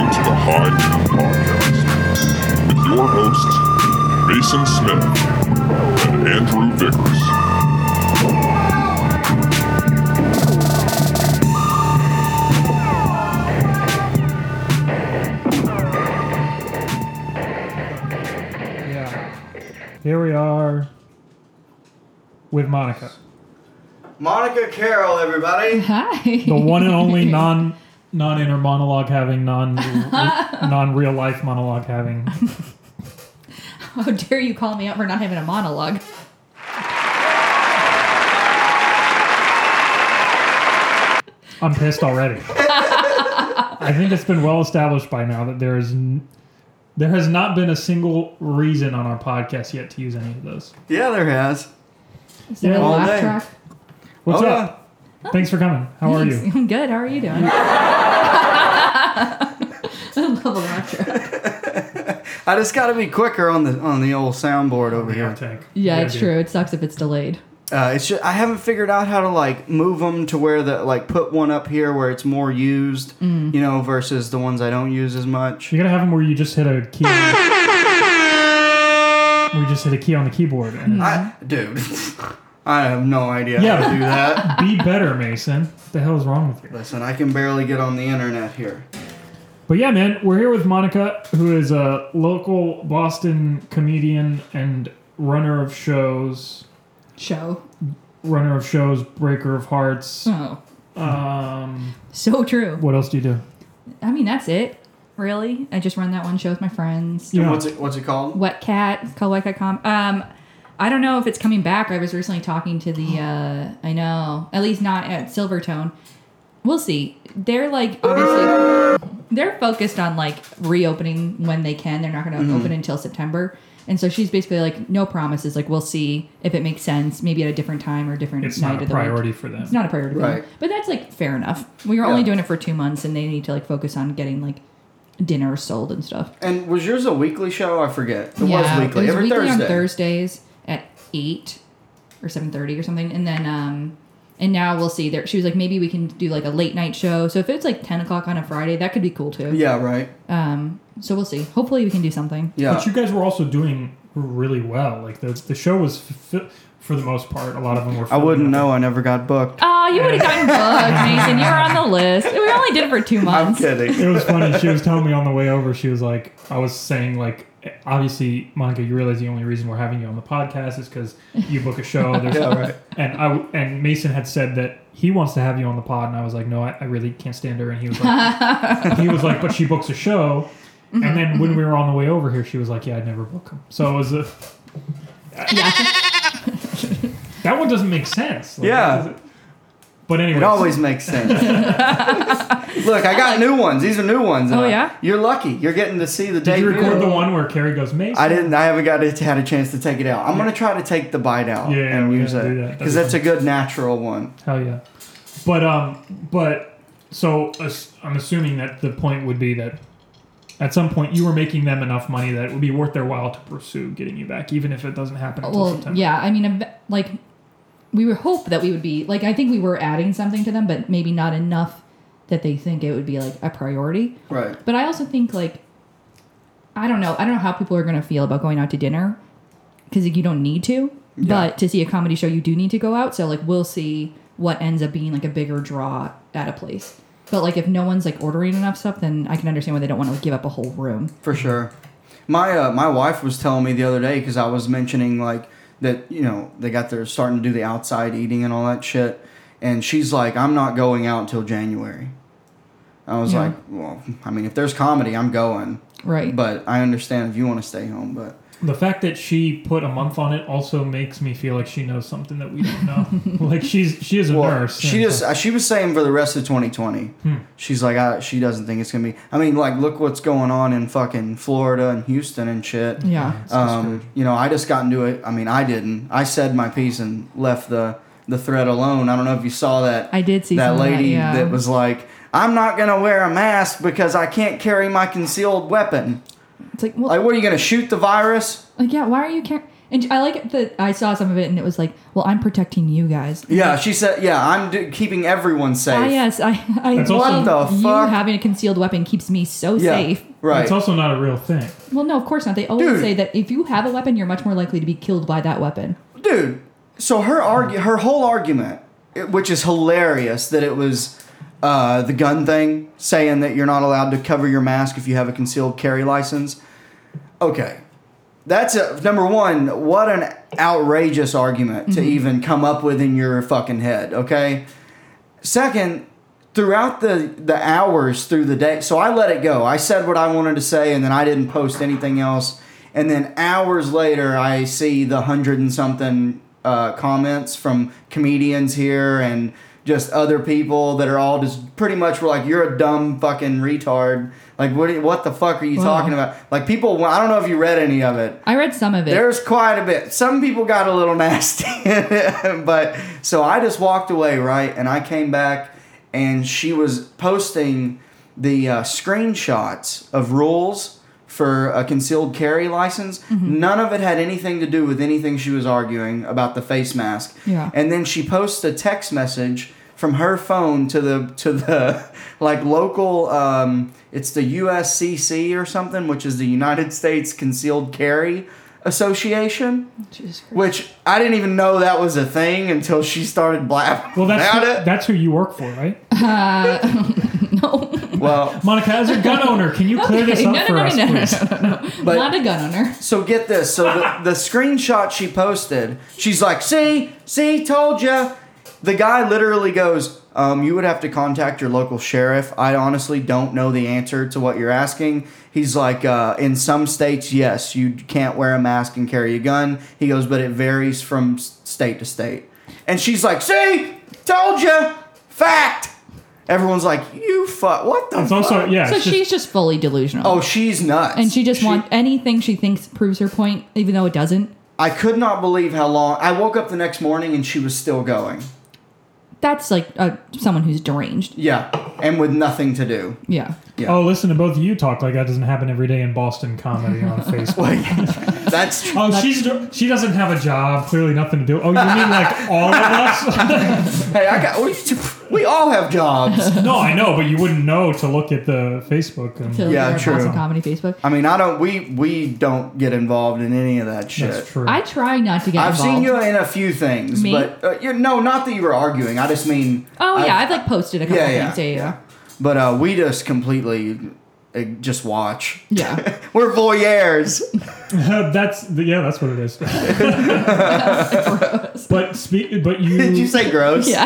Live Podcast with your hosts, Mason Smith and Andrew Vickers. Yeah. Here we are with Monica, Monica Carroll, everybody. Hi. the one and only non non inner monologue having non non real life monologue having. How dare you call me out for not having a monologue? I'm pissed already. I think it's been well established by now that there is n- there has not been a single reason on our podcast yet to use any of those. Yeah, there has. Is that Yeah. a All laugh day. track? What's Oh, up? Thanks for coming. How are you? Thanks. I'm good. How are you doing? I love a laugh track. I just got to be quicker on the on the old soundboard over Yeah, here. take. Yeah, Yeah, it's dude. true. It sucks if it's delayed. Uh, it's just, I haven't figured out how to like move them to where the like put one up here where it's more used, Mm. you know, versus the ones I don't use as much. You gotta have them where you just hit a key. where you just hit a key on the keyboard. And I, dude, I have no idea how Yeah. to do that. be better, Mason. What the hell is wrong with you? Listen, I can barely get on the internet here. But yeah, man, we're here with Monica, who is a local Boston comedian and runner of shows, Show. runner of shows, breaker of hearts. Oh. Um, So true. what else do you do? I mean, that's it. Really? I just run that one show with my friends. Yeah. What's it? What's it called? Wet Cat. It's called Wet Cat Com. Um, I don't know if it's coming back. I was recently talking to the, uh, I know, at least not at Silvertone. We'll see. They're like, obviously, they're focused on like reopening when they can. They're not going to open until September. And so she's basically like, no promises. Like, we'll see if it makes sense, maybe at a different time or a different It's night not a of the week. priority for them. It's not a priority. for them. Right. But that's like fair enough. We were only doing it for two months and they need to like focus on getting like dinner sold and stuff. And was yours a weekly show? I forget. It was weekly. It was every weekly Thursday. on Thursdays at eight or seven thirty or something, and then um, and now we'll see. There, she was like, maybe we can do like a late night show. So if it's like ten o'clock on a Friday, that could be cool too. Yeah. Right. Um. So we'll see. Hopefully, we can do something. Yeah. But you guys were also doing really well. Like the the show was fi- for the most part. A lot of them were. I wouldn't know. I never got booked. Oh, you would have gotten booked, Mason. You were on the list. We only did it for two I'm months. kidding. It was funny. She was telling me on the way over. She was like, I was saying like. Obviously, Monica, you realize the only reason we're having you on the podcast is because you book a show. There's Yeah. Right. And I and Mason had said that he wants to have you on the pod, and I was like, no, I, I really can't stand her. And he was like, he was like, but she books a show. And then when we were on the way over here, she was like, yeah, I'd never book him. So it was a Yeah. that one doesn't make sense. Like, Yeah. that doesn't- But anyway, It always makes sense. Look, I got new ones. These are new ones. Oh, Uh, yeah? You're lucky. You're getting to see the did you debut. record the one where Carrie goes Mason? I didn't. I haven't got it, had a chance to take it out. I'm gonna try to take the bite out Yeah, and we use gotta do that. it That'd because be that's a good natural one. Hell yeah. But um, but so as- I'm assuming that the point would be that at some point you were making them enough money that it would be worth their while to pursue getting you back, even if it doesn't happen until well September. yeah i mean ev- like we would hope that we would be like i think we were adding something to them but maybe not enough that they think it would be like a priority Right. but i also think like i don't know i don't know how people are going to feel about going out to dinner because like, you don't need to but to see a comedy show you do need to go out so like we'll see what ends up being like a bigger draw at a place but like if no one's like ordering enough stuff then i can understand why they don't want to give up a whole room For sure. My uh, my wife was telling me the other day because I was mentioning like that you know they got their starting to do the outside eating and all that shit, and she's like, I'm not going out until January. I was Yeah. like, well, I mean, if there's comedy, I'm going. right But I understand if you want to stay home, but The fact that she put a month on it also makes me feel like she knows something that we don't know. like she's she is a well, nurse. she and just so- uh, she was saying for the rest of 2020, Hmm. she's like I, she doesn't think it's gonna be. I mean, like look what's going on in fucking Florida and Houston and shit. yeah Um, you know, I just got into it. I mean, I didn't. I said my piece and left the the thread alone. I don't know if you saw that. I did see that some of that, lady yeah. was like, "I'm not gonna wear a mask because I can't carry my concealed weapon." it's like well Like, what are you gonna shoot the virus? Like, yeah, why are you care? And I like that I saw some of it and it was like, well, I'm protecting you guys. Yeah, she said, yeah, I'm d- keeping everyone safe. Ah, yes, I, I That's also- What the you fuck? having a concealed weapon keeps me so Yeah, safe. Right. It's also not a real thing. Well, no, of course not. They always Dude. say that if you have a weapon, you're much more likely to be killed by that weapon. dude so her argu- her whole argument it- which is hilarious that it was uh, the gun thing saying that you're not allowed to cover your mask if you have a concealed carry license okay that's a number one what an outrageous argument to even come up with in your fucking head okay second throughout the the hours through the day so i let it go i said what i wanted to say and then i didn't post anything else and then hours later i see the hundred and something uh, comments from comedians here and just other people that are all just pretty much were like you're a dumb fucking retard like what what the fuck are you Wow. talking about like people i don't know if you read any of it I read some of it. there's quite a bit. Some people got a little nasty, but so I just walked away, right? And I came back, and she was posting the uh, screenshots of rules for a concealed carry license. None of it had anything to do with anything she was arguing about the face mask. Yeah. And then she posts a text message from her phone to the to the like local um, it's the USCC or something, which is the United States Concealed Carry Association, Jesus Christ. which I didn't even know that was a thing until she started blabbing Well, that's about who, it. that's who you work for, right? well, Monica, as a gun owner, can you clear this Okay, up no, no, for no, us, no, no, please? but Not a gun owner. So get this. So the, the screenshot she posted, she's like, "See, see, told ya." The guy literally goes, um, "You would have to contact your local sheriff. I honestly don't know the answer to what you're asking." He's like, uh, "In some states, yes, you can't wear a mask and carry a gun." He goes, "But it varies from s- state to state." And she's like, "See, told ya, fact." Everyone's like, "You fuck, what the?" It's also fuck?" yeah. So it's just- she's just fully delusional. Oh, she's nuts. and she just wants anything she thinks proves her point, even though it doesn't. I could not believe how long. I woke up the next morning and she was still going. That's like uh, someone who's deranged. Yeah, and with nothing to do. Yeah. Yeah. Oh, listen to both of you talk like that doesn't happen every day in Boston comedy on Facebook. Like that's true. Oh, she's she doesn't have a job. Clearly, nothing to do. Oh, you mean like all of us? Hey, I got. we- We all have jobs. no, I know, but you wouldn't know to look at the Facebook. And, So Yeah, you're a true. Boston Comedy Facebook. I mean, I don't. We we don't get involved in any of that shit. That's true. I try not to get I've involved. seen you in a few things, Me? but uh, you're, no, not that you were arguing. I just mean. oh yeah, I've like posted a couple yeah, yeah, things. Yeah, yeah, yeah. But uh, we just completely uh, just watch. yeah. We're voyeurs. that's yeah, that's what it is. but speak, but you, Did you say gross? Yeah.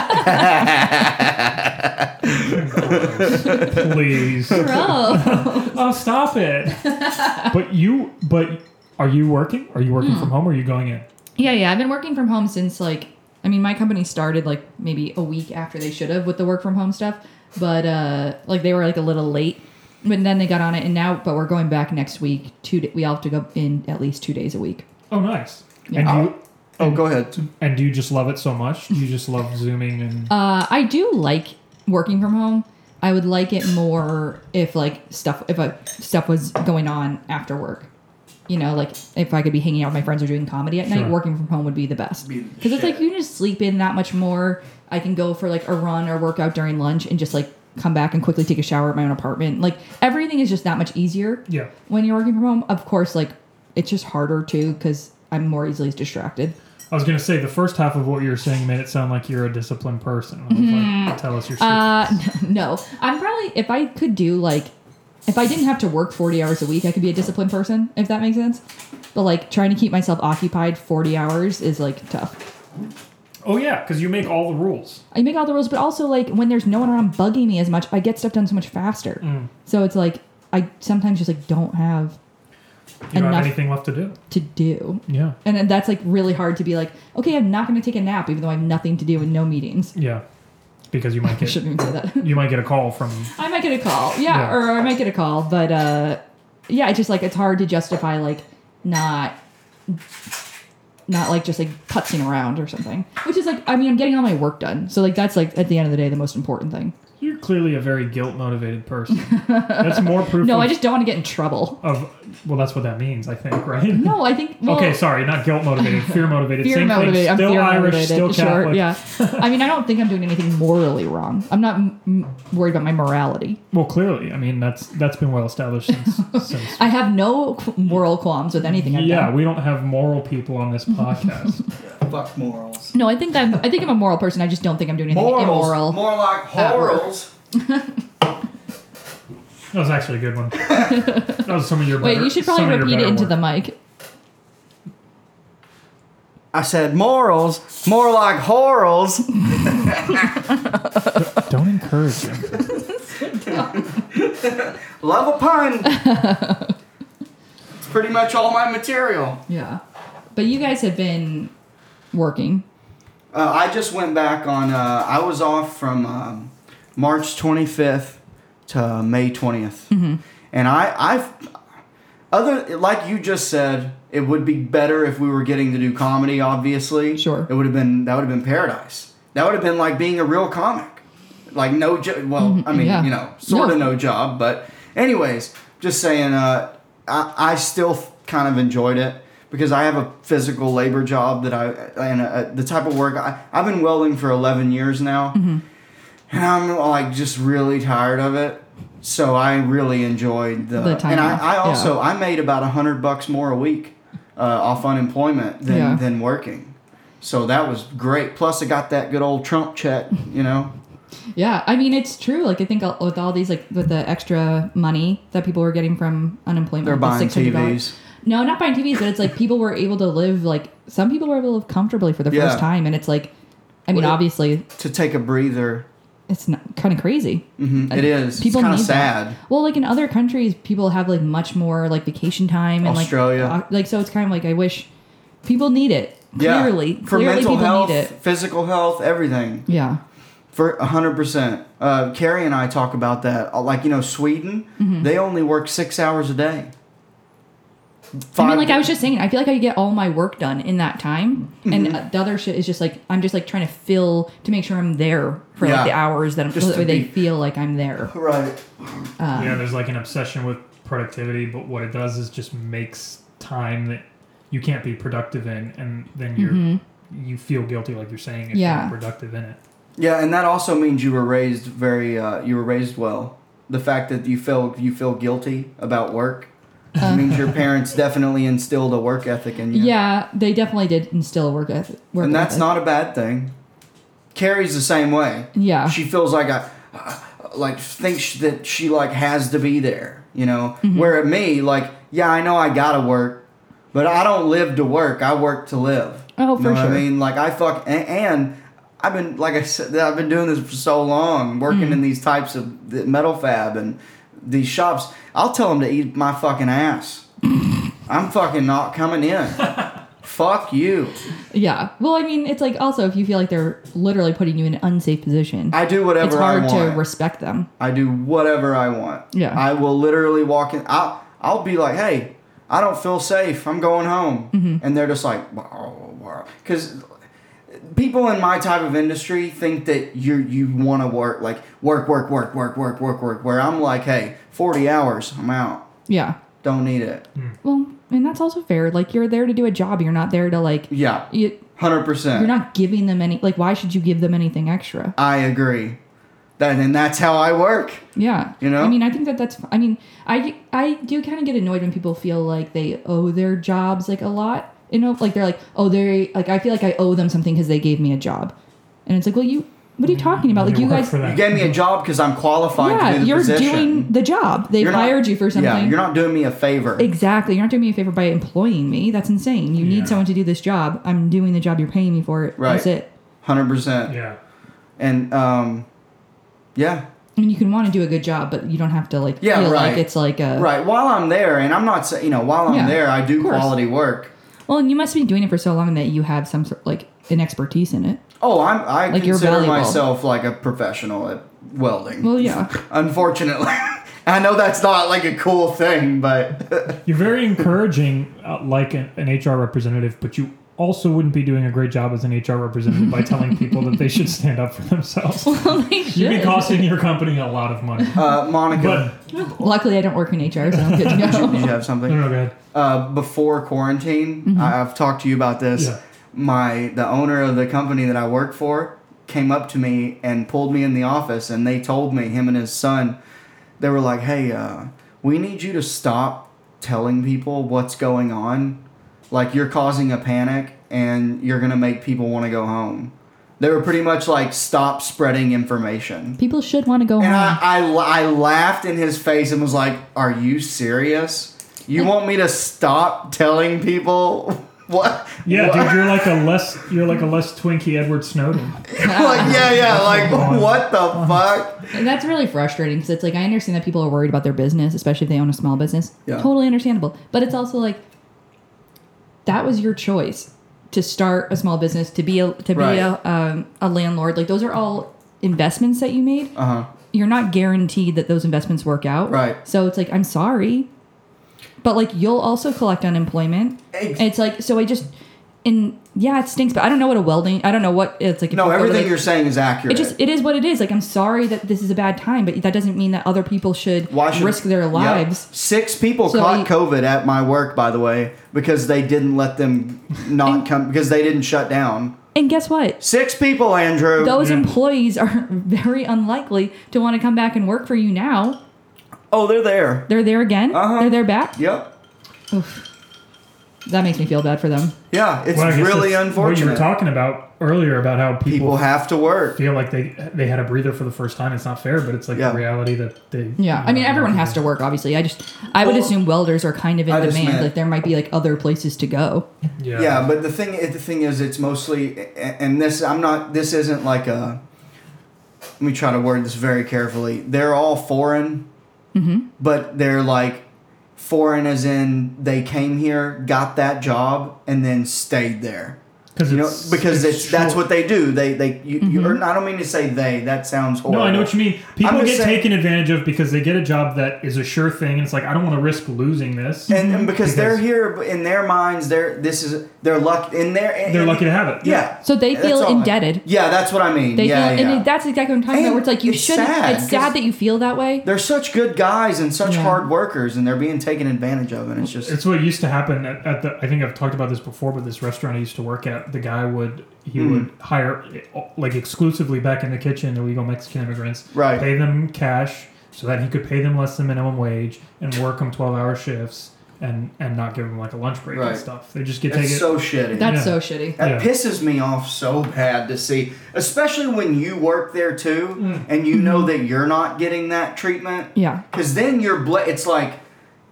please. Bro. oh, stop it. but you, but are you working? Are you working from home? or Are you going in? yeah, yeah. I've been working from home since like I mean my company started like maybe a week after they should have with the work from home stuff. But uh like they were like a little late. But then they got on it and now but we're going back next week. Two da- we all have to go in at least two days a week. Oh, nice. Yeah. And you Oh, go ahead. and do you just love it so much? Do you just love zooming and Uh, I do like working from home. I would like it more if like stuff if uh stuff was going on after work. You know, like if I could be hanging out with my friends or doing comedy at Sure. night, working from home would be the best. Be the Because it's like shit. you can just sleep in that much more. I can go for like a run or workout during lunch and just like come back and quickly take a shower at my own apartment. Like everything is just that much easier yeah? when you're working from home. Of course, like it's just harder too because I'm more easily distracted. I was gonna say the first half of what you were saying made it sound like you're a disciplined person. I was like, tell us your secrets. Uh, no, I'm probably if I could do like if I didn't have to work 40 hours a week, I could be a disciplined person if that makes sense. But like trying to keep myself occupied 40 hours is like tough. oh yeah, because you make all the rules. I make all the rules, but also like when there's no one around bugging me as much, I get stuff done so much faster. So it's like I sometimes just like don't have You don't have Enough. anything left to do. to do. Yeah, And then that's like really hard to be like, okay, I'm not going to take a nap even though I have nothing to do and no meetings. yeah, because you might I get shouldn't even say that. you might get a call from I might get a call. Yeah, Yeah. or I might get a call, but uh yeah, it's just like it's hard to justify like not not like just like putzing around or something. Which is like I mean, I'm getting all my work done. So like that's like at the end of the day the most important thing. You're clearly a very guilt motivated person. That's more proof. No, of, I just don't want to get in trouble. of well, that's what that means. I think, right? No, I think. Well, okay, sorry, not guilt motivated, fear motivated. Fear Same motivated. thing. I'm Still fear Irish, motivated. still Catholic. Sure, yeah. I mean, I don't think I'm doing anything morally wrong. I'm not m- m- worried about my morality. Well, clearly, I mean that's that's been well established since. since I have no qu- moral qualms with anything I've yeah, done. we don't have moral people on this podcast. Fuck morals. No, I think I'm. I think I'm a moral person. I just don't think I'm doing anything Morals. immoral. More like at work. horals. that was actually a good one. That was some of your. Wait, better- you should some probably of your repeat it better into work. the mic. I said morals. More like horals. Don't encourage him. Love a pun. it's pretty much all my material. Yeah, but you guys have been working. Uh, I just went back on. Uh, I was off from um, March 25th to May 20th, Mm-hmm. and I, I've other like you just said, it would be better if we were getting to do comedy. Obviously, Sure. it would have been that would have been paradise. That would have been like being a real comic, like no jo- well, I mean, Mm-hmm. yeah. you know, sort of No. no job, but anyways, just saying. Uh, I I still f- kind of enjoyed it because I have a physical labor job that I and uh, the type of work I I've been welding for eleven years now, Mm-hmm. and I'm like just really tired of it. So I really enjoyed the, The time and I, off, I yeah. also I made about a hundred bucks more a week uh, off unemployment than Yeah. than working. So that was great. Plus, I got that good old Trump check, you know. Yeah, I mean it's true. Like I think all- with all these like with the extra money that people were getting from unemployment, They're the buying $600. TVs. No, not buying TVs, but it's like people were able to live like some people were able to live comfortably for the Yeah. first time, and it's like, I mean, Well, it- obviously To take a breather, it's not, kind of crazy. Mhm, it is. Mm-hmm. People it's kind of need sad. That. Well, like in other countries, people have like much more like vacation time and Australia. like au- like so it's kind of like I wish people need it Yeah. clearly for clearly mental people health, need it. physical health, everything. Yeah, For hundred percent. Uh, Carrie and I talk about that. Uh, Like you know, Sweden, Mm-hmm. they only work six hours a day. I mean, Five- like I was just saying, I feel like I get all my work done in that time, and uh, Mm-hmm. the other shit is just like I'm just like trying to fill to make sure I'm there for Yeah. like the hours that I'm. Just so that to way they be- feel like I'm there. right. Uh, yeah, there's like an obsession with productivity, but what it does is just makes time that you can't be productive in, and then you're you feel guilty, like you're saying, if Mm-hmm. Yeah. you're productive in it. Yeah, and that also means you were raised very. Uh, you were raised well. The fact that you feel you feel guilty about work Uh. means your parents definitely instilled a work ethic in you. Yeah. they definitely did instill a work ethic. Work and that's ethic. not a bad thing. Carrie's the same way. Yeah. she feels like I, like thinks that she like has to be there. You know, Mm-hmm. where at me, like yeah, I know I gotta work, but I don't live to work. I work to live. Oh, for know What I sure. mean, like I fuck and. and I've been like I said, I've been doing this for so long, working Mm. in these types of the metal fab and these shops. I'll tell them to eat my fucking ass. I'm fucking not coming in. Fuck you. Yeah. Well, I mean, it's like also if you feel like they're literally putting you in an unsafe position, I do whatever it's hard I to want. respect them. I do whatever I want. Yeah. I will literally walk in. I'll, I'll be like, hey, I don't feel safe. I'm going home. Mm-hmm. And they're just like, because people in my type of industry think that you you want to work like work work work work work work work. Where I'm like, hey, 40 hours. I'm out. Yeah. Don't need it. Well, and that's also fair. Like you're there to do a job. You're not there to like. Yeah, You, hundred percent. you're not giving them any. Like, why should you give them anything extra? I agree. That and that's how I work. Yeah. You know? I mean, I think that that's. I mean, I I do kind of get annoyed when people feel like they owe their jobs like a lot. You know, like they're like, oh, they like I feel like I owe them something because they gave me a job, and it's like, well, you what are you talking about? Like They you Mm, work guys, for that. You gave me a job because I'm qualified to Mm-hmm. yeah, do the you're position. doing the job. They You're not- hired you for something. Yeah, you're not doing me a favor. exactly. You're not doing me a favor by employing me. That's insane. You Yeah. need someone to do this job. I'm doing the job. You're paying me for it. Right. That's it. Hundred percent. Yeah, And um, yeah, I mean, you can want to do a good job, but you don't have to like Yeah, feel right. like it's like a right. While I'm there, and I'm not saying you know while I'm Yeah, there, I do of course. quality work. Well, and you must be doing it for so long that you have some sort like an expertise in it. Oh, I'm I Like, you're consider valuable. myself like a professional at welding. Well, yeah. Unfortunately, I know that's not like a cool thing, but you're very encouraging, uh, like an, an HR representative, but you also wouldn't be doing a great job as an HR representative by telling people that they should stand up for themselves. Well, they You'd be should. costing your company a lot of money. Uh, Monica, But Luckily, I don't work in HR, so I'm good to go. did you no, have something? no, go ahead. Uh, before quarantine, I- I've talked to you about this. Yeah. My the owner of the company that I work for came up to me and pulled me in the office, and they told me him and his son, they were like, "Hey, uh, we need you to stop telling people what's going on. Like you're causing a panic, and you're gonna make people want to go home." They were pretty much like, "Stop spreading information." People should want to go And I, home. I, la- I laughed in his face and was like, Are you serious? You want me to stop telling people what? Yeah, what? dude, you're like a less you're like a less Twinkie Edward Snowden. like, yeah, yeah, like, on. what the fuck? And that's really frustrating because it's like I understand that people are worried about their business, especially if they own a small business. Yeah. Totally understandable. But it's also like that was your choice to start a small business, to be a to be Right. a, um, a landlord. Like those are all investments that you made. Uh huh. You're not guaranteed that those investments work out. Right. So it's like I'm sorry, but like you'll also collect unemployment. Ex- It's like so I just and yeah, it stinks. But I don't know what a welding. I don't know what it's like. if No, you go to, everything like- you're saying is accurate. it just it is what it is. Like I'm sorry that this is a bad time, but that doesn't mean that other people should, Why should- risk their Yep. lives. Six people So caught you- COVID at my work, by the way, because they didn't let them not come, because they didn't shut down. And guess what? Six people, Andrew. Those Yeah. employees are very unlikely to want to come back and work for you now. oh, they're there. They're there again. Uh-huh. They're there back. Yep. That makes me feel bad for them. Yeah, it's Well, I guess really that's What you were unfortunate. talking about earlier about how people, people have to work. feel like they they had a breather for the first time. It's not fair, but it's like Yeah. the reality that they. Yeah, I mean everyone has to work. Obviously, I just I would Well, assume welders are kind of in I just demand. meant- like there might be like other places to go. Yeah. yeah but the thing the thing is it's mostly a- and this i'm not this isn't like a let me try to word this very carefully they're all foreign Mm-hmm. but they're like foreign as in they came here got that job and then stayed there because you know because it's, that's short. what they do they they you, you or, i don't mean to say they that sounds horrible Mm-hmm. No, I know what you mean. People just get saying- taken advantage of because they get a job that is a sure thing, and it's like I don't want to risk losing this. and, and because, they're Because- here but in their minds they're this is they're luck in their in- They're lucky to have it. yeah So they That's feel all I- indebted. yeah that's what i mean They yeah, feel, yeah. and that's exactly what I'm talking And about. Where it's like you it's shouldn't. sad, it's 'cause- sad that you feel that way. they're such good guys and such Yeah. hard workers and they're being taken advantage of and it's just It's what used to happen at, at the. I think I've talked about this before, but this restaurant I used to work at, the guy would he Hmm. would hire like exclusively back in the kitchen illegal Mexican immigrants, Right. Pay them cash so that he could pay them less than minimum wage and work them twelve hour shifts and and not give them like a lunch break Right. and stuff. They just get it's taken. so shitty that, That's Yeah. so shitty. Yeah. pisses me off so bad to see especially when you work there too Mm. and you know that you're not getting that treatment Mm-hmm. Yeah. because then you're bl- it's like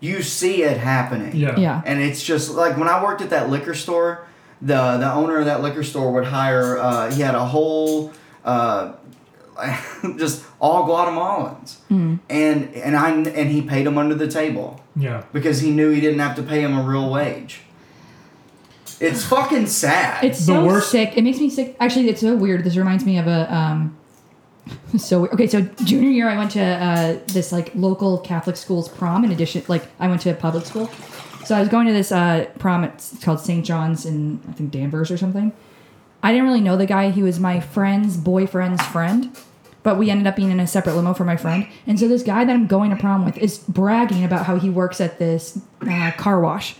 you see it happening yeah. Yeah. and it's just like when I worked at that liquor store, the the owner of that liquor store would hire. Uh, he had a whole, uh, just all Guatemalans, Hmm. and and I and he paid them under the table Yeah. because he knew he didn't have to pay him a real wage. It's fucking sad. It's The so worst- sick. It makes me sick. Actually, it's so weird. This reminds me of a um. So okay, so junior year I went to uh, this like local Catholic school's prom. In addition, like I went to a public school, so I was going to this uh, prom. It's, it's called St. John's in I think Danvers or something. I didn't really know the guy. He was my friend's boyfriend's friend, but we ended up being in a separate limo for my friend. And so this guy that I'm going to prom with is bragging about how he works at this uh, car wash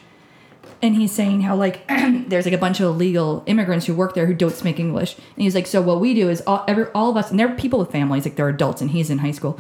and he's saying how like there's like a bunch of illegal immigrants who work there who don't speak English. And he's like, so what we do is all every all of us, and they're people with families, like they're adults, and he's in high school.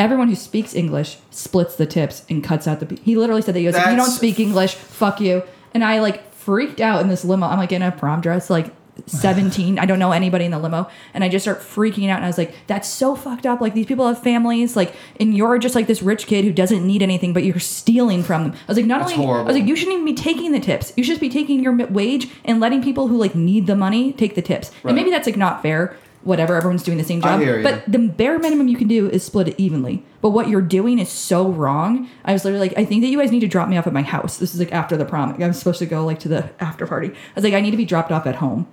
Everyone who speaks English splits the tips and cuts out the. pe- He literally said that he goes, if you don't That's- speak English, fuck you. And I like freaked out in this limo. I'm like in a prom dress, like. 17 i don't know anybody in the limo and i just start freaking out and i was like that's so fucked up like these people have families like and you're just like this rich kid who doesn't need anything but you're stealing from them i was like not That's only i was horrible. like you shouldn't even be taking the tips. You should just be taking your mi- wage and letting people who like need the money take the tips. Right. And maybe that's like not fair. Whatever, everyone's doing the same I job. hear you. But the bare minimum you can do is split it evenly. But what you're doing is so wrong. I was literally like, I think that you guys need to drop me off at my house. This is like after the prom. I'm supposed to go like to the after party. I was like, I need to be dropped off at home.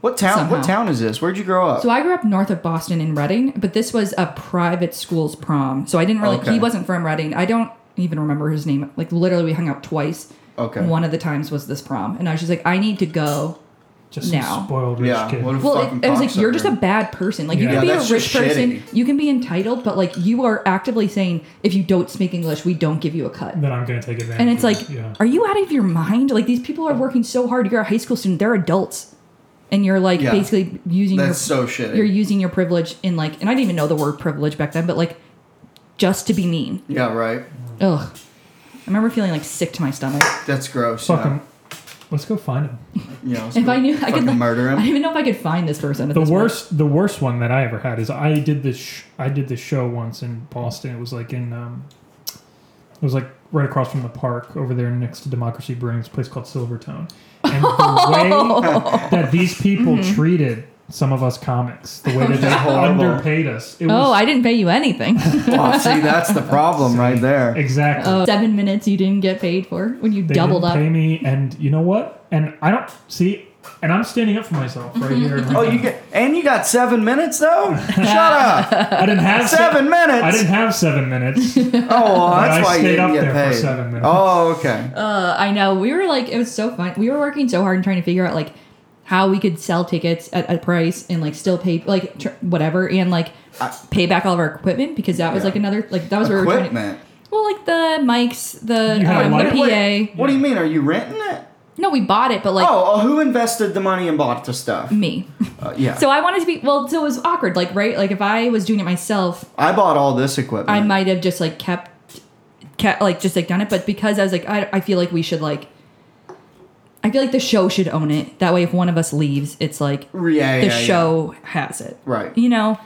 what town? somehow. What town is this? Where'd you grow up? So I grew up north of Boston in Reading, but this was a private school's prom. So I didn't really. Okay. He wasn't from Reading. I don't. even remember his name. Like literally, we hung out twice. Okay. One of the times was this prom, and I was just like, I need to go. Just Now. some spoiled rich Yeah, kid. what if- Well, Fucking it, I was like, you're cocksucker. just a bad person. Like you Yeah. can Yeah, be a that's rich just person, shitty. you can be entitled, but like you are actively saying, if you don't speak English, we don't give you a cut. then I'm gonna take advantage. And it's of like, it. yeah. are you out of your mind? Like these people are working so hard. You're a high school student. They're adults, and you're like Yeah. basically using That's your, so shitty. You're using your privilege in like, and I didn't even know the word privilege back then, but like, just to be mean. yeah, right. Ugh. I remember feeling like sick to my stomach. That's gross. Fuck yeah. him. Let's go find him. Yeah, let's If go I knew I fucking could like, murder I don't him. even know if I could find this person. At The this point. worst, the worst one that I ever had is I did this. Sh- I did this show once in Boston. It was like in, um, it was like right across from the park over there next to Democracy Brings, a place called Silvertone. And the way that these people treated some of us comics, the way that they Mm-hmm. Horrible. underpaid us, it was Oh, I didn't pay you anything. Oh, see, that's the problem right there. exactly. Oh, Seven minutes you didn't get paid for when you They doubled didn't up. pay me, and you know what? And I don't see, and I'm standing up for myself right Mm-hmm. here. Oh, you get and you got seven minutes though. Shut up. I didn't have se- Seven minutes. I didn't have seven minutes. oh, well, that's I why you stayed didn't up get there for paid. seven minutes. Oh, okay. Uh, I know. We were like, it was so fun. We were working so hard and trying to figure out like how we could sell tickets at a price and like still pay like tr- whatever and like pay back all of our equipment because that was Yeah. like another like that was where we were trying to, Equipment. well like the mics the You had a um, the light? PA Wait, what do you mean? Are you renting it? no we bought it but like Oh, uh, who invested the money and bought the stuff? me Uh, yeah. Mm. so I wanted to be well so it was awkward like right like if I was doing it myself I bought all this equipment. I might have just like kept, kept like just like done it, but because I was like, I, I feel like we should like, I feel like the show should own it. That way, if one of us leaves, it's like Yeah, the yeah, yeah. show has it, Right. You know,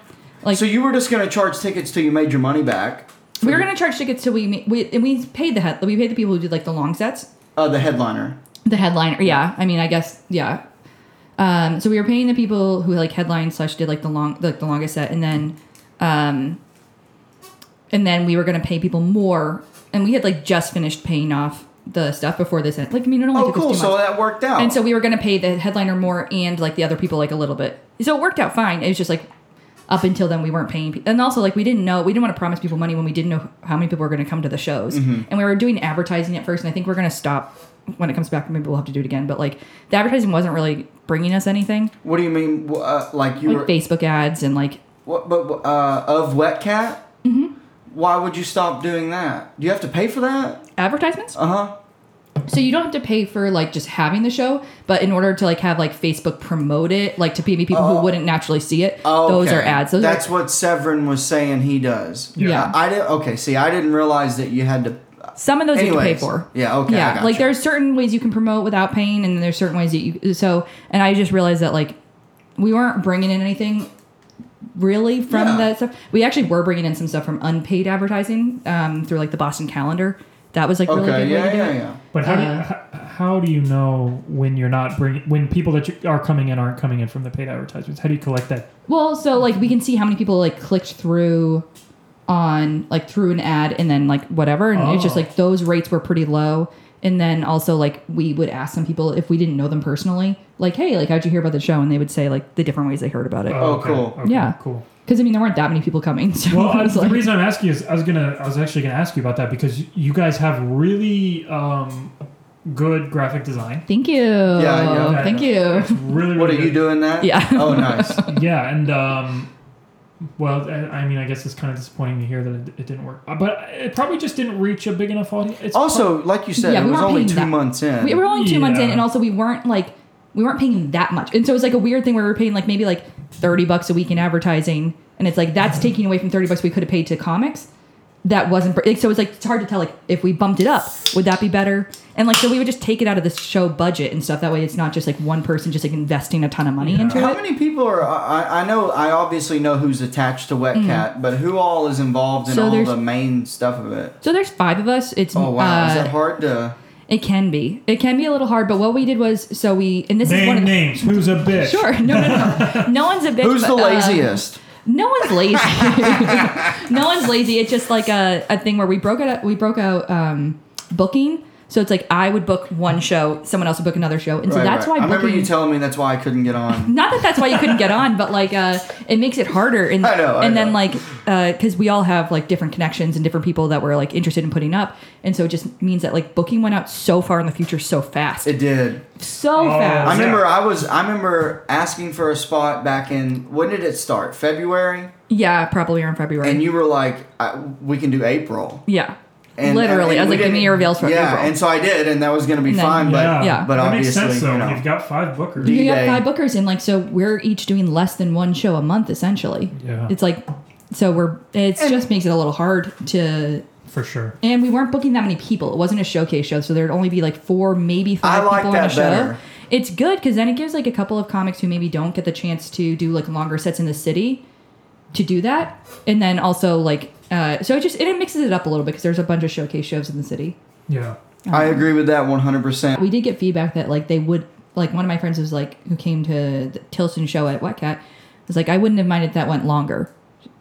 like So you were just gonna charge tickets till you made your money back. we were gonna charge tickets till we ma- we and we paid the head we paid the people who did like the long sets, Uh, the headliner. the headliner. Yeah, I mean, I guess yeah. Um, so we were paying the people who like headline slash did like the long like the longest set, and then um, and then we were gonna pay people more, and we had like just finished paying off the stuff before this end. Like I mean, it only Oh, took us cool. two So months. that worked out. and so we were gonna pay the headliner more and like the other people like a little bit. So it worked out fine. It was just like up until then we weren't paying, pe- and also like we didn't know we didn't want to promise people money when we didn't know how many people were gonna come to the shows, Mm-hmm. and we were doing advertising at first, and I think we're gonna stop when it comes back. Maybe we'll have to do it again, but like the advertising wasn't really bringing us anything, what do you mean? wh- Uh, like you like were Facebook ads and like what, but uh, of Wet Cat? Mm-hmm. Why would you stop doing that? Do you have to pay for that? advertisements. Uh huh. So you don't have to pay for like just having the show, but in order to like have like Facebook promote it, like to maybe people who wouldn't naturally see it, those are ads. Those Oh. That's are, what Severin was saying he does. Yeah. Yeah. I did. Okay. See, I didn't realize that you had to. some of those you have to pay Anyways. for. Yeah, okay, I Yeah. gotcha. Like there's certain ways you can promote without paying, and then there's certain ways that you. So, and I just realized that like we weren't bringing in anything really from Yeah. that stuff. We actually were bringing in some stuff from unpaid advertising um, through like the Boston Calendar. That was like really Okay. good way yeah. to do Yeah. it. Yeah. But how, do you, Uh, how, how do you know when you're not bringing when people that you are coming in aren't coming in from the paid advertisements? How do you collect that? Well, so like we can see how many people like clicked through on like through an ad and then like whatever and it's just Oh. like those rates were pretty low and then also like we would ask some people if we didn't know them personally like hey like how'd you hear about the show and they would say like the different ways they heard about it Oh, cool. okay, Yeah. cool. because i mean there weren't that many people coming so Well, I I, was the like, reason I'm asking is I was gonna I was actually gonna ask you about that because you- you guys have really um, good graphic design. thank you yeah, yeah. thank you Really, What are really good. you doing that? Yeah. Oh, nice. yeah, and um, well, I, I mean, I guess it's kind of disappointing to hear that it, it didn't work, Uh, but it probably just didn't reach a big enough audience. It's Also, like you said, Yeah, it we was weren't only paying two that- months in. we were only two months in Yeah. and also we weren't like we weren't paying that much and so it was like a weird thing where we were paying like maybe like 30 bucks a week in advertising and it's like that's taking away from 30 bucks we could have paid to comics that wasn't like, so it's like it's hard to tell like if we bumped it up would that be better and like so we would just take it out of the show budget and stuff that way it's not just like one person just like investing a ton of money into How it many people are? I, I- I know. I obviously know who's attached to Wet Cat, but who all is involved in Mm. So all there's- the main stuff of it? so there's five of us it's Oh wow, is uh, that hard to? it can be it can be a little hard but what we did was so we and this is name one of the names. Who's a bitch? sure no no no no one's a bitch Who's the but, uh, laziest? No one's lazy. no one's lazy. It's just like a, a thing where we broke it. up- We broke out um, booking So it's like I would book one show, someone else would book another show, and so Right, that's right. I why remember booking- you telling me that's why I couldn't get on. not that that's why you couldn't get on, but like uh, it makes it harder. And I know, I and know. then like because we all have like different connections and different people that we're like interested in putting up, and so it just means that like booking went out so far in the future, so fast, It did. so Oh, fast. I yeah. remember I was I remember asking for a spot back in when did it start? February? yeah, probably around February. And you were like I, we can do April. yeah, And literally. I, mean, we was like, give me didn't- your reveals for Yeah, April. and so I did and that was going to be And then- fine but yeah. but that obviously makes sense though. you know. You've got five bookers. Yeah. you D-Day. have five bookers, and like so we're each doing less than one show a month essentially. Yeah. it's like so we're it just makes it a little hard to for sure. And we weren't booking that many people. It wasn't a showcase show, so there'd only be like four, maybe five I like people on that a show. better. It's good because then it gives like a couple of comics who maybe don't get the chance to do like longer sets in the city to do that, and then also like uh, so it just it mixes it up a little bit because there's a bunch of showcase shows in the city. Yeah. I agree with that 100%. We did get feedback that like they would like one of my friends was like who came to the Tilson show at Wet Cat was like I wouldn't have minded if that went longer,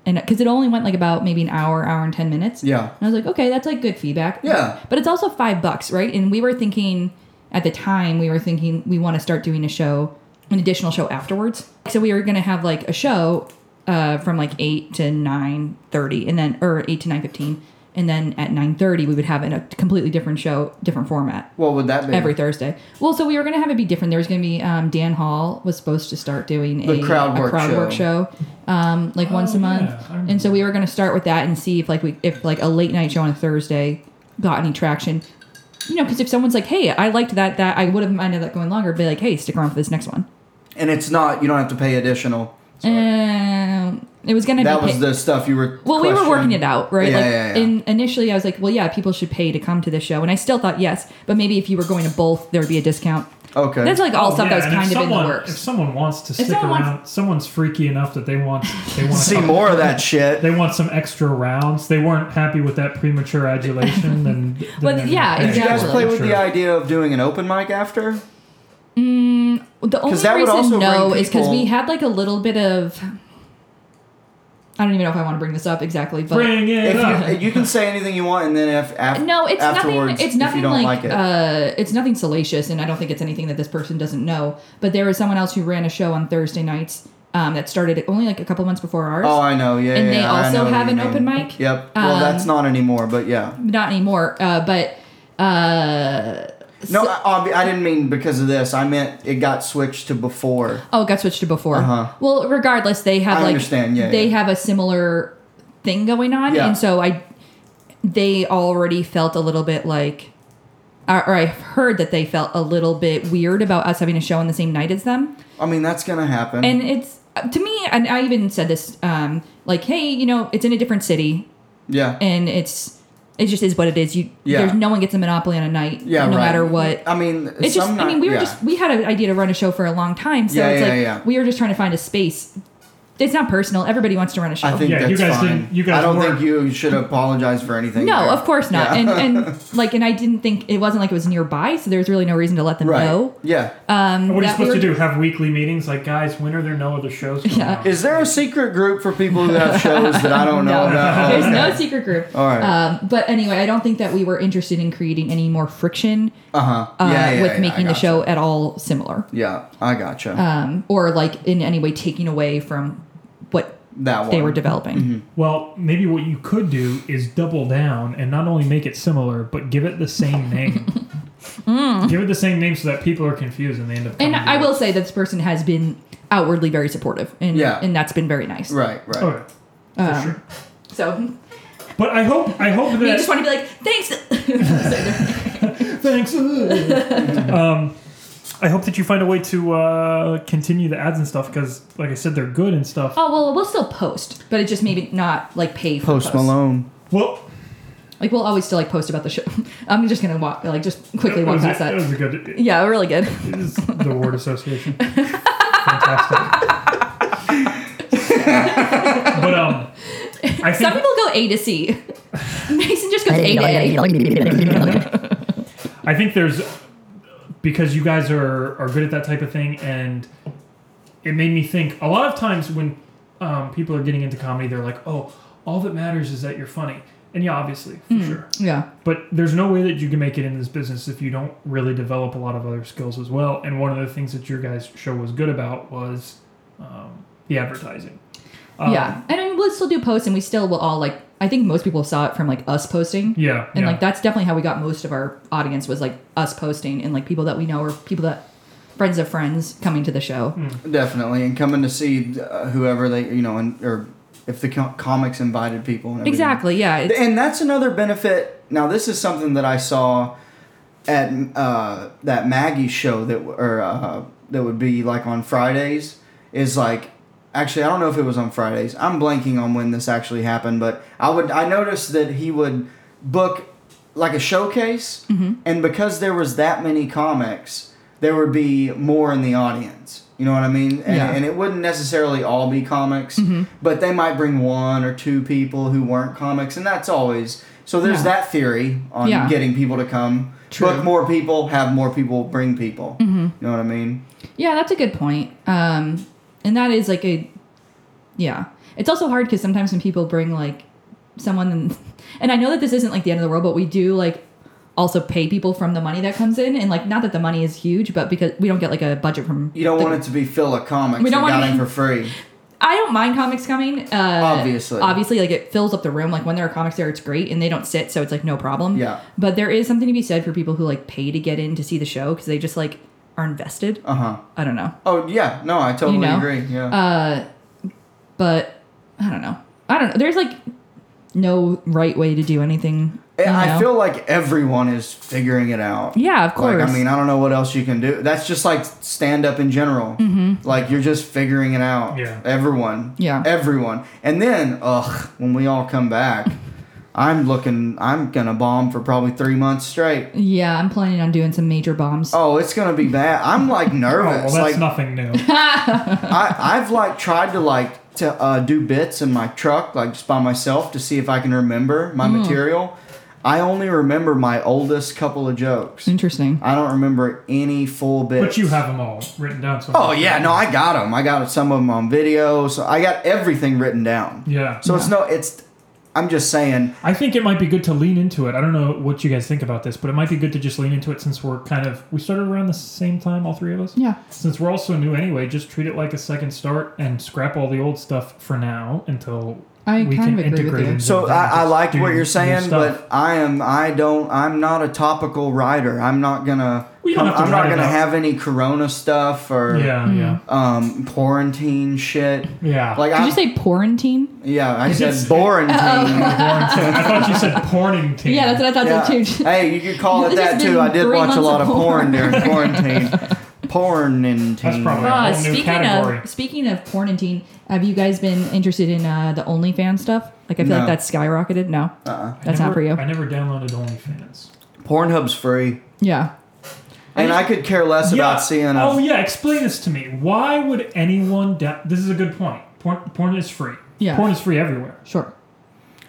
and because it only went like about maybe an hour, hour and ten minutes. Yeah. And I was like, okay, that's like good feedback. Yeah. But it's also five bucks, right? And we were thinking at the time, we were thinking we want to start doing a show, an additional show afterwards. So we were gonna have like a show uh, from like eight to nine thirty, and then or eight to nine fifteen, and then at nine thirty we would have an, a completely different show, different format. What would that be? Every Thursday. Well, so we were gonna have it be different. There was gonna be um, Dan Hall was supposed to start doing The a crowd a work crowd show. work show, um, like once a month. Oh, yeah, I remember. and so we were gonna start with that and see if like we if like a late night show on a Thursday got any traction. You know, because if someone's like, "Hey, I liked that," that I would have minded that going longer. Be like, "Hey, stick around for this next one." And it's not you don't have to pay additional. Um, it was gonna That be was the stuff you were well, we were questioning. working it out, right? Yeah, like, yeah, yeah. In, initially, I was like, well, yeah, people should pay to come to this show, and I still thought yes, but maybe if you were going to both, there would be a discount. Okay. That's like all Oh, stuff yeah, that was and if kind of in someone- the If works. someone wants to stick someone wants- around, someone's freaky enough that they want they want see more of that shit. They want some extra rounds. They weren't happy with that premature adulation, and then Well, they're yeah, gonna pay Did you guys for it, play I'm with the sure. idea of doing an open mic after? The only that would reason also bring no is because people- we had like a little bit of. I don't even know if I want to bring this up exactly, but Bring it up. If you, you can say anything you want, and then if after no, it's afterwards, nothing. It's if you nothing don't like, like, it, uh, it's nothing salacious, and I don't think it's anything that this person doesn't know. But there was someone else who ran a show on Thursday nights um, that started only like a couple months before ours. oh, I know, yeah. and they yeah, I also know what have you an mean. open mic? Yep. well, Um, that's not anymore, but yeah. Not anymore, uh, but uh, No, I, obvi- I didn't mean because of this. I meant it got switched to before. Oh, it got switched to before. Uh-huh. Well, regardless, they have I like understand, yeah, they yeah. have a similar thing going on, Yeah. and so I they already felt a little bit like, or, or I've heard that they felt a little bit weird about us having a show on the same night as them, I mean, that's gonna happen. and it's to me, and I even said this, um, like, hey, you know, it's in a different city, yeah. and it's it just is what it is. You, Yeah. there's no one gets a monopoly on a night, yeah. no right. matter what I mean, it's just some i mean we were yeah. just we had an idea to run a show for a long time so Yeah, it's yeah, like yeah. we were just trying to find a space it's not personal everybody wants to run a show I think Yeah, that's you guys fine. didn't- you guys I don't weren't- think you should apologize for anything. no there. of course not Yeah. and and like and i didn't think it wasn't like it was nearby so there's really no reason to let them right. know Yeah. um What are you that we supposed to were- do? Have weekly meetings? Like, guys, when are there no other shows? coming Yeah. out? Is there a secret group for people who have shows that I don't know no, about? there's Oh, okay. no secret group. All right. Um, but anyway, I don't think that we were interested in creating any more friction Uh-huh. uh, yeah, yeah, with yeah, I making the gotcha. show at all similar, Yeah, I gotcha. um, or like in any way taking away from what that one. they were developing. Mm-hmm. Well, maybe what you could do is double down and not only make it similar, but give it the same name. Give it the same name so that people are confused and they end up. Mm. And coming I to will say that this person has been outwardly very supportive, and Yeah. and that's been very nice. Right, right. you. Okay. For Um, sure. So But I hope I hope we that just want to be like, thanks. Thanks. um, I hope that you find a way to uh, continue the ads and stuff because, like I said, they're good and stuff. oh well, we'll still post, but it just maybe not like pay for Post posts. Malone. Well, Like we'll always still like post about the show. I'm just gonna walk like just quickly that walk was, past that that. was a good. Yeah, really good. It is the word association. Fantastic. but um, I think Some people go A to C. Mason just goes A to A. I think there's because you guys are are good at that type of thing, and it made me think. A lot of times when um, people are getting into comedy, they're like, "Oh, all that matters is that you're funny." And yeah, obviously, for Hmm. sure. Yeah. But there's no way that you can make it in this business if you don't really develop a lot of other skills as well. And one of the things that your guys' show was good about was um, the advertising. Um, yeah. And I mean, we'll still do posts and we still will all like, I think most people saw it from like us posting. Yeah. And yeah. like, that's definitely how we got most of our audience was like us posting and like people that we know or people that friends of friends coming to the show. Definitely, and coming to see uh, whoever they, you know, and or if the co- comics invited people. And everything. Exactly. Yeah. It's, And that's another benefit. Now, this is something that I saw at uh, that Maggie show that w- or uh, that would be like on Fridays. Is like actually, I don't know if it was on Fridays. I'm blanking on when this actually happened, but I would I noticed that he would book like a showcase, and because there was that many comics, there would be more in the audience. You know what I mean? And, Yeah. and it wouldn't necessarily all be comics, Mm-hmm. but they might bring one or two people who weren't comics, and that's always so. There's Yeah. that theory on Yeah. getting people to come. True. Mm-hmm. Book more people, have more people, bring people. You know what I mean? yeah, that's a good point. Um, and that is like a, yeah. It's also hard because sometimes when people bring like someone, and, and I know that this isn't like the end of the world, but we do like also pay people from the money that comes in, and like not that the money is huge, but because we don't get like a budget from You don't the- want it to be fill a comics. We don't that want got it- him for free. I don't mind comics coming. Uh, Obviously. obviously, like it fills up the room. Like when there are comics there, it's great, and they don't sit, so it's like no problem. Yeah. But there is something to be said for people who like pay to get in to see the show because they just like are invested. Uh huh. I don't know, Oh yeah, no, I totally know? Uh, agree. Yeah. but I don't know. I don't know. There's like no right way to do anything. you And I know? feel like everyone is figuring it out. Yeah, of course. Like, I mean, I don't know what else you can do. That's just like stand up in general. Like you're just figuring it out. Yeah. Everyone. Mm-hmm. Yeah. Everyone. And then, ugh, when we all come back, I'm looking. I'm gonna bomb for probably three months straight. yeah, I'm planning on doing some major bombs. Oh, it's gonna be bad. I'm like Oh, well, nervous. that's like nothing new. I, I've like tried to like to uh, do bits in my truck, like just by myself, to see if I can remember my Mm-hmm. material. I only remember my oldest couple of jokes. Interesting. I don't remember any full bits. but you have them all written down. So Oh yeah, no, I got them. I got some of them on video, so I got everything written down. Yeah. So it's no, it's. I'm just saying. I think it might be good to lean into it. I don't know what you guys think about this, but it might be good to just lean into it since we're kind of we started around the same time, all three of us. Yeah. Since we're all so new anyway, just treat it like a second start and scrap all the old stuff for now until I we kind can of agree with integrate you. into So the I, I just like do what new you're saying, stuff. but I am. I don't. I'm not a topical writer. I'm not gonna. We don't have to I'm not write it gonna up. have any Corona stuff or yeah, yeah, um quarantine shit. Hmm. yeah. Like Did I you say Oh, quarantine? yeah, I It's- said boring team. I thought you said porning team. Yeah, that's what I thought Yeah. so too. Hey, you could call it This that has too. been I did three watch months a lot of of porn during quarantine. Porn and That's teen. probably- Uh, whole new speaking category. of speaking of porn and teen, have you guys been interested in uh, the OnlyFans stuff? Like I feel like No. that's skyrocketed. No, Uh-uh. I that's never, not for you. I never downloaded OnlyFans. Pornhub's free. yeah, And I could care less about seeing a oh yeah, explain this to me. Why would anyone? Da- this is a good point. Porn, porn is free. Yeah. Porn is free everywhere. sure.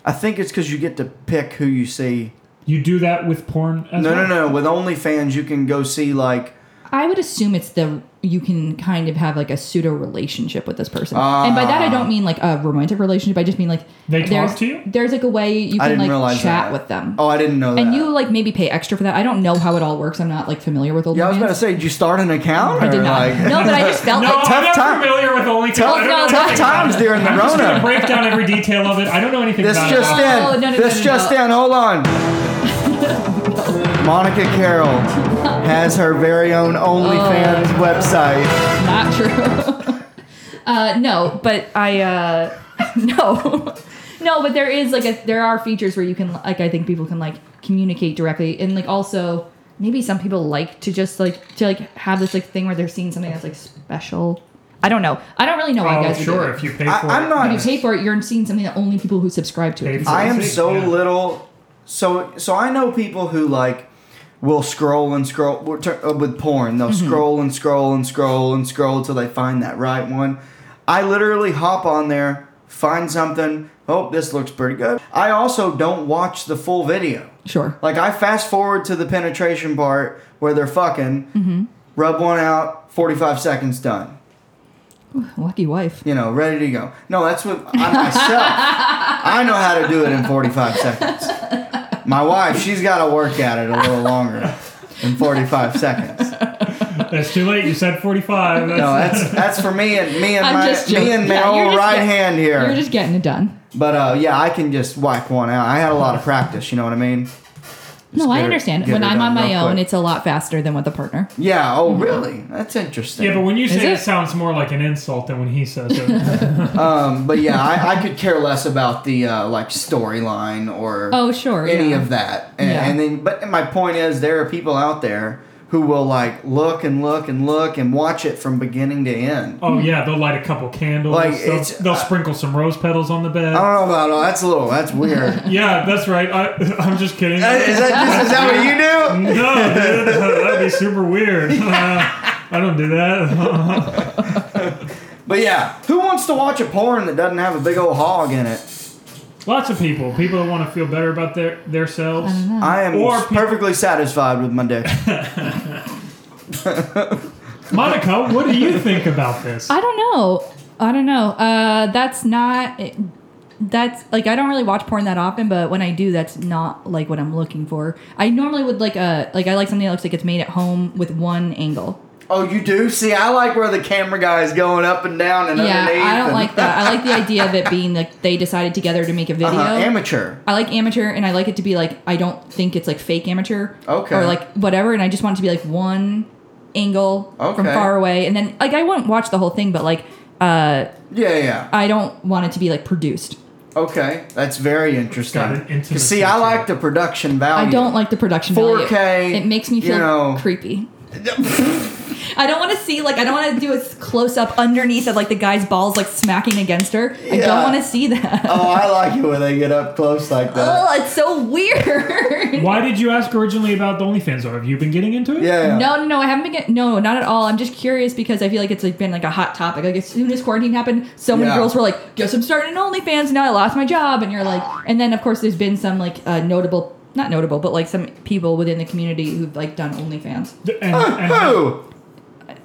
I think it's because you get to pick who you see. You do that with porn as No, well? no, no. With OnlyFans, you can go see like. I would assume it's the you can kind of have like a pseudo relationship with this person, and by that I Ah. don't mean like a romantic relationship. I just mean like They talk there's, to you? There's like a way you I can didn't like realize chat that. with them, Oh, I didn't know that. and you like maybe pay extra for that. I don't know how it all works. I'm not like familiar with OnlyFans. yeah, I was about to say, did you start an account? I or, did not. Like, no, but I just felt No, like I'm not time. familiar with OnlyFans. I don't know Tough anything Tough about times it. during the I'm just gonna Rona. break down every detail of it. I don't know anything This about just it. Oh, in. no, no, this no, no, just no. in. Hold on. Monica Carroll has her very own OnlyFans Oh. website. not true. uh, no, but I uh, no, no, but there is like a there are features where you can like I think people can like communicate directly and like also maybe some people like to just like to like have this like thing where they're seeing something that's like special. I don't know. I don't really know why Oh, guys sure. Are If you pay for I- it, I'm if you not. pay for it, you're seeing something that only people who subscribe to Pay it. for can see. I am so Yeah. little. So so I know people who like will scroll and scroll we're tur- uh, with porn. They'll scroll and scroll and scroll and scroll till they find that right one. I literally hop on there, find something. Oh, this looks pretty good. I also don't watch the full video. Sure. Like I fast forward to the penetration Mm-hmm. part where they're fucking, rub one out, forty five seconds done. Lucky wife. you know, ready to go. No, that's what I myself. I know how to do it in 45 seconds. My wife, she's got to work at it a little longer than 45 seconds. That's too late. You said 45. That's, No, that's that's for me and me and I'm my just me joking. and my Yeah, you're old just right get- hand here. You're just getting it done. but uh, yeah, I can just wipe one out. I had a lot of practice. You know what I mean? no, I get it- understand. get When it I'm done on my real own, quick. it's a lot faster than with a partner. Yeah. Oh, really? That's interesting. yeah, but when you say Is it? it? sounds more like an insult than when he says it. um, but yeah, I, I could care less about the uh, like storyline or Oh, sure. any yeah. of that. And, Yeah. and then, but my point is, there are people out there who will like look and look and look and watch it from beginning to end. oh yeah, they'll light a couple candles. Like, they'll, it's- they'll uh, Oh. sprinkle some rose petals on the bed. I don't know about all. That's a little. That's weird. is, yeah, that's right. I, I'm just kidding. that, is that- is that what you do? no, dude, that'd be super weird. I don't do that. But yeah, who wants to watch a porn that doesn't have a big old hog in it? Lots of people, people that want to feel better about their their selves. I am Or s- perfectly satisfied with my dick. Monica, what do you think about this? I don't know. I don't know. Uh, that's not. That's like I don't really watch porn that often, but when I do, that's not like what I'm looking for. I normally would like a like I like something that looks like it's made at home with one angle. oh, you do? See, I like where the camera guy is going up and down and Yeah, underneath. I don't and- like that. I like the idea of it being like they decided together to make a video. Uh-huh, amateur. I like amateur, and I like it to be like I don't think it's like fake amateur, Okay. or like whatever. And I just want it to be like one angle from Okay. far away, and then like I wouldn't watch the whole thing, but like uh, Yeah, yeah. I don't want it to be like produced. Okay, that's very interesting. Got an intimacy See, I to like it. the production value. I don't like the production 4K, value. It makes me Um, you feel know. creepy. I don't want to see like I don't want to do a close up underneath of like the guy's balls like smacking against her. I Yeah. don't want to see that. Oh, I like it when they get up close like that. Ugh, it's so weird. Why did you ask originally about the OnlyFans? Or have you been getting into it? Yeah. No, no, no. I haven't been. Get, no, not at all. I'm just curious because I feel like it's like been like a hot topic. Like as soon as quarantine happened, so many Yeah. girls were like, "Guess I'm starting an OnlyFans now. I lost my job," and you're like, and then of course there's been some like uh, notable, not notable, but like some people within the community who've like done OnlyFans. Th- And, and- Who?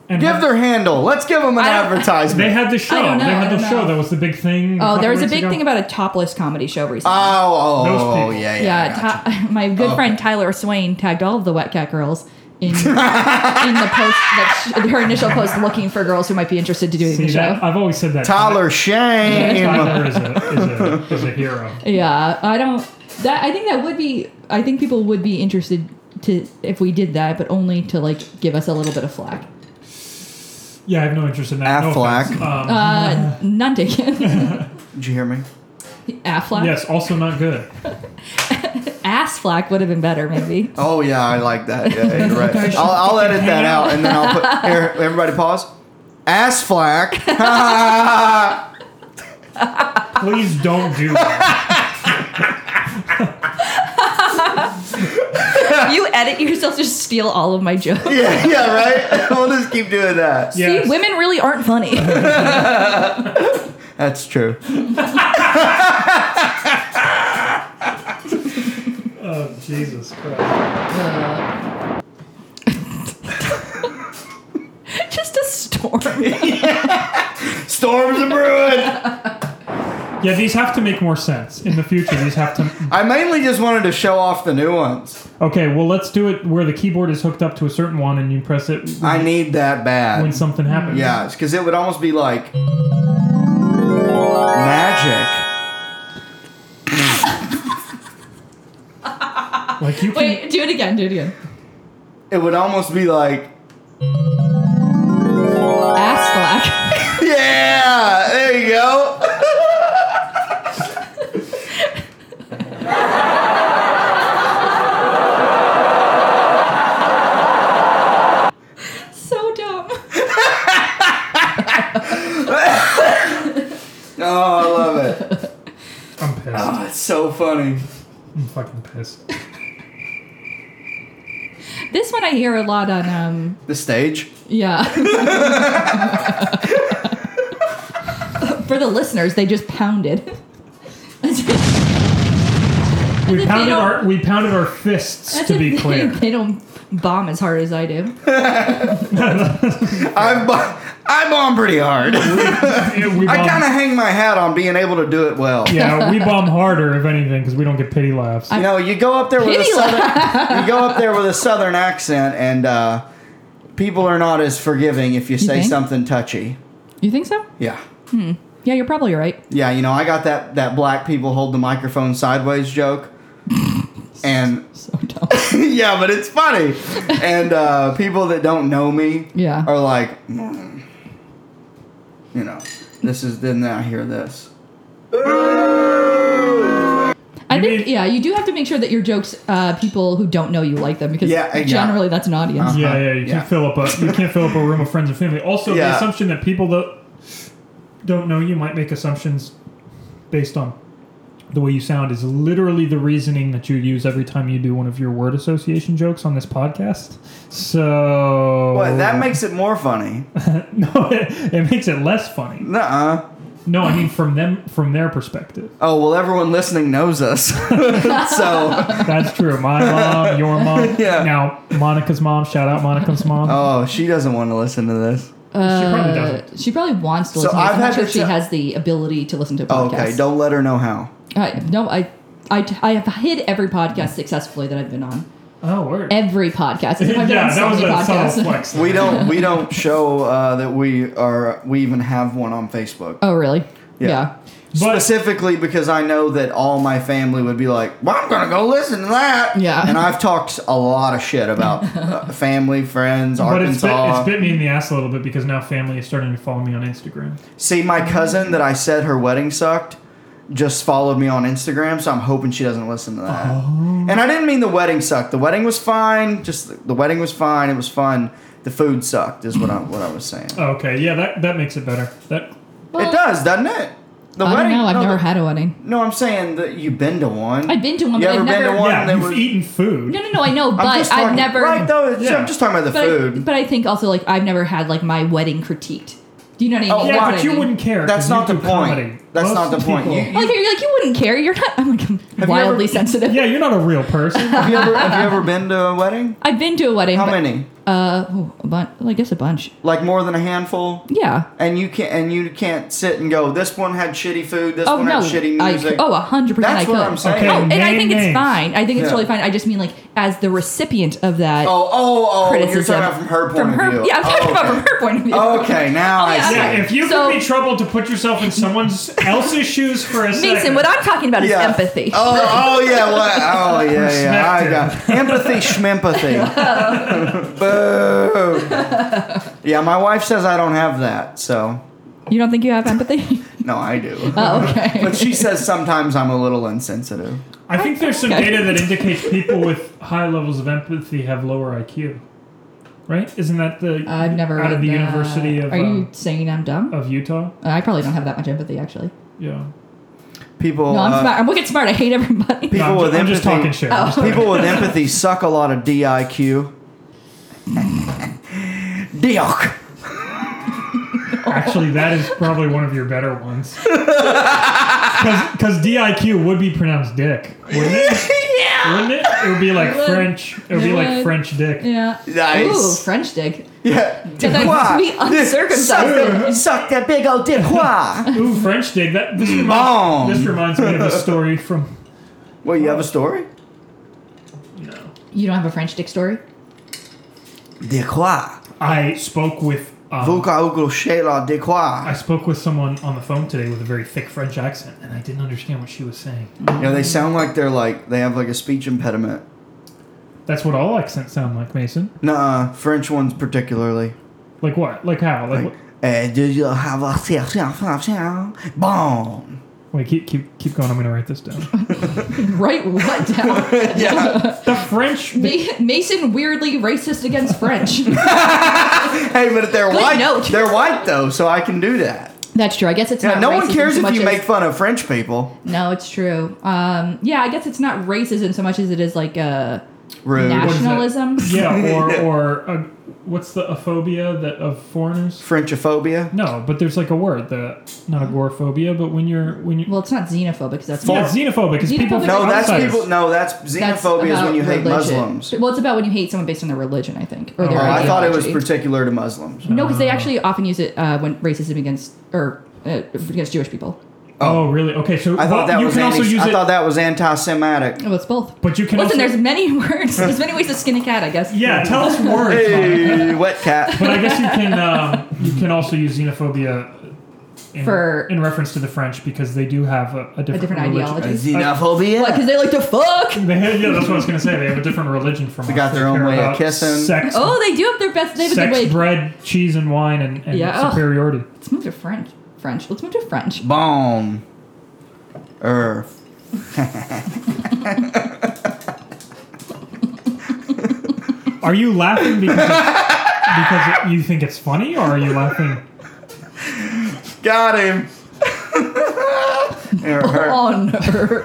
and Give their handle. Let's give them an I don't- They advertisement. had the show. I don't know, they I had don't the show. know. That was the big thing. Oh, couple there was a weeks big ago. thing about a topless comedy show recently. Oh, Those oh, oh, people. yeah, yeah. yeah, I gotcha. Oh. Ty- my good Okay. friend Tyler Swain tagged all of the Wet Cat girls in in the post that she, her initial post looking for girls who might be interested to doing See, the show. that, I've always said that. Tyler Shane. Tyler is a, is a, is a hero. Yeah, I don't. That I think that would be. I think people would be interested to if we did that, but only to like give us a little bit of flack. Yeah, I have no interest in that. No Affleck. offense. um, Uh, none taken. Did you hear me? Affleck. yes, also not good. Ass flack would have been better, maybe. Oh yeah, I like that. Yeah, yeah, you're right. guys should I'll, I'll edit fucking that hang out and then I'll put here. Everybody pause. Ass flack. I Please don't do that. you edit yourself to steal all of my jokes. yeah, yeah, right. We'll just keep doing that. Yes. See, women really aren't funny. That's true. Oh, Jesus Christ. Just a storm. Storms and brewing. Yeah, these have to make more sense in the future. These have to. I mainly just wanted to show off the new ones. Okay, well, let's do it where the keyboard is hooked up to a certain one and you press it when- I need that Mm-hmm. when bad. something happens. Yeah, because it would almost be like magic. Like you can. Wait, do it again. Do it again. It would almost be like, Ass flack. yeah, there you go. So dumb. Oh, I love it. I'm pissed. Oh, it's so funny. I'm fucking pissed. This one I hear a lot on um The stage. Yeah. For the listeners, they just pounded. That's if We they pounded don't- our we pounded our fists to if be they- clear. They don't bomb as hard as I do. I've, bu- I bomb pretty hard. Yeah, we I bomb- kind of hang my hat on being able to do it well. yeah, we bomb harder if anything because we don't get pity laughs. You know, you go up there with a Pity southern, you go up there with a southern accent, and uh, people are not as forgiving if you say think? something touchy. You think so? Yeah, Yeah, you're probably right. yeah. You know, I got that that black people hold the microphone sideways joke, and So dumb. yeah, but it's funny. And uh, people that don't know me Yeah. are like, "Mm." you know, this is then I hear this. I think mean- yeah, you do have to make sure that your jokes uh, people who don't know you like them because Yeah, yeah. generally that's an audience. Yeah, yeah, you Uh-huh. Yeah. can't fill up a you can't fill up a room of friends and family. Also, the Yeah. assumption that people that don't know you might make assumptions based on the way you sound is literally the reasoning that you use every time you do one of your word association jokes on this podcast. So What? That makes it more funny. no, it, it makes it less funny. Nuh-uh. No, I mean from them from their perspective. Oh well, everyone listening knows us, so That's true. My mom, your mom. Yeah. Now Monica's mom. Shout out Monica's mom. oh she doesn't want to listen to this. she Uh-huh. probably Uh, doesn't. she probably wants to So listen. to this. I've I'm not had sure to if she tell- Oh, has the ability to listen to podcasts. Okay, don't let her know how. I, no, I, I, I have hid every podcast successfully that I've been on. Oh, word. Every podcast. I've been yeah, on so that was many a solid podcasts. flex. We don't we don't show uh, that we are we even have one on Facebook Oh, really? Yeah. But- specifically because I know that all my family would be like, "Well, I'm gonna go listen to that." Yeah. and I've talked a lot of shit about uh, family, friends, But it's bit, Arkansas. it's bit me in the ass a little bit because now family is starting to follow me on Instagram. See, my cousin that I said her wedding sucked just followed me on Instagram, so I'm hoping she doesn't listen to that. Oh. And I didn't mean the wedding sucked. The wedding was fine. Just the wedding was fine. It was fun. The food sucked is what I what I was saying. Oh, Okay, yeah, that, that makes it better. That Well, it does, doesn't it? The I don't know. I've no, never the- had a wedding. No, I'm saying that you've been to one. I've been to one, You but ever I've been never. to one yeah, that you've was- eaten food. No, no, no. I know, but I'm I've just talking- never. Right though. it's- Yeah. I'm just talking about the but, I, food. but I think also like I've never had like my wedding critiqued. Do you know what I Oh, mean? Yeah, That's why? what but I you mean. wouldn't care. That's 'cause not you the do point. comedy. That's Most not the point. people- You- Like you're like you wouldn't care. You're not. I'm like I'm ever- wildly sensitive. yeah, you're not a real person. have, you ever, have you ever been to a wedding? I've been to a wedding. How but- many? Uh, oh, a bunch. I guess a bunch. Like more than a handful? Yeah. and you can't and you can't sit and go. This one had shitty food. This Oh one no! had shitty I- music. oh, hundred percent. I That's could. what I'm saying. Okay. Oh, and I Name think names. it's fine. I think it's Yeah. totally fine. I just mean like as the recipient of that oh, oh, oh! You're criticism talking about from her point From of her- view. Yeah, I'm talking oh, about from okay. her point of view. Okay, now Oh, I yeah, see. yeah, if you So- could be troubled to put yourself in someone else's shoes for a Mason, second, what I'm talking about is Yeah. empathy. Oh, oh yeah, what? Oh yeah, yeah. I Smacked got empathy, schmempathy. Boo! Yeah, my wife says I don't have that, so You don't think you have empathy? no, I do. oh, okay. But she says sometimes I'm a little insensitive. I think there's some Okay. data that indicates people with high levels of empathy have lower IQ. Right? Isn't that the I've never out of read the that. University of Are you um, saying I'm dumb? of Utah? I probably don't have that much empathy, actually. Yeah. People, No, I'm uh, smart. I'm wicked smart. I hate everybody. No, I'm People ju- with I'm just empathy- talking shit. I'm just talking people with empathy suck a lot of DIQ. Dioc. Oh. Actually, that is probably one of your better ones. Because DIQ would be pronounced dick, wouldn't it? yeah. Wouldn't it? It would be like would. French. It would be It like would. French dick. Yeah. Nice. Ooh, French dick. Yeah. that sweet uncircumcised Suck, suck that big old dick. Why? Ooh, French dick. That this Mm. reminds, Mom. this reminds me of a story from. Well, you have a story? No, You don't have a French dick story? De quoi? I spoke with. Um, Vuka ugul shela de I quoi? spoke with someone on the phone today with a very thick French accent, and I didn't understand what she was saying. You know, they sound like they're like, they have like a speech impediment. That's what all accents sound like, Mason. Nuh French ones particularly. Like what? Like how? Like, what? Eh, did you have a Bon. wait, keep keep keep going. I'm gonna write this down. Right? What down? Yeah. The French. Ma- Mason weirdly racist against French. hey, but they're white. note. They're white though, so I can do that. That's true. I guess it's Yeah, not no one racism cares so if much you as- make fun of French people. No, it's true. Um, yeah, I guess it's not racism so much as it is like uh, Rude. What is that? Nationalism? Yeah, or or uh what's the a phobia that of foreigners? Frenchophobia. No, but there's like a word that not agoraphobia, but when you're when you're Well, it's not xenophobic because that's yeah, xenophobic is people Xenophobic from No, that's outsiders. people. No, that's that's xenophobia is about when you hate religion. Muslims. Well, it's about when you hate someone based on their religion, I think, or Oh, their Oh, I thought it was Oh. ideology. particular to Muslims. no, because they actually often use it uh, when racism against or uh, against Jewish people. Oh, really? Okay, so I well, thought that you was can also anti- use I it. thought that was anti-Semitic. Well, it's both. But you can Listen, also- there's many words. There's many ways to skin a cat, I guess. yeah, tell us words. Monica. Hey, wet cat. But I guess you can um, you can also use xenophobia in, For- in reference to the French because they do have a, a different, different religion. ideology. Xenophobia. Because they like to fuck. They have, yeah, that's what I was gonna say. They have a different religion from They us. got their own care way of about kissing. Sex, Oh, they do have their best. They have a sex, good way. bread, cheese, and wine, and, and Yeah, ugh. superiority. Let's move to French. French. Let's move to French. Boom. Earth. Are you laughing because because you think it's funny, or are you laughing? Got him. Er, her. On earth.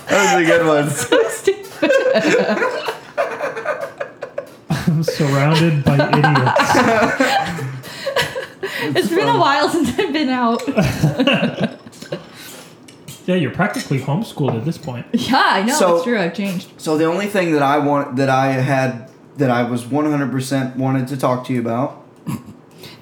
Those are good ones. I'm surrounded by idiots. It's been Um, a while since I've been out. Yeah, you're practically homeschooled at this point. Yeah, I know. So- it's true. I've changed. So the only thing that I want that I had that I was 100% wanted to talk to you about.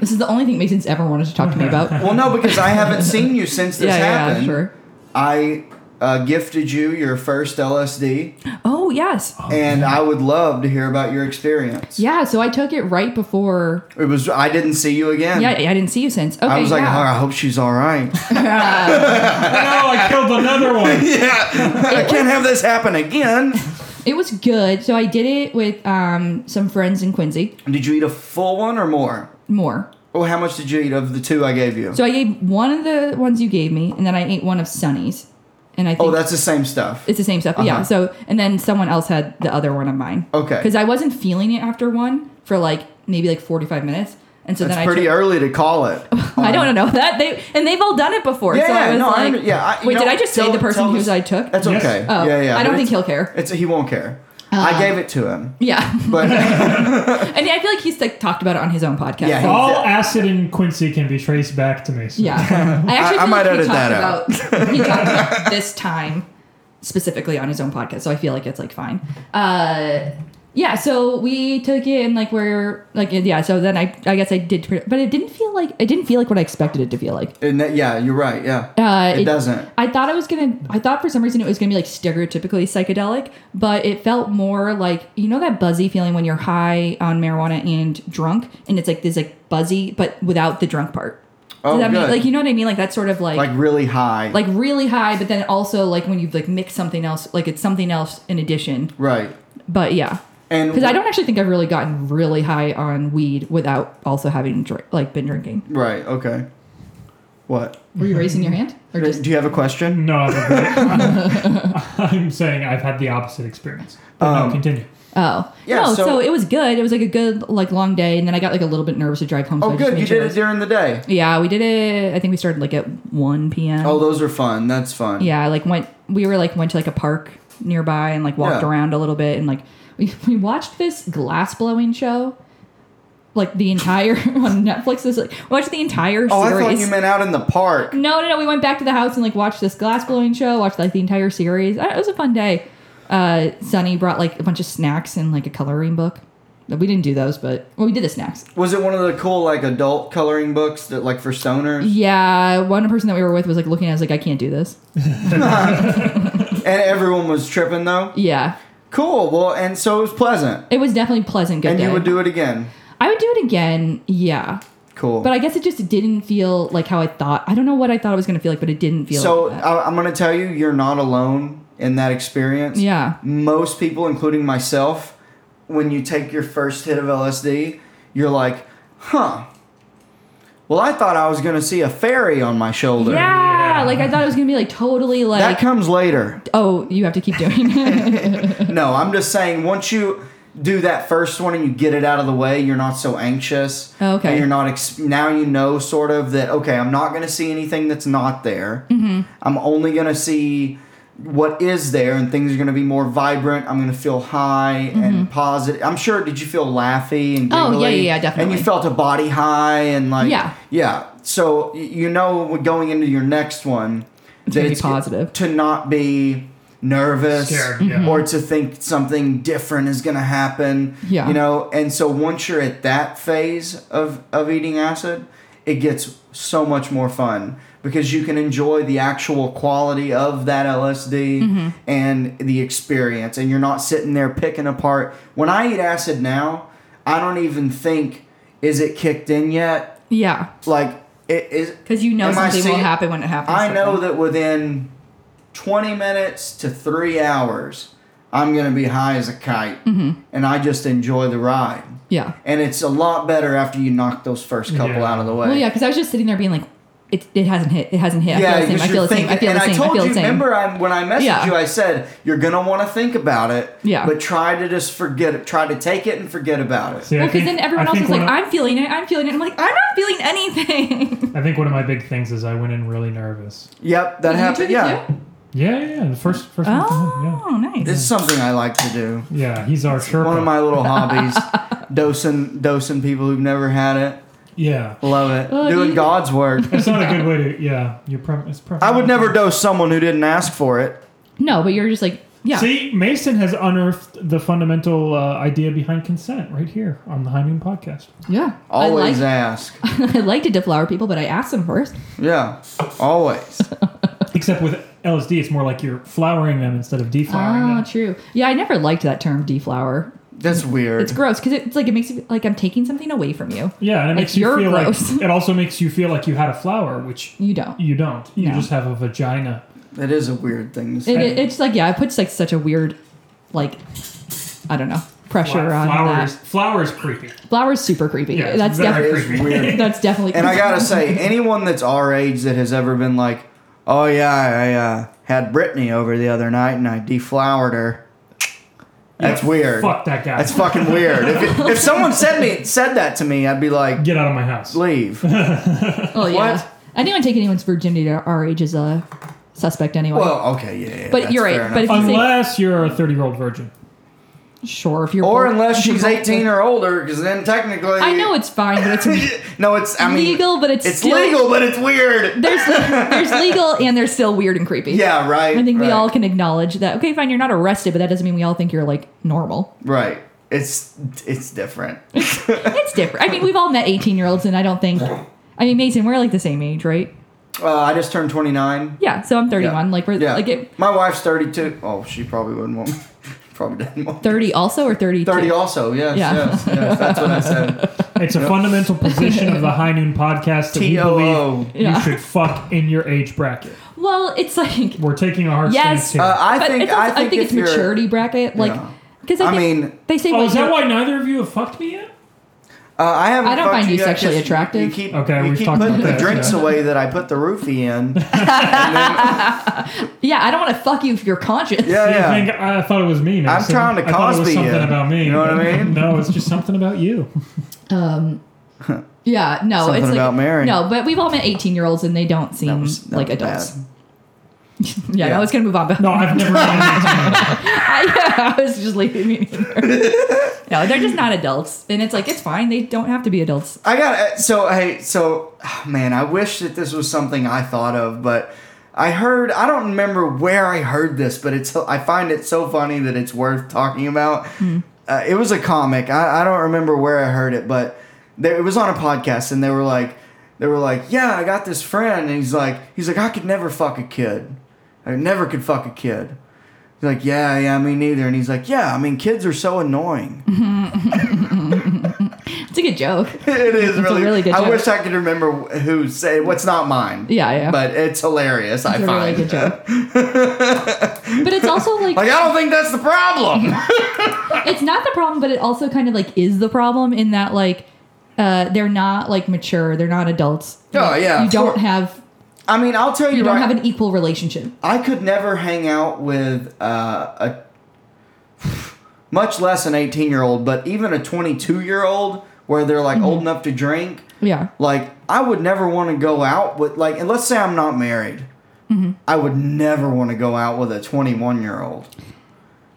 This is the only thing Mason's ever wanted to talk to me about. yeah, Well, no, because I haven't seen you since this yeah, happened. yeah, sure. I uh, gifted you your first LSD, Oh, yes. and I would love to hear about your experience. Yeah, so I took it right before. It was I didn't see you again. Yeah, I didn't see you since. Okay, I was like, yeah. "Oh, I hope she's all right. No, I killed another one. I can't have this happen again." It was good. So I did it with um, some friends in Quincy. Did you eat a full one or more? More. Well, how much did you eat of the two I gave you? So I ate one of the ones you gave me, and then I ate one of Sunny's. And I think oh, that's the same stuff. it's the same stuff. but Yeah. Uh-huh. So and then someone else had the other one of mine. Okay. Because I wasn't feeling it after one for like maybe like forty five minutes, and so It's then pretty I. took- early to call it. Um, I don't know that they and they've all done it before. Yeah, so I yeah, was no, I like, under- yeah, I- you wait, did know, I just say tell- the person tell whose us- I took? That's Yes. okay. Oh, yeah, yeah. I but don't think it's- he'll care. It's he won't care. Uh-huh. I gave it to him, Yeah, but and I feel like he's like talked about it on his own podcast. Yeah, he- All acid in Quincy can be traced back to me. so- Yeah. I actually I- I feel might like he edit that talked about he talked about this time specifically on his own podcast, so I feel like it's like fine. Uh yeah, so we took it and like we're like yeah, so then I I guess I did pretty- but it didn't feel like it didn't feel like what I expected it to feel like. and that, yeah, you're right. Yeah, Uh, it, doesn't. I thought it was gonna. I thought for some reason it was gonna be like stereotypically psychedelic, but it felt more like you know that buzzy feeling when you're high on marijuana and drunk, and it's like this like buzzy, but without the drunk part. Oh, Does that mean good. like you know what I mean? Like that sort of like Like like, really high. really high, but then also like when you like mix something else, like it's something else in addition. right. But yeah, And because I don't actually think I've really gotten really high on weed without also having dr- like been drinking. Right. Okay. What? Were you raising your hand or just Mm-hmm. Do you have a question? No, I'm, I'm saying I've had the opposite experience. But Um, no, continue. Oh. Yeah, no, so, so- it was good. It was like a good like long day and then I got like a little bit nervous to drive home. so Oh, I just good. made You sure I did it was- during the day. Yeah, we did it I think we started like at one PM. Oh, those are fun. That's fun. yeah, I, like went we were like went to like a park nearby and like walked Yeah. around a little bit and like we, we watched this glass blowing show. Like the entire on Netflix this like we watched the entire Oh, I series. thought you meant out in the park. no, no, no. We went back to the house and like watched this glass blowing show. Watched like the entire series. Uh, It was a fun day. Uh, Sunny brought like a bunch of snacks and like a coloring book. No, We didn't do those, but well, we did the snacks. Was it one of the cool like adult coloring books that like for stoners? Yeah, one person that we were with was like looking at us like, I can't do this. And everyone was tripping though. Yeah, Cool. Well, and so it was pleasant. it was definitely pleasant. Good And day. you would do it again. I would do it again. Yeah, Cool. but I guess it just didn't feel like how I thought. I don't know what I thought it was gonna feel like, but it didn't feel. so like that. I, I'm gonna tell you, you're not alone in that experience. yeah, most people, including myself, when you take your first hit of LSD, you're like, huh. Well, I thought I was going to see a fairy on my shoulder. yeah, Yeah. like I thought it was gonna be like totally That like. comes later. oh, you have to keep doing it. No, I'm just saying, once you do that first one and you get it out of the way, you're not so anxious. Oh, Okay. And you're not, ex- now you know Mm-hmm. sort of that, okay, I'm not going to see anything that's not there. I'm only going to see what is there and things are going to be more vibrant. I'm going to feel high and positive. I'm sure. Did you feel laughy and Mm-hmm. Oh, yeah, giggly? yeah, yeah, definitely. And you felt a body high and like Yeah. yeah. So y- you know going into your next one It's gonna be positive. Mm-hmm. to not be nervous Scared, yeah. or to think something different is going to happen. Yeah. You know, and so once you're at that phase of, of eating acid, it gets so much more fun because you can enjoy the actual quality of that LSD and the experience, and you're not sitting there picking apart. When I eat acid now, I don't even think, is it kicked in yet? Yeah. Like, it is. Because you know Am I something will seeing- happen when it happens. I know Like, that within 20 minutes to three hours, I'm going to be high as a kite. Mm-hmm. And I just enjoy the ride. Yeah. And it's a lot better after you knock those first couple Yeah. out of the way. Well, yeah, because I was just sitting there being like, it, it hasn't hit. It hasn't hit. Yeah, I feel because the same. I feel you're thinking- and the same. I feel the same. I I told feel you, the same. remember I, when I messaged Yeah. you, I said, you're going to want to think about it. Yeah. But try to just forget it. Try to take it and forget about it. See, I Well, because think- then everyone I else think was like, one of- I'm feeling it. I'm feeling it. I'm like, I'm not feeling anything. I think one of my big things is I went in really nervous. Yep, that You took happened. it Yeah. too? Yeah, yeah, yeah. The first, first one. Oh, nice. It's something I like to do. Yeah. yeah, he's our Sherpa. One of my little hobbies, dosing dosing people who've never had it. yeah. Love it. Oh, Doing you- God's work. It's not a good way to. Yeah, you're. Pre- it's pre- I would never dose someone who didn't ask for it. no, but you're just like, yeah. See, Mason has unearthed the fundamental uh, idea behind consent right here on the High Noon podcast. Yeah. Always I ask. like, I like to deflower people, but I ask them first. Yeah, always. Except with LSD, it's more like you're flowering them instead of deflowering Oh, them. true. Yeah, I never liked that term deflower. That's weird. It's gross because it's like it makes it like I'm taking something away from you. Yeah, and it Like, makes you you're feel gross. like it also makes you feel like you had a flower, which You don't. you don't. You No. just have a vagina. that is a weird thing to say. It, it- it's like yeah, it puts like such a weird, like, I don't know, pressure on flowers, that. flowers, creepy. Flowers super creepy. Yeah, that's it's very definitely It is creepy. weird. that's definitely. and I gotta say, anyone that's our age that has ever been like, "Oh yeah, I uh, had Brittany over the other night and I deflowered her," that's Yeah, weird. Fuck that guy. That's fucking weird. if, it, if someone said me said that to me, I'd be like, Get out of my house. "Leave." oh yeah, What? anyone taking anyone's virginity to our age is a suspect anyway. Well, okay, yeah, yeah But that's you're right, fair but enough. if you say- Unless you're a 30 year old virgin. sure, if you're or both- unless if you're she's both- 18 or older, because then technically, I know it's fine, but it's no, it's I mean, legal, but it's, It's still, legal, but it's weird. There's there's legal and they're still weird and creepy. Yeah, right. I think right, we all can acknowledge that. Okay, fine, you're not arrested, but that doesn't mean we all think you're like normal. Right. It's it's different. It's different. I mean, we've all met 18 year olds, and I don't think. I mean, Mason, we're like the same age, right? Uh, I just turned 29. Yeah. So I'm 31. Yeah. Like we're Yeah. like it, My wife's 32. Oh, she probably wouldn't want. Probably didn't want. 30 also or 32. 30 also. Yes, Yeah. yes, yes. That's what I said. It's a fundamental position of the High Noon podcast that we T-O-O. believe Yeah. you should fuck in your age bracket. Well, it's like We're taking a hard Yes. stance here. Uh, I but think it's also- I think, if it's you're- maturity bracket. Like Yeah. because I I, think mean, they say. oh, well, is that you're- why neither of you have fucked me yet? uh, I haven't. I don't fucked find you yet 'cause sexually attractive. You keep, Okay, you we've keep talked putting about the that, drinks yeah. away that I put the roofie in. Yeah, I don't want to fuck you if you're conscious. Yeah, You yeah. think I thought it was me. Mason. trying to I thought it was Cosby something you. about me. You know what I but mean? No, it's just something about you. Yeah, no, Something it's like, about Mary. No, but we've all met 18 year olds, and they don't That seem was- that like was adults. bad. Yeah, Yeah. I was gonna move on, but No, I've never. done I, I was just leaving. Me there. no, they're just not adults, and it's like it's fine. They don't have to be adults. I got uh, so hey so man I wish that this was something I thought of but I heard I don't remember where I heard this but it's I find it so funny that it's worth talking about. Uh, it was a comic I, I don't remember where I heard it but there, it was on a podcast and they were like they were like yeah I got this friend and he's like he's like I could never fuck a kid I never could fuck a kid. He's like yeah yeah me neither and he's like yeah I mean kids are so annoying. It's a good joke. It is really, really good I joke. wish I could remember who said what's not mine. Yeah, yeah. But it's hilarious. I It's a find. really good joke. but it's also like, Like I don't think that's the problem. it's not the problem, but it also kind of like is the problem in that like uh, they're not like mature. They're not adults. Oh, Like, yeah, you of don't course. have I mean, I'll tell you, you don't right. have an equal relationship. I could never hang out with uh, a much less an 18 year old, but even a 22 year old where they're like Mm-hmm. old enough to drink. Yeah, Like I would never want to go out with like, and let's say I'm not married. Mm-hmm. I would never want to go out with a 21 year old.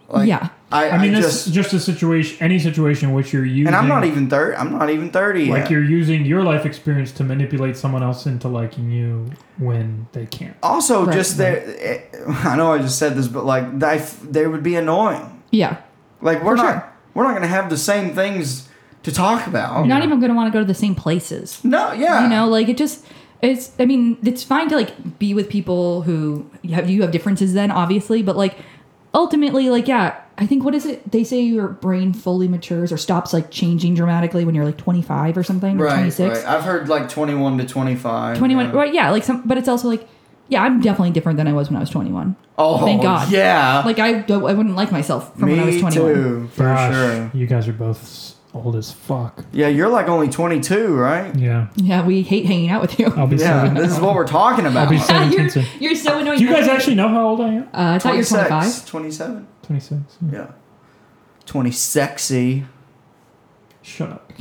Like, Yeah. I, I mean, I this just is just a situation, any situation in which you're using, and I'm Mm-hmm. not even thirty. I'm not even thirty. like yet. you're using your life experience to manipulate someone else into liking you when they can't. also Right, just there. eh, I know I just said this, but like they, they would be annoying. Yeah. Like we're For not sure. we're not gonna have the same things to talk about. You're not even going to want to go to the same places. No, yeah, You know, like it just it's I mean, it's fine to like be with people who you have you have differences then obviously, but like ultimately like yeah, I think what is it? They say your brain fully matures or stops like changing dramatically when you're like 25 or something, or right, 26. right. I've heard like 21 to 25. 21 yeah. right yeah like some but it's also like yeah i'm definitely different than i was when i was 21 Oh, thank god Yeah, like i don't i wouldn't like myself from me when i was 21 too, for Gosh, sure. you guys are both s- old as fuck. Yeah, you're like only 22, right? Yeah, yeah we hate hanging out with you I'll be Yeah, seven. this is what we're talking about. I'll be Ah, seven. you're, soon. you're so annoying Do you guys actually know how old I am? uh, i thought you were 26, 25 27. Twenty six. Yeah. 20 sexy. Shut up.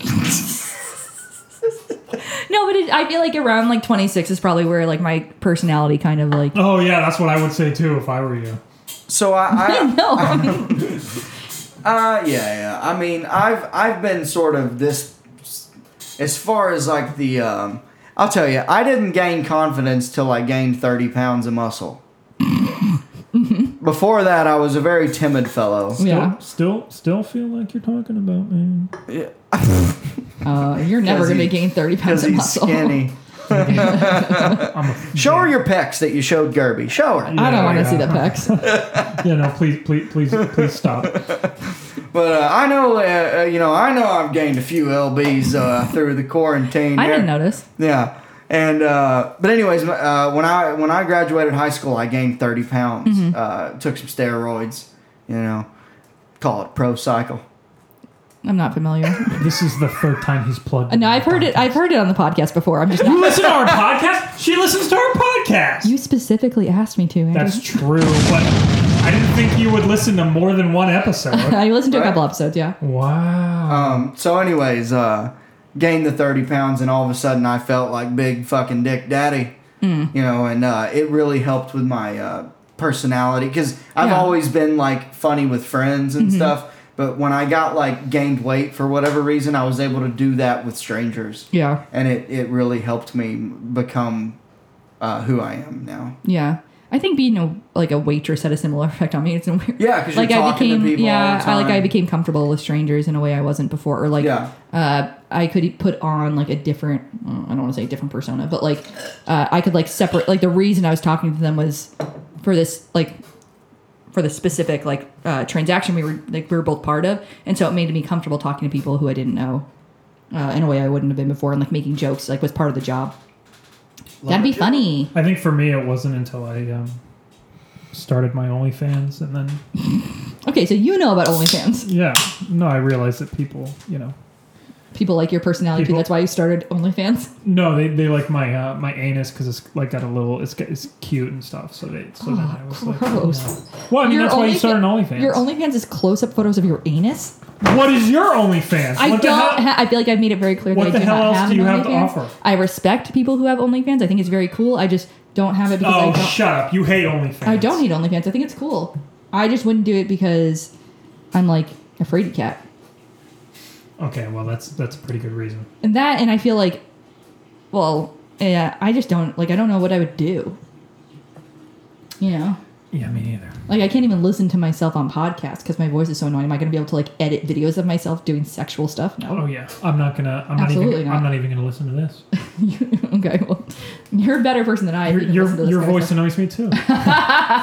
no but it, i feel like around like 26 is probably where like my personality kind of like Oh yeah, that's what I would say too if I were you. So I, i I know uh, yeah, yeah. I mean, I've I've been sort of this as far as like the um I'll tell you, I didn't gain confidence till I gained 30 pounds of muscle. Before that, I was a very timid fellow. yeah Still, still feel like you're talking about me. uh, you're never Because gonna he- gain 30 Because pounds of he's muscle skinny. I'm a, Show her your pecs that you showed Gerby. Show her. i don't want to Yeah. see the pecs yeah, no, please, please, please, please stop. But uh, I know, uh, uh, you know, I know I've gained a few lbs uh, through the quarantine. i here. didn't notice Yeah, and uh, but anyways, uh, when I when I graduated high school, I gained thirty pounds. Uh, took some steroids. You know, call it pro cycle. i'm not familiar Uh, This is the third time he's plugged. no in i've the heard it podcast. i've heard it on the podcast before i'm just You not listen to our podcast. She listens to our podcast. you specifically asked me to Andrew. That's true, but I didn't think you would listen to more than one episode. I listened to a Right. couple episodes, yeah. wow. Um, so anyways, uh, gained the thirty pounds, and all of a sudden I felt like big fucking dick daddy. You know, and uh, it really helped with my uh, personality because I've Yeah. always been like funny with friends and stuff. But when I got like gained weight for whatever reason, I was able to do that with strangers. Yeah. and it, it really helped me become uh, who I am now. Yeah. I think being a like a waitress had a similar effect on me. It's in weird. Yeah, 'cause you're talking to became people all yeah, the I like I time. became comfortable with strangers in a way I wasn't before, or like Yeah. uh, I could put on like a different mm, I don't want to say different persona, but like uh, I could like separate like the reason I was talking to them was for this like for the specific like uh, transaction we were like we were both part of, and so it made me comfortable talking to people who I didn't know uh, in a way I wouldn't have been before, and like making jokes like was part of the job. That'd be funny. I think for me, it wasn't until I um, started my OnlyFans and then Okay, so you know about OnlyFans. yeah, no, I realized that people, you know, People like your personality too. People- That's why you started OnlyFans. no, they, they like my uh, my anus because it's like got a little, it's got- it's cute and stuff. So they, so then I was like, gross. yeah. well, I mean, Your that's why you Onlyfa- started an OnlyFans. Your OnlyFans is close-up photos of your anus. what is your OnlyFans? I what don't. The hell? ha- I feel like I've made it very clear What that the I do hell not else have do an you have to OnlyFans. offer? I respect people who have OnlyFans. I think it's very cool. I just don't have it because I Oh, don't. shut up! You hate OnlyFans. I don't e- hate OnlyFans. I think it's cool. I just wouldn't do it because I'm like a fraidy cat, Okay, well, that's that's a pretty good reason. and that, and I feel like, well, yeah, I just don't like. I don't know what I would do. You know. Yeah, me neither. Like I can't even listen to myself on podcasts because my voice is so annoying. Am I going to be able to like edit videos of myself doing sexual stuff? Oh No. yeah, I'm not gonna. I'm not Absolutely even. not. I'm not even gonna listen to this. okay. Well, you're a better person than I. if Oh. Your you can listen to your, your voice this kind of stuff. annoys me too,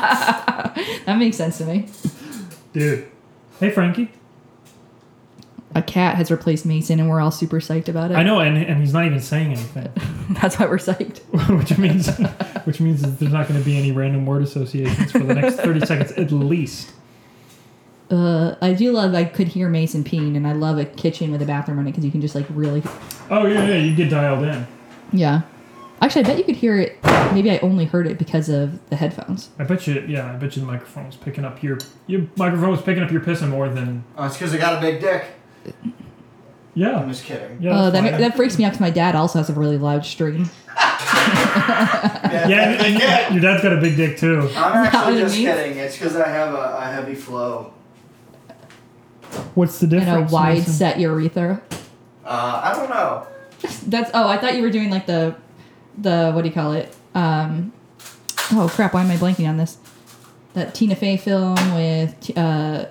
That makes sense to me. dude. Hey Frankie, A cat has replaced Mason, and we're all super psyched about it. I know, and and he's not even saying anything, That's why we're psyched. which means which means that there's not going to be any random word associations for the next 30 seconds at least. Uh, I do love. I could hear Mason peeing, and I love a kitchen with a bathroom on it because you can just like really. Oh yeah, yeah, you get dialed in. Yeah. Actually, I bet you could hear it. Maybe I only heard it because of the headphones. I bet you, yeah, I bet you the microphone was picking up your your microphone was picking up your pissing more than Oh, it's because I got a big dick. I'm yeah. just kidding. Yeah, Oh, that's that, fine. that freaks me out because my dad also has a really loud stream. Yeah, and- and your dad's got a big dick too. I'm That actually was just me. kidding. It's because I have a, a heavy flow. What's the difference? and a wide Mason? set urethra. Uh, I don't know. That's oh, I thought you were doing like the the what do you call it? Um, oh crap, why am I blanking on this? That Tina Fey film with uh,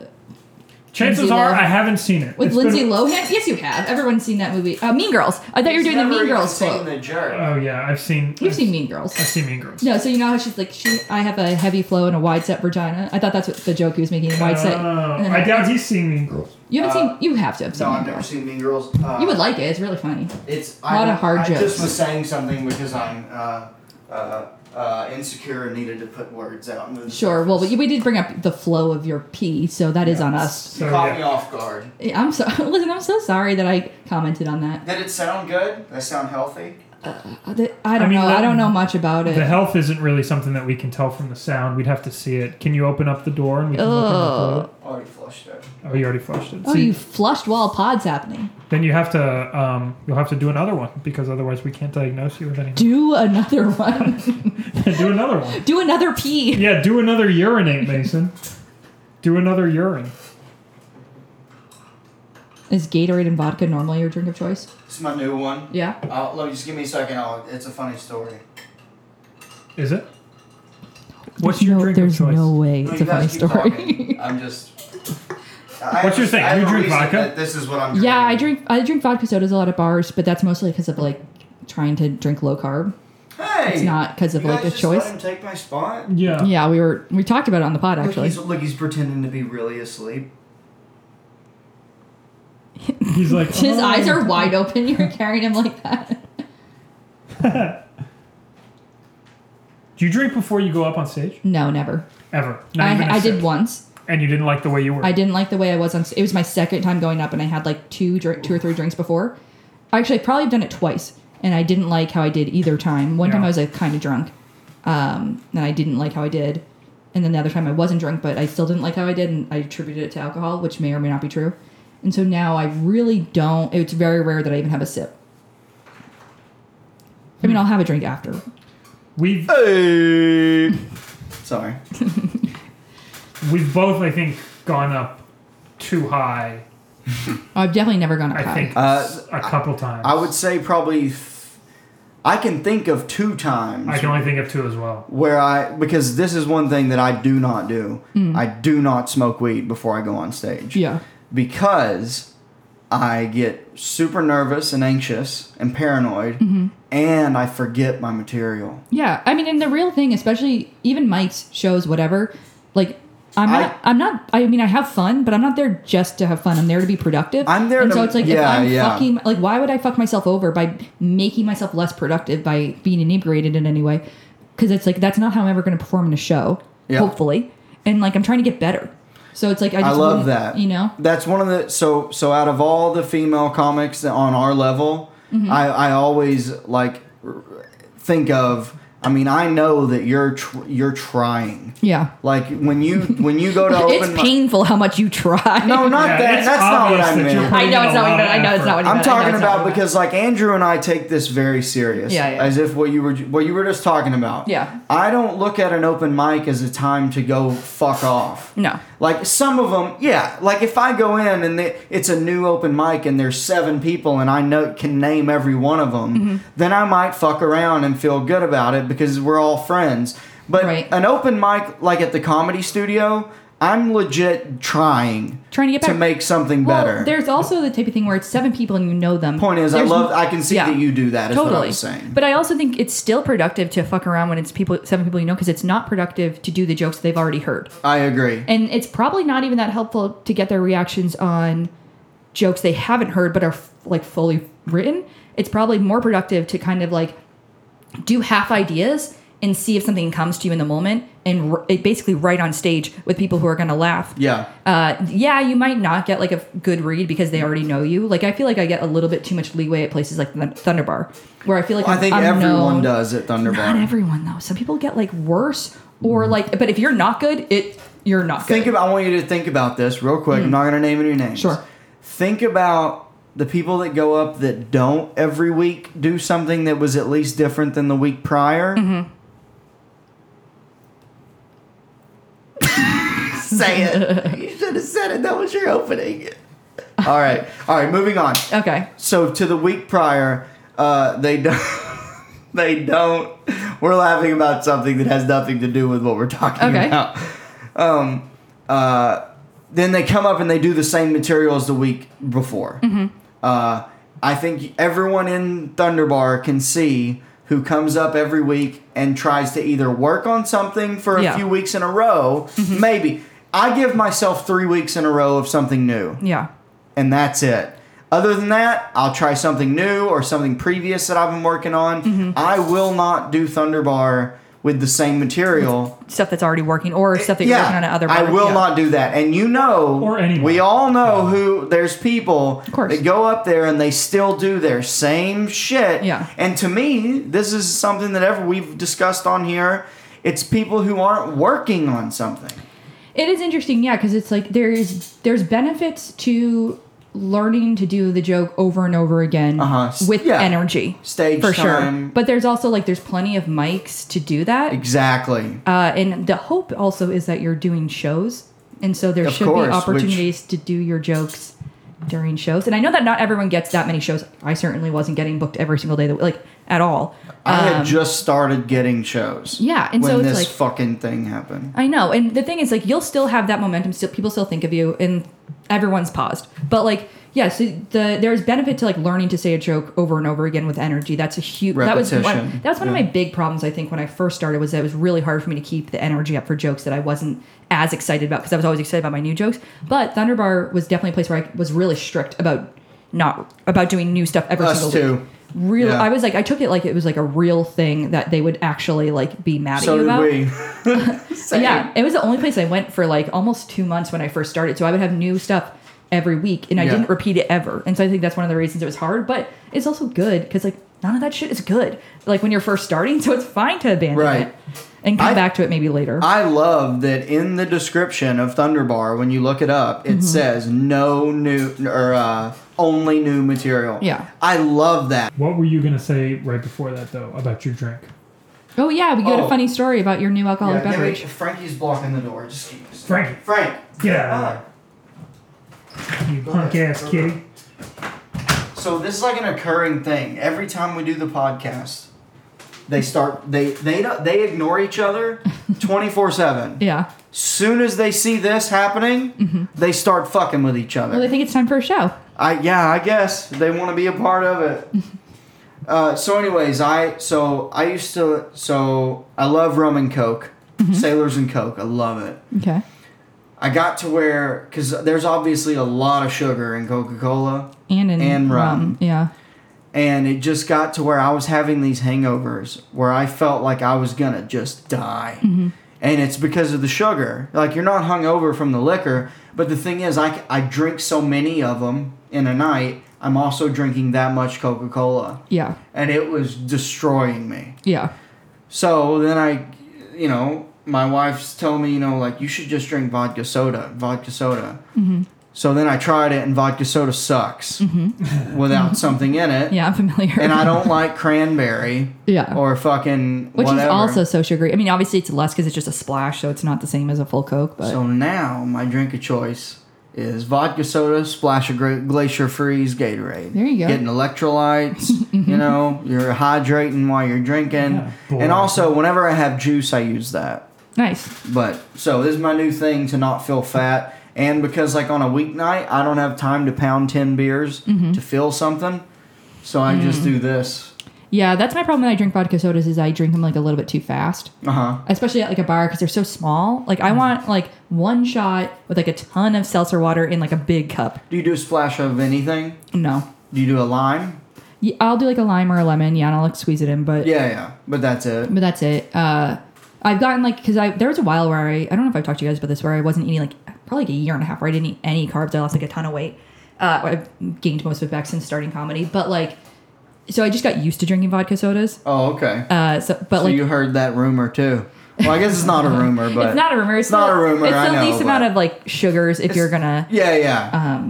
Chances Lindsay are Lohan. I haven't seen it. with It's Lindsay been- Lohan. Yes, you have. Everyone's seen that movie. Uh, mean Girls. I thought you were doing the Mean Girls quote. Uh, the jerk. Oh yeah, I've seen. You've I've, seen Mean Girls. I've seen Mean Girls. No, so you know how she's like, she, I have a heavy flow and a wide set vagina. I thought that's what the joke he was making. a Wide set. Oh, And then I doubt he's seen Mean Girls. you haven't uh, seen. You have to have seen. no, Mean I've never Girls. seen Mean Girls. Uh, You would like it. It's really funny. It's A lot I, of hard I jokes. just was saying something because I'm uh, uh, uh, insecure and needed to put words out. into the Sure. Well, but surface. you, we did bring up the flow of your pee, so that is on us. you So, caught yeah. me off guard. Yeah, I'm so listen. I'm so sorry that I commented on that. Did it sound good? Did I sound healthy? Uh, th- I don't mean, know. that- I don't know much about The it. health isn't really something that we can tell from the sound. We'd have to see it. Can you open up the door and we can look in the Ugh. toilet? Already flushed it. Oh, you already flushed it. Oh, See, you flushed while pod's happening. then you have to um, you'll have to do another one because otherwise we can't diagnose you with anything. Do another one. do another one. Do another pee. Yeah, do another urinate, Mason. do another urine. Is Gatorade and vodka normally your drink of choice? This is my new one. Yeah. Uh, let me just give me a second. I'll, it's a funny story. Is it? What's your drink of There's choice? no way. No, It's you a funny guys keep story. talking. I'm just. I- What's your thing? I have You a drink reason vodka? that This is what I'm. yeah, I drinking. drink. I drink vodka sodas a lot at bars, but that's mostly because of like trying to drink low carb. Hey, It's not because of you like guys a just let choice. him take my spot. Yeah. Yeah, we were we talked about it on the pod Look, actually. he's, look, he's pretending to be really asleep. He's like His "Oh." eyes are wide open. You're carrying him like that. Do you drink before you go up on stage? No, never. Ever? Not even a I, I sip? did once. And you didn't like the way you were. I didn't like the way I was on. It was my second time going up, and I had like two drink, two or three drinks before. Actually, I probably have done it twice, and I didn't like how I did either time. One time Yeah. I was like, kind of drunk, um, and I didn't like how I did, and then the other time I wasn't drunk, but I still didn't like how I did, and I attributed it to alcohol, which may or may not be true. And so now I really don't. It's very rare that I even have a sip. I mean, I'll have a drink after. We've Sorry. we've both I think gone up too high. I've definitely never gone up I high. think Uh, s- a couple times. I would say probably. f- I can think of two times I can only think of two as well. where I because this is one thing that I do not do. I do not smoke weed before I go on stage. Hmm. Yeah. Because I get super nervous and anxious and paranoid, Mm-hmm. and I forget my material. Yeah, I mean, and the real thing, especially even Mike's shows, whatever. Like, I'm I- not. I'm not. I mean, I have fun, but I'm not there just to have fun. I'm there to be productive. I'm there And to- so it's like, if yeah, I'm yeah. fucking, like, why would I fuck myself over by making myself less productive by being inebriated in any way? Because it's like that's not how I'm ever going to perform in a show. Yeah. Hopefully, and like I'm trying to get better. So it's like I, I just love wouldn't- that. You know, that's one of the so so out of all the female comics that on our level, Mm-hmm. I I always like r- think of. I mean, I know that you're tr- you're trying. yeah. Like when you when you go to open, it's mi- painful how much you try. no, not Yeah, that. it's That's not what obvious I that you're meant. I know putting in it's a not what lot you meant. I of know it's not effort. what you I'm meant. I know talking it's not about what you meant. because like Andrew and I take this very serious. Yeah, yeah. As if what you were what you were just talking about. Yeah. I don't look at an open mic as a time to go fuck off. No. Like some of them, yeah. Like if I go in and they, it's a new open mic and there's seven people and I know can name every one of them, Mm-hmm. then I might fuck around and feel good about it because we're all friends. But Right. an open mic like at the comedy studio, I'm legit trying Trying to get to better. make something Well, better. There's also the type of thing where it's seven people and you know them. Point is, I There's- love. I can see yeah. that you do that. Is totally. what I'm saying. But I also think it's still productive to fuck around when it's people, seven people you know, because it's not productive to do the jokes they've already heard, I agree. and it's probably not even that helpful to get their reactions on jokes they haven't heard but are f- like fully written. It's probably more productive to kind of like do half ideas and see if something comes to you in the moment, and r- it basically write on stage with people who are going to laugh Yeah. uh, yeah, you might not get like a good read because they already know you. Like I feel like I get a little bit too much leeway at places like Thun- Thunder Bar, where I feel like I think I'm everyone known- does at Thunderbar. Not everyone though. Some people get like worse or like. But if you're not good, it you're not Think good. Hmm. about. I want you to think about this real quick. I'm not going to name any names. Sure. Think about the people that go up that don't every week do something that was at least different than the week prior. Mm-hmm. Say it. You should have said it. That was your opening. All right. All right. Moving on. Okay. So to the week prior, uh, they don't. they don't. We're laughing about something that has nothing to do with what we're talking Okay. about. Um, uh, then they come up and they do the same material as the week before. Mm-hmm. Uh, I think everyone in Thunderbar can see who comes up every week and tries to either work on something for a Yeah. Mm-hmm. few weeks in a row, maybe. I give myself three weeks in a row of something new Yeah. and that's it. Other than that, I'll try something new or something previous that I've been working on. Mm-hmm. I will not do Thunderbar with the same material. Stuff that's already working or stuff that you're working on at other I parties. will Yeah. not do that. And you know, Or anyone. we all know who there's people course. that go up there and they still do their same shit. Yeah. And to me, this is something that ever we've discussed on here. It's people who aren't working on something. It is interesting, yeah, because it's like there's there's benefits to learning to do the joke over and over again Uh-huh. with Yeah. energy Stage for time. sure. But there's also like there's plenty of mics to do that, Exactly. uh, and the hope also is that you're doing shows, and so there Of should course, be which- opportunities to do your jokes during shows. And I know that not everyone gets that many shows. I certainly wasn't getting booked every single day, that, like at all. I had Um, just started getting shows. Yeah, and when so it's this like- fucking thing happened. I know, and the thing is, like, you'll still have that momentum. Still, people still think of you, and everyone's paused. But like, yeah, so the there's benefit to like learning to say a joke over and over again with energy. That's a huge. That was Repetition. one. That was one Yeah. of my big problems. I think when I first started was that it was really hard for me to keep the energy up for jokes that I wasn't as excited about because I was always excited about my new jokes. But Thunderbar was definitely a place where I was really strict about not about doing new stuff every Us single too. week. Real, Yeah. I was like, I took it like it was like a real thing that they would actually like be mad So at you did about. we. Same. Yeah, it was the only place I went for like almost two months when I first started. So I would have new stuff every week, and I Yeah. didn't repeat it ever. And so I think that's one of the reasons it was hard. But it's also good because like none of that shit is good. Like when you're first starting, so it's fine to abandon Right. it and come I- back to it maybe later. I love that in the description of Thunderbar, when you look it up, Mm-hmm. it says no new or uh, only new material. Yeah. I love that. What were you gonna say right before that though about your drink? oh yeah, we got Oh. a funny story about your new alcoholic give me- beverage. Frankie's blocking the door. Just keep this. Frankie, Frank. get out Ah. of there, you Go punk ahead. ass Go kitty. So this is like an occurring thing. Every time we do the podcast, they start they they don't- they ignore each other twenty four seven. Yeah. Mm-hmm. soon as they see this happening, they start fucking with each other. Well, I think it's time for a show. I yeah, I guess they want to be a part of it. uh, so, anyways, I so I used to so I love rum and coke, sailors and coke. I love it. Okay. I got to where because there's obviously a lot of sugar in Coca Cola, And in And rum. Yeah. and it just got to where I was having these hangovers where I felt like I was gonna just die. And it's because of the sugar. Like you're not hungover from the liquor, but the thing is, I, c- I drink so many of them in a night. I'm also drinking that much Coca Cola, Yeah. and it was destroying me. Yeah. So then I, you know, my wife's telling me, you know, like you should just drink vodka soda, vodka soda. So then I tried it, and vodka soda sucks without something in it Yeah. I'm familiar. and I don't like cranberry Yeah. or fucking Which whatever. is also so sugary. I mean, obviously it's less because it's just a splash, so it's not the same as a full Coke. But so now my drink of choice is vodka soda, splash of gra- glacier freeze, Gatorade. There you go. Getting electrolytes. you know, you're hydrating while you're drinking, Yeah, boy. and also whenever I have juice, I use that. nice. But so this is my new thing to not feel fat. And because like on a weeknight, I don't have time to pound ten beers Mm-hmm. to feel something, so I Mm. just do this. Yeah, that's my problem when I drink vodka sodas is I drink them like a little bit too fast, Uh huh. especially at like a bar because they're so small. Like I want like one shot with like a ton of seltzer water in like a big cup. Do you do a splash of anything? No, Do you do a lime? Yeah, I'll do like a lime or a lemon. Yeah, and I'll like squeeze it in, but Yeah, yeah, but that's it. but that's it. Uh, I've gotten like because I there was a while where I I don't know if I've talked to you guys about this where I wasn't eating like probably like a year and a half where I didn't eat any carbs. I lost like a ton of weight. Uh, I've gained most of it back since starting comedy, but like, so I just got used to drinking vodka sodas. Oh, okay. Uh, so but so like you heard that rumor too. Well, I guess it's not a rumor, but it's not a rumor. It's not the- a rumor, It's I the know, least but- amount of like sugars if you're gonna yeah, yeah.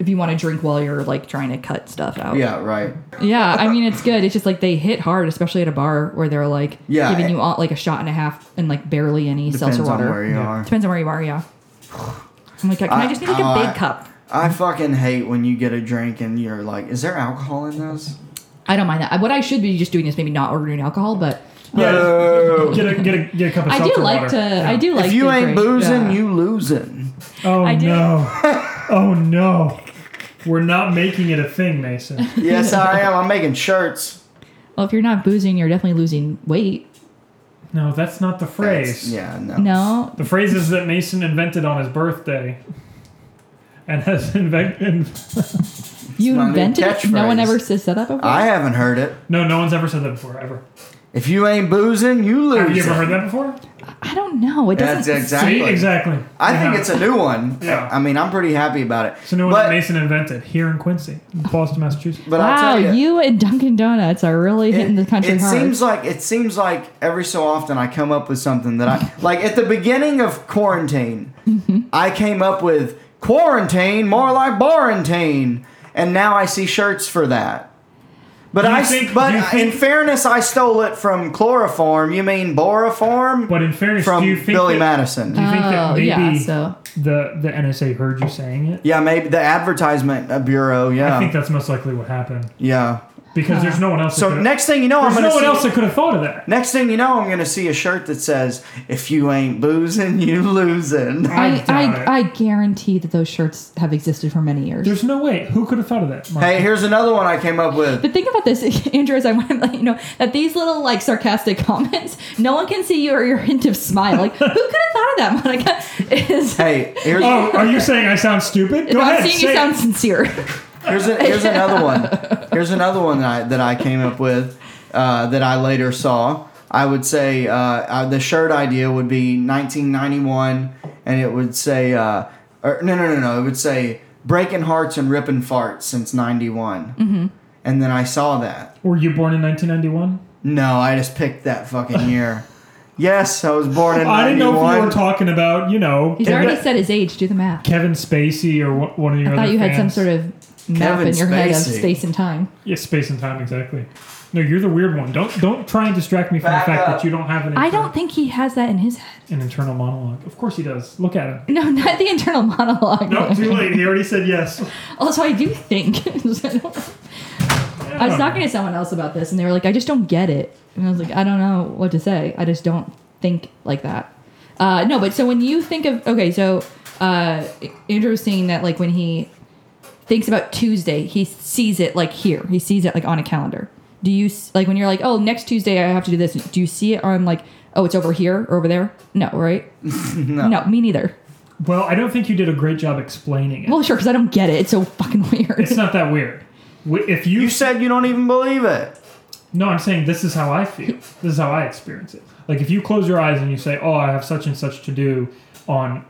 if you want to drink while you're like trying to cut stuff out. Yeah, right. Yeah, I mean it's good. It's just like they hit hard, especially at a bar where they're like Yeah, giving it- you all, like a shot and a half and like barely any Depends seltzer water. on where you are. Depends on where you are, yeah. I'm like, can I- I, just need like oh, a I- big cup? I fucking hate when you get a drink and you're like, "Is there alcohol in this?" I don't mind that. What I should be just doing is maybe not ordering alcohol, but Yeah, Oh. get a get a get a cup of I seltzer do like water. to. I do like. if you to ain't drink, boozing, yeah. you losing. Oh I do. no! oh no! We're not making it a thing, Mason. Yes, I am. I'm making shirts. Well, if you're not boozing, you're definitely losing weight. No, that's not the That's- phrase. yeah, no. No, The phrase is that Mason invented on his birthday, and has invented. you my new invented it. No one catchphrase. ever says that before. I haven't heard it. No, no one's ever said that before, ever. If you ain't boozing, you losing. Have you ever heard that before? I don't know. It doesn't. That's exactly. See, exactly. I think it's a new one. Yeah. I mean, I'm pretty happy about it. So no one but, that Mason invented here in Quincy, in Boston, Massachusetts. But Wow, I'll tell you. you, and Dunkin' Donuts are really hitting the country it hard. seems like it seems like every so often I come up with something that I like. At the beginning of quarantine, Mm-hmm. I came up with quarantine more like barantine, and now I see shirts for that. But Do you I, think- but do you in think- fairness, I stole it from chloroform. You mean boroform? But in fairness, from do you think Billy that, Madison. Do you think that oh maybe yeah, so the the NSA heard you saying it? yeah, maybe the advertisement uh, bureau. Yeah, I think that's most likely what happened yeah. because there's no one else. that So could've- next thing you know, I'm there's gonna no one see- else that could have thought of that. Next thing you know, I'm gonna see a shirt that says, "If you ain't boozing, you losing." I, doubt it. I, I guarantee that those shirts have existed for many years. There's no way. Who could have thought of that? Mark? Hey, here's another one I came up with. But think about this, Andrew, as I want to let you know that these little like sarcastic comments, no one can see you or your hint of smile. Like, who could have thought of that, Monica? Is Hey, here's Oh, are you saying I sound stupid? Go I'm ahead. seeing you say sound it. sincere. here's a, here's another one. Here's another one that I, that I came up with uh, that I later saw. I would say uh, uh, the shirt idea would be 1991, and it would say, uh, or, "No, no, no, no." It would say "Breaking hearts and ripping farts since '91." Mm-hmm. And then I saw that. Were you born in 1991? No, I just picked that fucking year. yes, I was born in I didn't know if you were 91. talking about, you know, He's Kevin, uh, already said his age. Do the math. Kevin Spacey or one- one of your I other thought you had some fans. sort of map Kevin in your head of Spacey. space and time. Yeah, space and time, exactly. No, you're the weird one. Don't don't try and distract me from Back the fact up. that you don't have an I internal, don't think he has that in his head. an internal monologue. Of course he does. Look at him. No, not the internal monologue. No, too late. He already said yes. Also, I do think. I was talking to someone else about this, and they were like, "I just don't get it," and I was like, "I don't know what to say. I just don't think like that." Uh, no, but so when you think of okay, so uh, Andrew was saying that like when he thinks about Tuesday, he sees it like here. He sees it like on a calendar. Do you s- like when you're like, "Oh, next Tuesday I have to do this"? Do you see it on like, "Oh, it's over here or over there"? No, right? no. me neither. Well, I don't think you did a great job explaining it. Well, sure, because I don't get it. It's so fucking weird. it's not that weird. Wi- If you, You said you don't even believe it. no, I'm saying this is how I feel. This is how I experience it. Like if you close your eyes and you say, "Oh, I have such and such to do on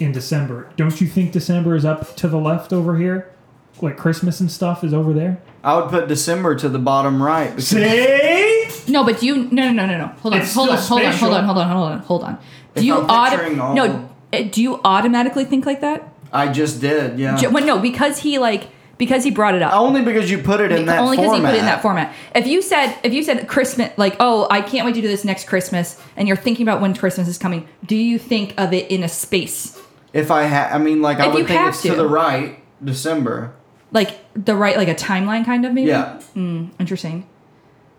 in December," don't you think December is up to the left over here? Like Christmas and stuff is over there. I would put December to the bottom right. because- See? No, but you no no no no no. Hold on, It's hold on, still hold on, hold spatial. on, hold on, hold on, hold on. Do If you I'm auto picturing all- no? uh, Do you automatically think like that? I just did, yeah. Ju- Well, no, because he like because he brought it up. only because you put it Oh, in that only format. he put it in that format. If you said if you said Christmas like oh I can't wait to do this next Christmas and you're thinking about when Christmas is coming, do you think of it in a space If I had, I mean, like I If you would think have it's to. to the right, December. like the right like a timeline kind of maybe? Yeah, interesting.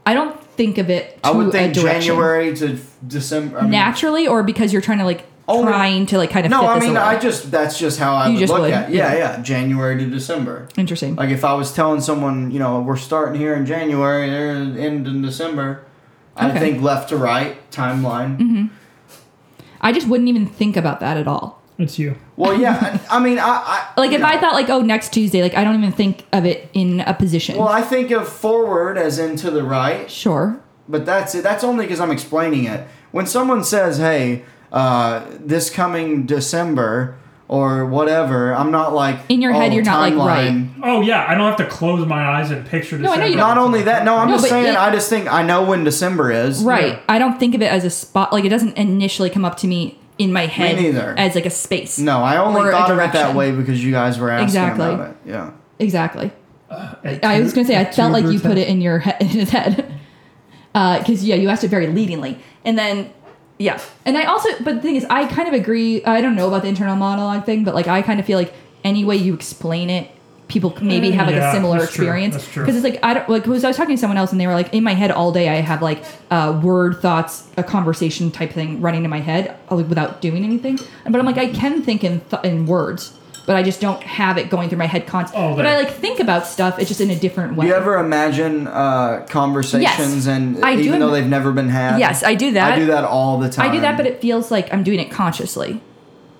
I don't think of it. I to would a think direction. January to December. I mean, naturally or because you're trying to like Only- trying to like kind of Oh, No, fit I this mean, away. I just that's just how I You would just look would, at. it. Yeah, yeah. yeah, January to December. interesting. Like if I was telling someone, you know, we're starting here in January and they're gonna end in December, I Okay. Mm-hmm. think left to right timeline. I just wouldn't even think about that at all. It's you. Well, yeah, I, I mean, I, I Like you if I know. thought like, oh, next Tuesday, like I don't even think of it in a position. Well, I think of forward as in to the right, sure. But that's it. That's only because I'm explaining it. When someone says, "Hey, uh, this coming December or whatever," I'm not like In your head, "Oh, you're not, like, timeline." right. Oh yeah, I don't have to close my eyes and picture. No, I know you December. Not only that, no, I'm No, just but saying. it- I just think I know when December is. Right. Yeah. I don't think of it as a spot like it doesn't initially come up to me in my head neither. as like a space. No, I only or a thought of it that direction. way because you guys were asking Exactly. about it. Yeah. Exactly. I was gonna say I felt like you put it in your he- in his head, because yeah, you asked it very leadingly, and then yeah, and I also but the thing is I kind of agree. I don't know about the internal monologue thing, but like I kind of feel like any way you explain it, people maybe have like Eh, Yeah, a similar that's true, experience that's true. because it's like I don't like 'cause I was talking to someone else and they were like in my head all day I have like uh, word thoughts a conversation type thing running in my head uh, like, without doing anything, but I'm like I can think in th- in words. But I just don't have it going through my head constantly. Oh, but there. I like think about stuff. It's just in a different way. Do you ever imagine uh, conversations Yes. and I do even though im- they've never been had? Yes, I do that. I do that all the time. I do that, but it feels like I'm doing it consciously.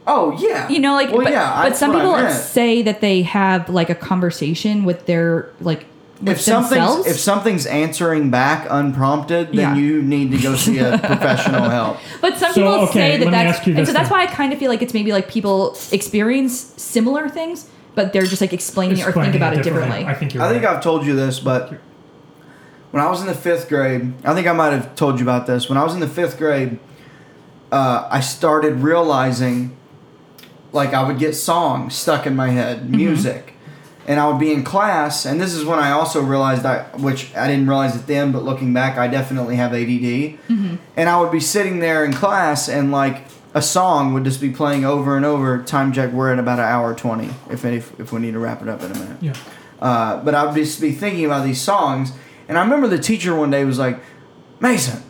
oh yeah, You know, like well, but, yeah, but that's some what I people meant. say that they have like a conversation with their like with if themselves. something's if something's answering back unprompted, then Yeah. you need to go see a professional help. but some So, people okay, say let that me that's ask you and this so that's then. why I kind of feel like it's maybe like people experience similar things, but they're just like explaining it or think about it differently. I think you're. I think right. I've told you this, but when I was in the fifth grade, I think I might have told you about this. When I was in the fifth grade, uh, I started realizing, like, I would get songs stuck in my head, Mm-hmm. music, and I would be in class. And this is when I also realized I, which I didn't realize it then, but looking back, I definitely have ADD. Mm-hmm. And I would be sitting there in class, and like. A song would just be playing over and over. Time check. We're at about an hour twenty. If if, if we need to wrap it up in a minute. Yeah. Uh, but I would just be thinking about these songs. And I remember the teacher one day was like, Mason,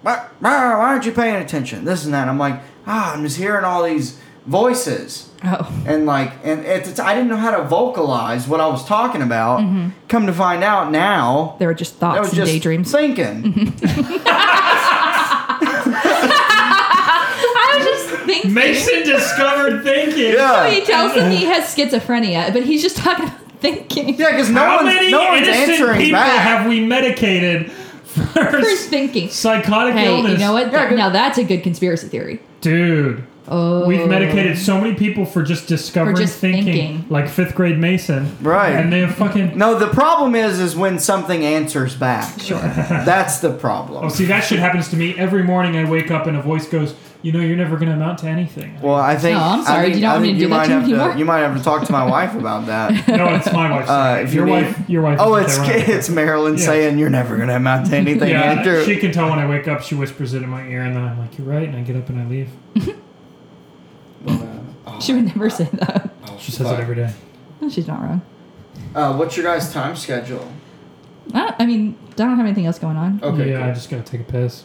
why, why, why aren't you paying attention? This and that. And I'm like, ah, I'm just hearing all these voices. oh, And like, and at the t- I didn't know how to vocalize what I was talking about. Come to find out now, there were just I Mm-hmm. thoughts was and just daydreams. Mm-hmm. thinking. I was just thinking. Mason discovered thinking. He yeah. tells them he has schizophrenia, but he's just talking about thinking. Yeah, because no How one's, many no one's innocent answering people back. have we medicated for First thinking. psychotic Hey, illness? you know what? Yeah, 'cause- now that's a good conspiracy theory. Dude, Oh, we've medicated so many people for just discovering For just thinking, thinking. like fifth grade Mason. Right. And they have fucking. no, the problem is, is when something answers back. Sure. That's the problem. Oh, see, that shit happens to me every morning. I wake up and a voice goes, "You know, you're never going to amount to anything." Well, I think. No, I'm sorry. I think- You don't I want me think to do you that might to you have anymore? You might have to talk to my wife about that. No, it's my wife. Uh, if your you need- wife, your wife. Oh, is it's right. it's Marilyn Yeah. saying you're never gonna amount to anything. Yeah, Andrew." she can tell when I wake up. She whispers it in my ear, and then I'm like, "You're right," and I get up and I leave. Oh she would never say that. She says it every day. No, she's not wrong. Uh, what's your guys' time schedule? I, don't, I mean, I don't have anything else going on. Okay, yeah, I cool. just gotta take a piss.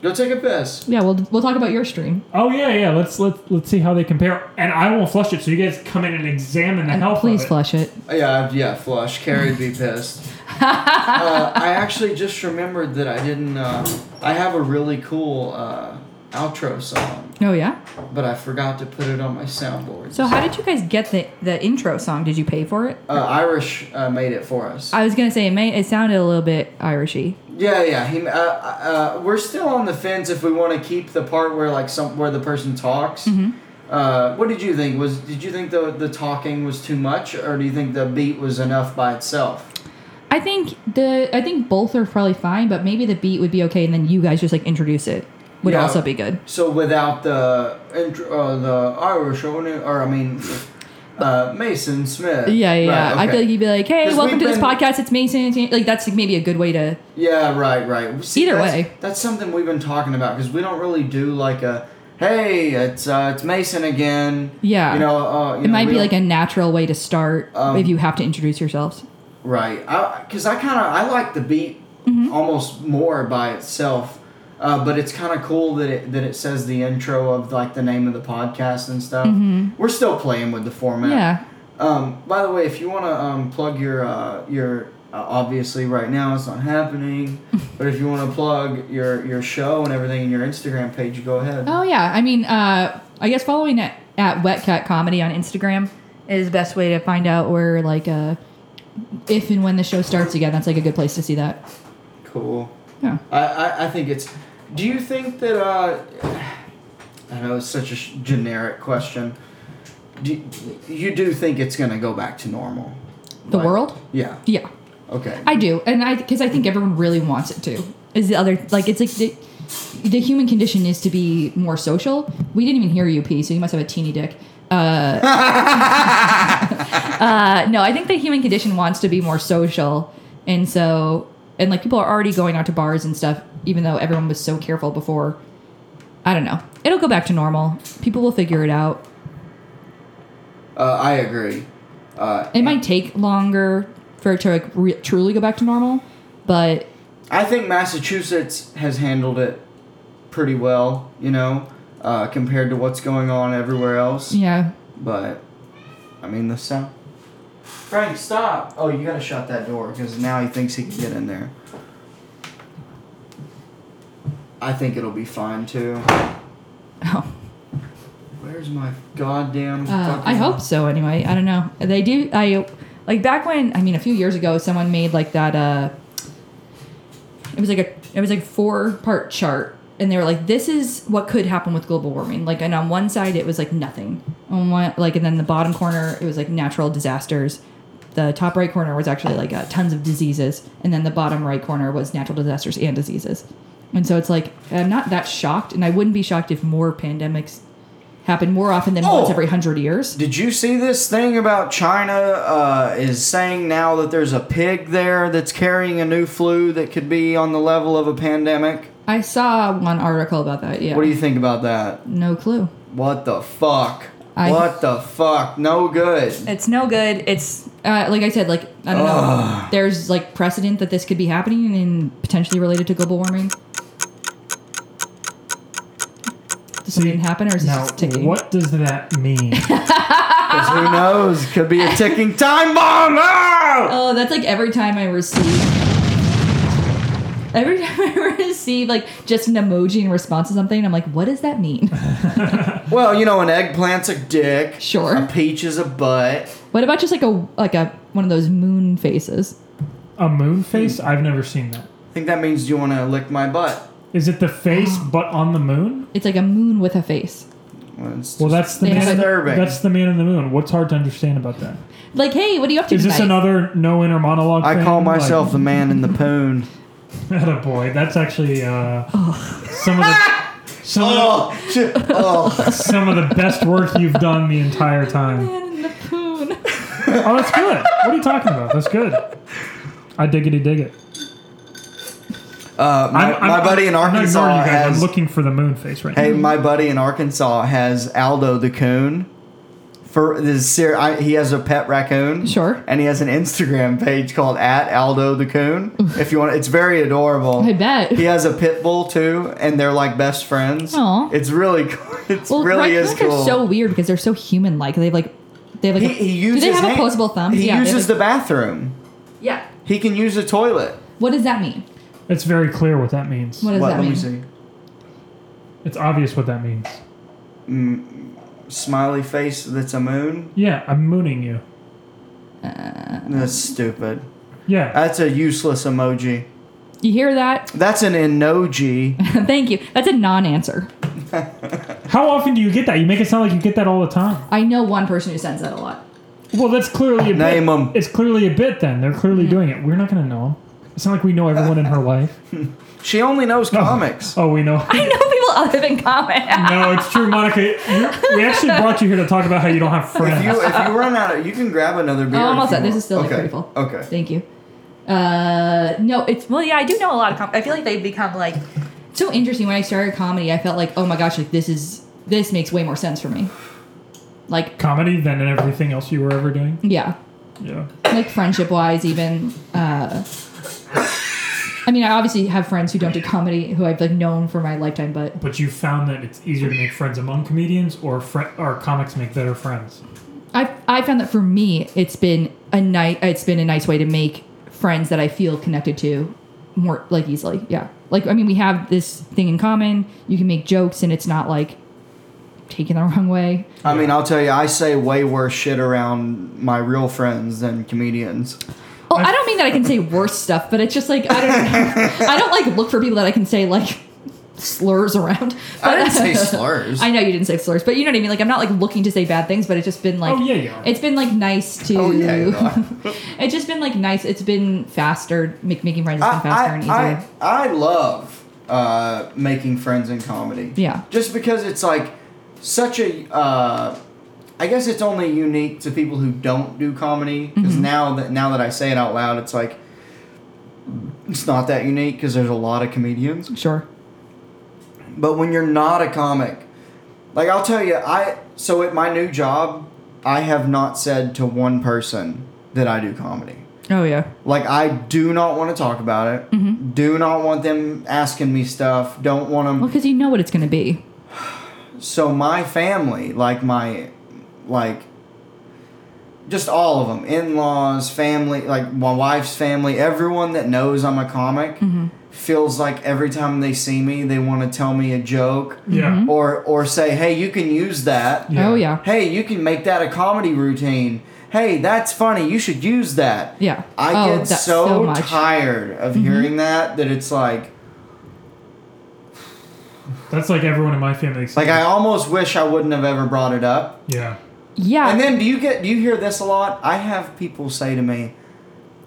go take a piss. Yeah, we'll we'll talk about your stream. Oh yeah, yeah. Let's let's let's see how they compare, and I won't flush it. So you guys come in and examine the And health. please of it. flush it. Uh, Yeah, yeah. Flush. Carrie'd be pissed. uh, I actually just remembered that I didn't. Uh, I have a really cool uh, outro song, Oh yeah. but I forgot to put it on my soundboard. So how did you guys get the the intro song? Did you pay for it? uh, Irish uh, made it for us. I was gonna say it may it sounded a little bit Irishy. Yeah, yeah. He, uh, uh, we're still on the fence if we want to keep the part where like some where the person talks. Mm-hmm. Uh, what did you think? Was did you think the the talking was too much, or do you think the beat was enough by itself? I think the I think both are probably fine, but maybe the beat would be okay, and then you guys just like introduce it would Yeah. also be good. So without the intro, uh, the Irish owner, or I mean, uh, Mason Smith. Yeah, yeah. Right, yeah. I feel okay. like you'd be like, "Hey, 'Cause welcome to we've this been- podcast. It's Mason." Like that's like maybe a good way to Yeah, right, right. See, Either that's- way. that's something we've been talking about because we don't really do like a. Hey, it's uh, it's Mason again. Yeah. you know, uh, you It know, might we be don't- like a natural way to start Um, if you have to introduce yourselves. Right. Because I, kind of I like the beat Mm-hmm. almost more by itself, uh, but it's kind of cool that it that it says the intro of like the name of the podcast and stuff. We're still playing with the format. Mm-hmm. Yeah. Um, by the way, if you want to um, plug your uh, your uh, obviously right now it's not happening, but if you want to plug your your show and everything in your Instagram page, go ahead. Oh yeah. I mean, uh, I guess following it at Wet Cat Comedy on Instagram is the best way to find out where like uh, if and when the show starts again. That's like a good place to see that. Cool. Yeah. I, I, I think it's. Do you think that uh, I know it's such a sh- generic question. Do you do think it's gonna go back to normal? The Like- world. Yeah. Yeah. Okay. I do, and I because I think everyone really wants it to. Is the other like it's like the, the human condition is to be more social. We didn't even hear you, P, so you must have a teeny dick. Uh, uh, no, I think the human condition wants to be more social. And so, and like people are already going out to bars and stuff, even though everyone was so careful before. I don't know. It'll go back to normal. People will figure it out. Uh, I agree. Uh, It might take longer for it to like re- truly go back to normal, but I think Massachusetts has handled it pretty well, you know, uh, compared to what's going on everywhere else. yeah. But, I mean, the South. Frank, stop! Oh, you gotta shut that door because now he thinks he can get in there. I think it'll be fine too. Oh. Where's my goddamn? Uh, fucking- I hope so. Anyway, I don't know. They do. I like back when. I mean, a few years ago, someone made like that. Uh, it was like a. It was like four part chart, and they were like, "This is what could happen with global warming." Like, and on one side, it was like nothing. On one, like, and then the bottom corner, it was like natural disasters. The top right corner was actually like uh, tons of diseases, and then the bottom right corner was natural disasters and diseases. And so it's like I'm not that shocked, and I wouldn't be shocked if more pandemics happen more often than Oh. once every hundred years. Did you see this thing about China uh, is saying now that there's a pig there that's carrying a new flu that could be on the level of a pandemic? I saw one article about that. Yeah. What do you think about that? no clue. What the fuck? I- what the fuck? No good. It's no good. It's uh, like I said. Like I don't know. There's like precedent that this could be happening and potentially related to global warming. Did something happen, or is this Now, just ticking? what does that mean? 'Cause who knows? Could be a ticking time bomb. Ah! Oh, that's like every time I receive. Every time I receive like just an emoji in response to something, I'm like, what does that mean? Well, you know, an eggplant's a dick. Sure. A peach is a butt. what about just like a like a one of those moon faces? a moon face? I've never seen that. I think that means you want to lick my butt. Is it the face but on the moon? It's like a moon with a face. Well, it's Well, that's the They man. have in the- disturbing. that's the man in the moon. What's hard to understand about that? Like, hey, what are you up to Is this tonight? another no inner monologue? I thing? call Like- myself the man in the poon. Atta boy, that's actually uh, some of the some, Oh, shit. oh. of, some of the best work you've done the entire time. Man in the poon. Oh, that's good. What are you talking about? That's good. I diggity dig it. Uh, my, I'm- I'm- my buddy in I'm not Arkansas ignoring you guys. has. I'm looking for the moon face right hey, now. my buddy in Arkansas has Aldo the coon. For this, ser- I, he has a pet raccoon. Sure. And he has an Instagram page called at Aldo the coon. if you want, it's very adorable. Mm. I bet. He has a pit bull too, and they're like best friends. Aw. It's really, cool. it's Well, really raccoons is cool. are so weird because they're so human-like. They have like, they have like. he, a- he uses. do they have hand- opposable thumbs? He yeah, they have, uses the like- bathroom. Yeah. He can use the toilet. What does that mean? It's very clear what that means. What does what? that let mean? me see. It's obvious what that means. Smiley face. That's a moon. Yeah, I'm mooning you. That's stupid. Yeah. That's a useless emoji. You hear that? That's an emoji. Thank you. That's a non-answer. How often do you get that? You make it sound like you get that all the time. I know one person who sends that a lot. Well, that's clearly a Name bit. 'em. It's clearly a bit. Then they're clearly doing it. We're not gonna know 'em. It's not like we know everyone in her life. She only knows comics. Oh, we know. I know people other than comment. No, it's true, Monica. You're, we actually brought you here to talk about how you don't have friends. If you if you run out of, you can grab another beer. Oh, if almost you that. This want. is still like, okay. pretty full. Okay. Thank you. Uh, no, it's well, yeah, I do know a lot of. Com- I feel like they've become like so interesting. When I started comedy, I felt like, oh my gosh, like this is this makes way more sense for me. Like, Comedy than in everything else you were ever doing. yeah, Yeah. like friendship wise, even. Uh, I mean, I obviously have friends who don't do comedy who I've like known for my lifetime, but But you found that it's easier to make friends among comedians, or fri or comics make better friends. I I found that for me, it's been a night. It's been a nice way to make friends that I feel connected to more like easily. Yeah, like I mean, we have this thing in common. You can make jokes, and it's not like taken the wrong way. I mean, I'll tell you, I say way worse shit around my real friends than comedians. Oh, I don't mean that I can say worse stuff, but it's just like I don't. I don't like look for people that I can say like slurs around. I didn't But- say slurs. I know you didn't say slurs, but you know what I mean. Like I'm not like looking to say bad things, but it's just been like Oh, yeah, you are. it's been like nice to. Oh, yeah, you are. it's just been like nice. It's been faster. Make, making friends has been faster and I, easier. I, I, I love uh, making friends in comedy. Yeah. Just because it's like such a. Uh, I guess it's only unique to people who don't do comedy because Mm-hmm. now that now that I say it out loud, it's like it's not that unique because there's a lot of comedians. Sure. But when you're not a comic, like I'll tell you, I so at my new job, I have not said to one person that I do comedy. Oh yeah. Like I do not want to talk about it. Mm-hmm. Do not want them asking me stuff. Don't want them. Well, because you know what it's going to be. So my family, like my, like, just all of them, in-laws, family, like my wife's family, everyone that knows I'm a comic, Mm-hmm. feels like every time they see me, they want to tell me a joke Yeah. Mm-hmm. or or say, hey, you can use that. Yeah. Oh yeah. Hey, you can make that a comedy routine. Hey, that's funny. You should use that. Yeah. I oh, get that's Mm-hmm. so, tired of hearing that that it's like That's like everyone in my family. like I almost wish I wouldn't have ever brought it up. Yeah. Yeah. And then do you get do you hear this a lot? I have people say to me,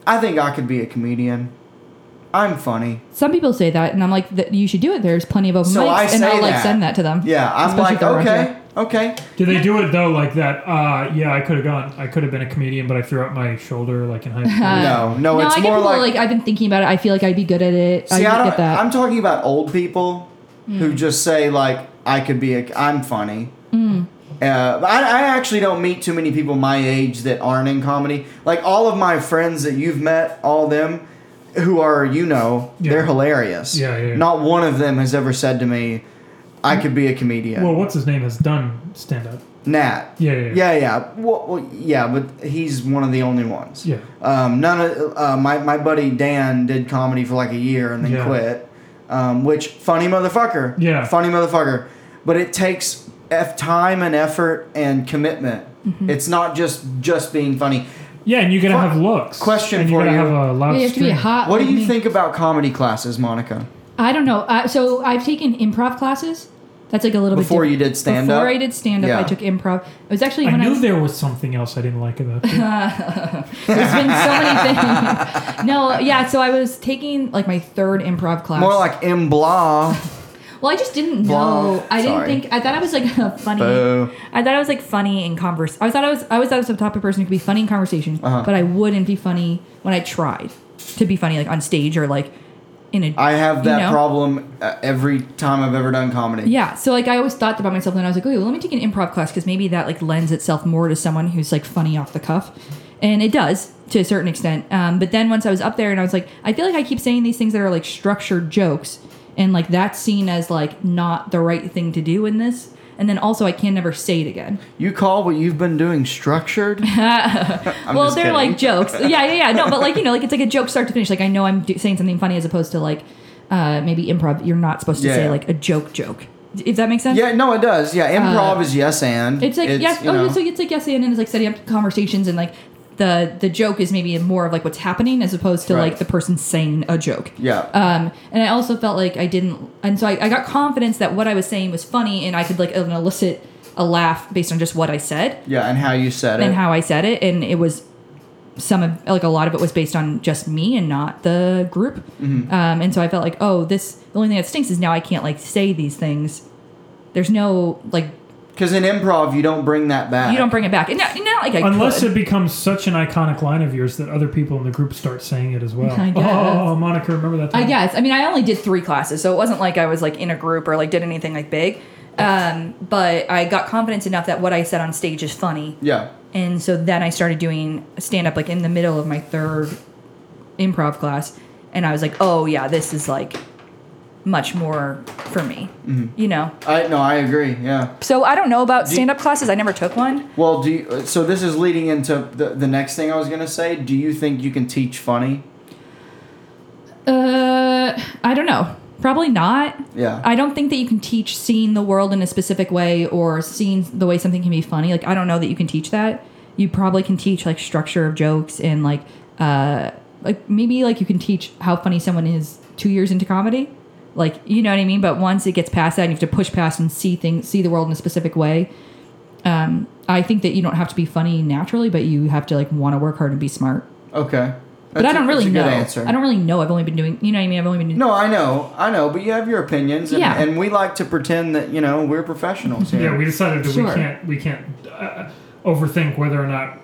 "I think I could be a comedian. I'm funny." Some people say that, and I'm like, "Th- you should do it. There's plenty of open So mics, I and say I'll like that. send that to them. Yeah, I'm Especially if like, they're around "Okay, okay." Do they do it though like that? Uh, yeah, I could have gone. I could have been a comedian, but I threw out my shoulder like in high school. no, no, Uh, No, it's I get more people like, like, I've been thinking about it. I feel like I'd be good at it. See, I, I do don't, get that. Hmm. I'm talking about old people who just say like, "I could be a, I'm funny." Hmm. Uh, I, I actually don't meet too many people my age that aren't in comedy. Like all of my friends that you've met, all them who are you know, Yeah. they're hilarious. Yeah, yeah, yeah. Not one of them has ever said to me, "I could be a comedian." Well, what's his name has done stand up. Nat. Yeah, yeah, yeah. Yeah, yeah. Well, well, yeah, but he's one of the only ones. Yeah. Um, none of uh, my my buddy Dan did comedy for like a year and then Yeah. quit. Um, which funny motherfucker. Yeah. Funny motherfucker. But it takes f time and effort and commitment. Mm-hmm. It's not just just being funny. Yeah, and you gotta Qu- have looks. question and for gotta you. have a loud you have to be stream. hot. What do like you me. think about comedy classes, Monica? I don't know. Uh, so I've taken improv classes. That's like a little Before bit you did stand Before up? I did stand up, Yeah. I took improv. It was actually I when I knew was there was something else I didn't like about you. There's been so many things. No, yeah. So I was taking like my third improv class. More like in blah. well, I just didn't Blah. know. I didn't Sorry. think. I thought I was like a funny. Boo. I thought I was like funny in converse. I thought I was. I was I was the type of person who could be funny in conversation, Uh-huh. but I wouldn't be funny when I tried to be funny like on stage or like in a. I have that you know? problem uh, every time I've ever done comedy. Yeah, so like I always thought about myself, and I was like, oh, well, let me take an improv class because maybe that like lends itself more to someone who's like funny off the cuff, and it does to a certain extent. Um, but then once I was up there, and I was like, I feel like I keep saying these things that are like structured jokes, and like that's seen as like not the right thing to do in this. And then also, I can never say it again. You call what you've been doing structured? I'm well, just they're kidding. like jokes. Yeah, yeah, yeah. No, but like you know, like it's like a joke start to finish. Like I know I'm do- saying something funny as opposed to like uh, maybe improv. You're not supposed to Yeah, say yeah. like a joke joke. If that makes sense. Yeah, no, it does. Yeah, improv is yes and. Uh, It's like yes, you oh, know. so it's like yes, and it's like setting up conversations and like the the joke is maybe more of like what's happening as opposed to Right. like the person saying a joke. Yeah. Um, and I also felt like I didn't, and so I, I got confidence that what I was saying was funny and I could like elicit a laugh based on just what I said yeah, and how you said it. and how I said it, and it was some of like a lot of it was based on just me and not the group. Mm-hmm. Um, and so I felt like, oh, this the only thing that stinks is now I can't like say these things. There's no like Because in improv, you don't bring that back. you don't bring it back. And not, not like I Unless could. it becomes such an iconic line of yours that other people in the group start saying it as well. I guess. Oh, Monica, remember that? I time? guess. I mean, I only did three classes, so it wasn't like I was like in a group or like did anything like big. Um, but I got confidence enough that what I said on stage is funny, Yeah. and so then I started doing stand up like in the middle of my third improv class, and I was like, oh yeah, this is like much more for me, you know. I no, I agree. Yeah. So I don't know about stand up classes. I never took one. Well, do you, so. This is leading into the the next thing I was gonna say. Do you think you can teach funny? Uh, I don't know. Probably not. Yeah. I don't think that you can teach seeing the world in a specific way or seeing the way something can be funny. Like I don't know that you can teach that. You probably can teach like structure of jokes and like uh like maybe like you can teach how funny someone is 2 years into comedy. Like you know what I mean, but once it gets past that and you have to push past and see things see the world in a specific way. Um I think that you don't have to be funny naturally, but you have to like want to work hard and be smart. okay. But That's I a- don't that's really a good know. answer. I don't really know. I've only been doing. You know what I mean? I've only been. doing No, I know, I know, but you have your opinions, and, Yeah. and we like to pretend that you know we're professionals here. Yeah, we decided that we Sure. can't we can't uh, overthink whether or not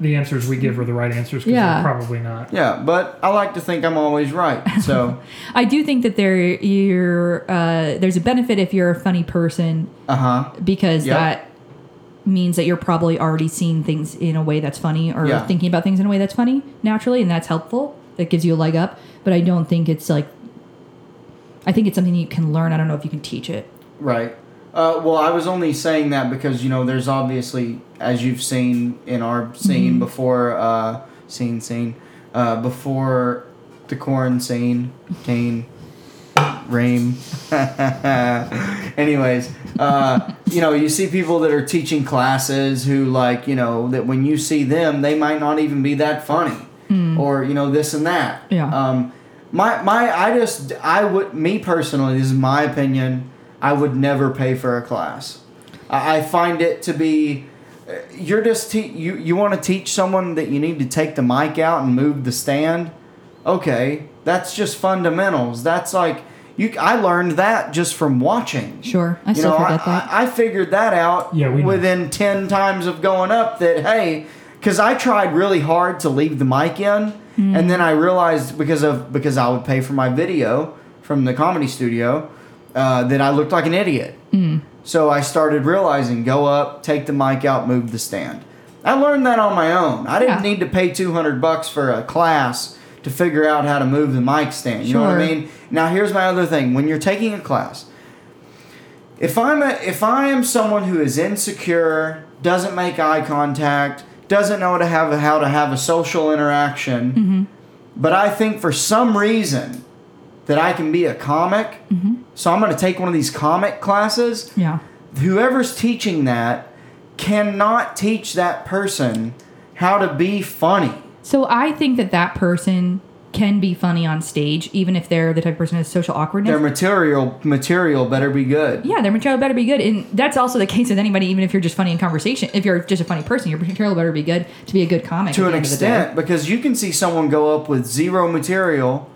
the answers we give are the right answers because Yeah. they're probably not. Yeah, but I like to think I'm always right. So, I do think that there you're uh, there's a benefit if you're a funny person uh huh. because Yeah. that means that you're probably already seeing things in a way that's funny or Yeah. thinking about things in a way that's funny naturally, and that's helpful. That gives you a leg up. But I don't think it's like I think it's something you can learn. I don't know if you can teach it. Right. Uh, well, I was only saying that because you know there's obviously, as you've seen in our scene before, uh, scene scene, uh, before the quarantine, Tane, Rame. Anyways, uh, you know you see people that are teaching classes who like you know that when you see them they might not even be that funny or you know this and that. Yeah. Um, my my I just I would me personally this is my opinion. I would never pay for a class. I, I find it to be uh, you're just te- you you want to teach someone that you need to take the mic out and move the stand. Okay, that's just fundamentals. That's like you. I learned that just from watching. Sure, I you still know, forget I, that. I, I figured that out Yeah, we know. within ten times of going up. That hey, because I tried really hard to leave the mic in, Hmm. and then I realized because of because I would pay for my video from the comedy studio uh, that I looked like an idiot. So I started realizing go up, take the mic out, move the stand. I learned that on my own. I didn't Yeah. need to pay 200 bucks for a class to figure out how to move the mic stand. You know what I Sure. mean? Now here's my other thing. When you're taking a class, if I'm a, if I am someone who is insecure, doesn't make eye contact, doesn't know to have a, how to have a social interaction, Mm-hmm. but I think for some reason that I can be a comic, Mm-hmm. so I'm going to take one of these comic classes Yeah. whoever's teaching that cannot teach that person how to be funny. So I think that that person can be funny on stage, even if they're the type of person who has social awkwardness. Their material material better be good. yeah, their material better be good, and that's also the case with anybody. Even if you're just funny in conversation, if you're just a funny person, your material better be good to be a good comic. to at an the end of the day. extent because you can see someone go up with zero material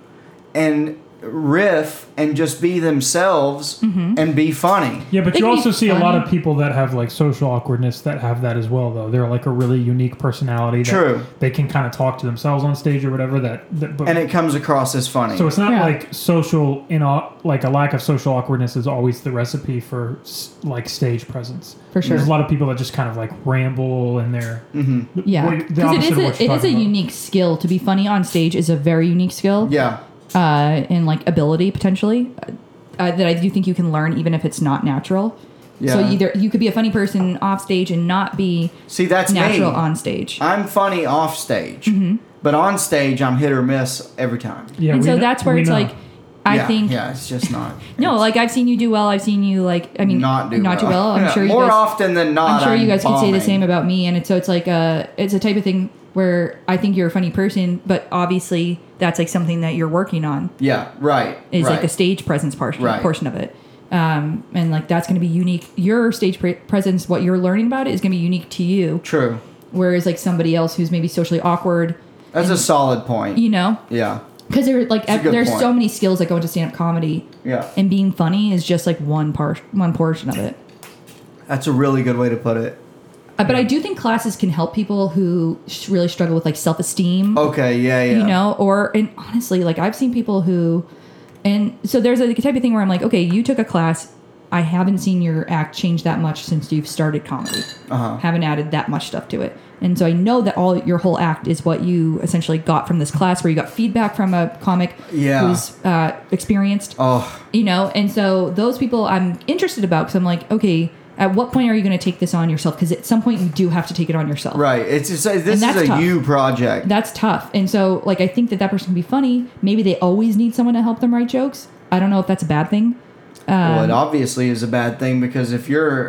and riff and just be themselves Mm-hmm. and be funny. Yeah, but It you can be also see a lot funny. of people that have like social awkwardness that have that as well, though. They're like a really unique personality. That True. They can kind of talk to themselves on stage or whatever. That, that but, And it comes across as funny. so it's not Yeah. like social in a, like a lack of social awkwardness is always the recipe for s- like stage presence. For sure. There's a lot of people that just kind of like ramble and they're Mm-hmm. Yeah, Well, the because it opposite is of what a, you're it is a talking about. unique skill to be funny on stage is a very unique skill. yeah. uh, and like ability potentially uh, uh, that I do think you can learn even if it's not natural. So Yeah. either you could be a funny person off stage and not be See that's natural me. Uh, on Mm-hmm. stage. I'm funny off stage. But on stage I'm hit or miss every time. yeah. and we so kn- that's where we it's know. like I yeah, think yeah, it's just not. no, like I've seen you do well. I've seen you like I mean not do well. not do well. I'm Yeah, sure you more guys, often than not. I'm sure you guys could say bombing. the same about me. And it's, so it's like a, it's a type of thing where I think you're a funny person, but obviously that's like something that you're working on Yeah, right. is right. like the stage presence portion, Right. portion of it. Um, and like that's going to be unique. Your stage pre- presence, what you're learning about it is going to be unique to you. True. Whereas like somebody else who's maybe socially awkward, That's a solid point. you know, yeah, because there like a good there's point. so many skills that go into stand up comedy, yeah. and being funny is just like one part, one portion of it. That's a really good way to put it. Uh, but I do think classes can help people who sh- really struggle with like self esteem. Okay, yeah, yeah. you know or and honestly like i've seen people who and so there's a type of thing where i'm like okay you took a class i haven't seen your act change that much since you've started comedy Uh-huh. haven't added that much stuff to it and so i know that all your whole act is what you essentially got from this class where you got feedback from a comic Yeah. who's uh, experienced Oh, you know and so those people i'm interested about because i'm like okay at what point are you going to take this on yourself because at some point you do have to take it on yourself right. It's just this is that's a tough. you project. that's tough. And so, like, I think that that person can be funny. Maybe they always need someone to help them write jokes. I don't know if that's a bad thing. well, it um, obviously is a bad thing because if you're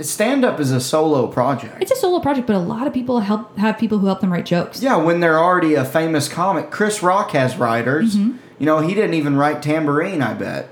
stand up is a solo project. It's a solo project, but a lot of people help have people who help them write jokes. Yeah, when they're already a famous comic, Chris Rock has writers. Mm-hmm. You know, he didn't even write Tambourine. I bet.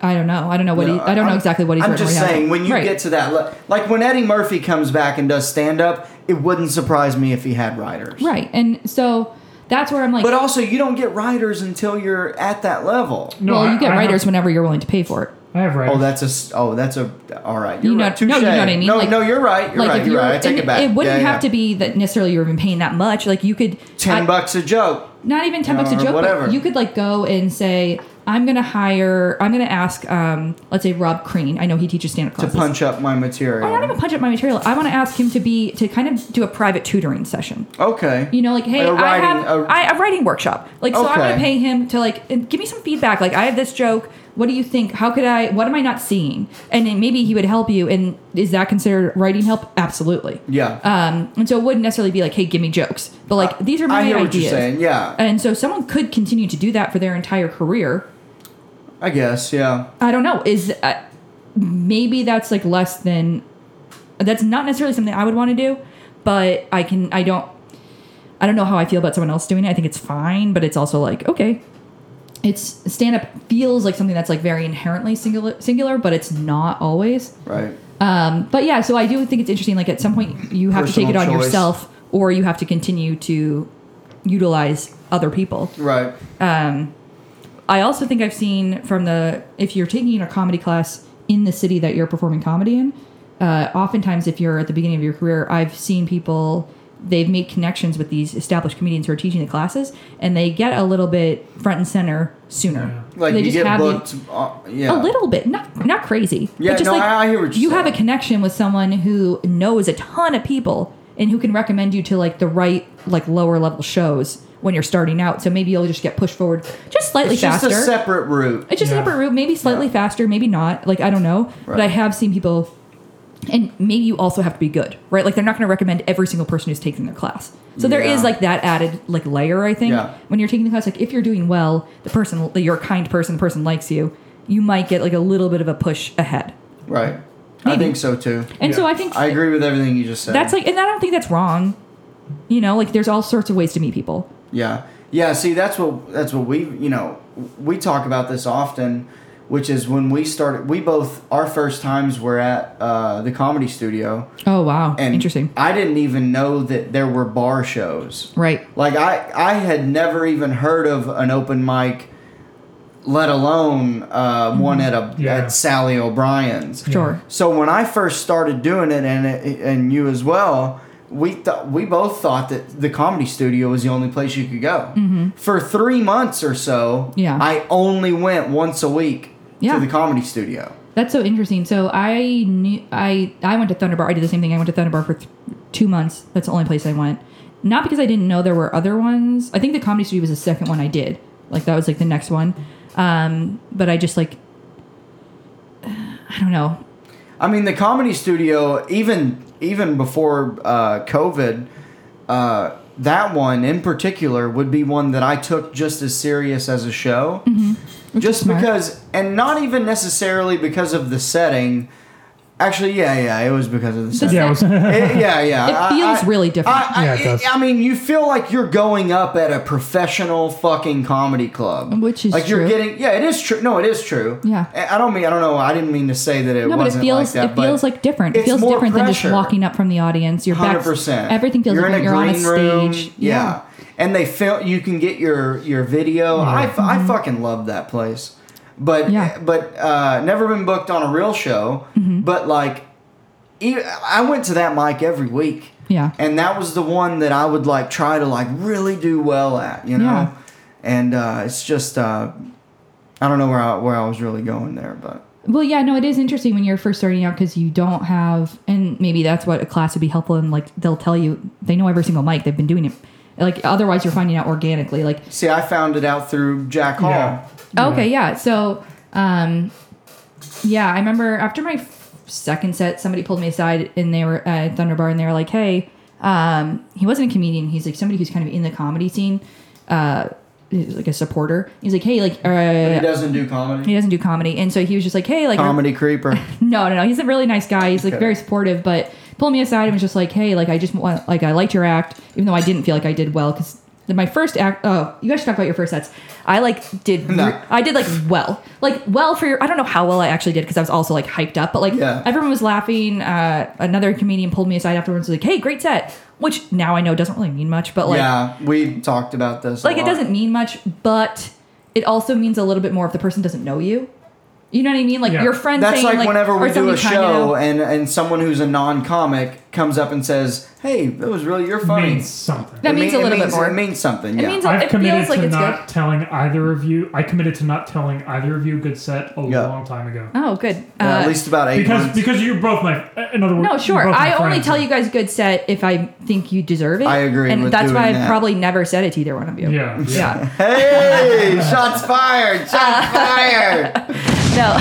I don't know. I don't know what he. I don't know I'm- exactly what he's. I'm written just right now. saying when you Right. get to that, le- like when Eddie Murphy comes back and does stand up, it wouldn't surprise me if he had writers. right, and so That's where I'm like, But also, you don't get riders until you're at that level. No, well, you I- get I writers Have, whenever you're willing to pay for it. I have writers. Oh, that's a. s- Oh, that's a. All right. You You're know- right. no, you know Touche. what I mean? No, Like- no, you're right. You're right. You're right. I take and it back. It wouldn't Yeah, have yeah. to be that necessarily you were even paying that much. Like you could ten I- bucks a joke. not even 10 bucks a or joke whatever. but you could like go and say i'm gonna hire i'm gonna ask um let's say rob crean i know he teaches stand-up to classes punch up my material. Oh, i don't even punch up my material i want to ask him to be to kind of do a private tutoring session okay. you know like hey Like a i writing- have a- I a writing workshop like so i'm Okay. gonna pay him to like and give me some feedback like i have this joke what do you think how could i what am i not seeing and then maybe he would help you and is that considered writing help absolutely yeah. um and so it wouldn't necessarily be like hey give me jokes but like these are my I hear ideas what you're saying. Yeah. and so someone could continue to do that for their entire career. I guess. Yeah. I don't know. Is uh, maybe that's like less than that's not necessarily something I would want to do, but I can I don't I don't know how I feel about someone else doing it. I think it's fine, but it's also like okay. It's stand up feels like something that's like very inherently singular singular, but it's not always. Right. Um, but yeah, so I do think it's interesting. Like at some point, you have to take Personal it on choice. yourself, or you have to continue to utilize other people. Right. I also think I've seen from the if you're taking a comedy class in the city that you're performing comedy in, uh, oftentimes if you're at the beginning of your career, I've seen people they've made connections with these established comedians who are teaching the classes, and they get a little bit front and center sooner. Yeah. Like they you just get have the- booked. uh, yeah. a little bit, not not crazy. Yeah, but just no, like I- I hear what you're you have a saying. connection with someone who knows a ton of people and who can recommend you to like the right like lower level shows when you're starting out. So maybe you'll just get pushed forward just slightly It's just faster. a separate route. It's just Yeah. an upper route, maybe slightly faster, maybe not. Like I don't know, but I Right. have seen people, and maybe you also have to be good, right? Like they're not going to recommend every single person who's taking their class. So there Yeah. is like that added like layer. I think Yeah. when you're taking the class, like if you're doing well, the person you're a kind person, the person likes you, you might get like a little bit of a push ahead. Right. I Maybe. think so too. And so Yeah. I think I agree with everything you just said. that's like, and I don't think that's wrong. You know, like there's all sorts of ways to meet people. Yeah. Yeah, see that's what that's what we you know, we talk about this often, which is when we started we both our first times were at uh, the comedy studio. Oh wow, And interesting. I didn't even know that there were bar shows. Right. Like I I had never even heard of an open mic let alone uh, Mm-hmm. one at a Yeah. at Sally O'Brien's. Sure. So when I first started doing it, and and you as well, we thought we both thought that the comedy studio was the only place you could go. For three months or so, Mm-hmm. Yeah. I only went once a week Yeah. to the comedy studio. That's so interesting. So I knew I I went to Thunderbar. I did the same thing. I went to Thunderbar for th- two months. That's the only place I went. Not because I didn't know there were other ones. I think the Comedy Studio was the second one I did. Like that was like the next one. Um, but I just like I don't know. I mean, the comedy studio, even even before uh, COVID, uh, that one in particular would be one that I took just as serious as a show, just smart. because, and not even necessarily because of the setting. Actually, yeah, yeah, it was because of the setting. yeah, it was, yeah, It- Eh, yeah, yeah. It I- feels I- really different. I, I, Yeah, it does. I mean, you feel like you're going up at a professional fucking comedy club, Which is like you're true. getting. Yeah, it is true. No, it is true. Eh, Yeah. I I don't mean. I don't know. I didn't mean to say that it No, but it wasn't feels like that. it but feels like different. It it's feels more different than just pressure. walking up from the audience. You're back. Hundred percent. Everything feels you're different. in a you're on a green room. stage. Yeah. and they feel you can get your your video. I, f- I fucking love that place, but Mm-hmm. Yeah. Mm-hmm. but uh, never been booked on a real show. But like, e- I went to that mic every week. Yeah. and that was the one that I would like try to like really do well at. You know, Yeah. and uh, it's just uh, I don't know where I, where I was really going there, but Well, yeah, no, it is interesting when you're first starting out because you don't have, and maybe that's what a class would be helpful in. Like they'll tell you they know every single mic, they've been doing it. Like otherwise, you're finding out organically. Like see, I found it out through Jack Hall. okay, yeah. So, um, yeah, I remember after my f- second set, somebody pulled me aside and they were at Thunderbar and they were like, "Hey, um, he wasn't a comedian. He's like somebody who's kind of in the comedy scene, uh, he's like a supporter. He's like, hey, like He uh, doesn't do comedy. he doesn't do comedy, and so he was just like, hey, like." Comedy creeper. No, no, no. He's a really nice guy. He's like Okay. very supportive, but pulled me aside and was just like, "Hey, like I just want, like I liked your act, even though I didn't feel like I did well because the- my first act. Oh, you guys should talk about your first sets. I like did. No. I did like well, like well for your. I don't know how well I actually did because I was also like hyped up, but like Yeah. everyone was laughing. Uh, another comedian pulled me aside afterwards, like, "Hey, great set," which now I know doesn't really mean much, but like yeah, we talked about this. a like it lot. doesn't mean much, but it also means a little bit more if the person doesn't know you. You know what I mean? Like Yeah. your friend That's saying like, like whenever or we do somebody a you kinda show know. and, and someone who's a non-comic comes up and says, "Hey, that was really your funny." means something. That It means mean- a little it bit means, more. It means something. It Yeah. means a- I've it feels committed to like it's not good. telling either of you. I committed to not telling either of you good set a Yeah. long time ago. Oh, good. Yeah, Uh, at least about eight Because months. because you're both my in other words. no, you're sure. both my I only friends. tell you guys good set if I think you deserve it. I agree and with that's why doing I that. probably never said it to either one of you. Yeah, yeah. Yeah. hey, shots fired! Uh. Shots fired! no.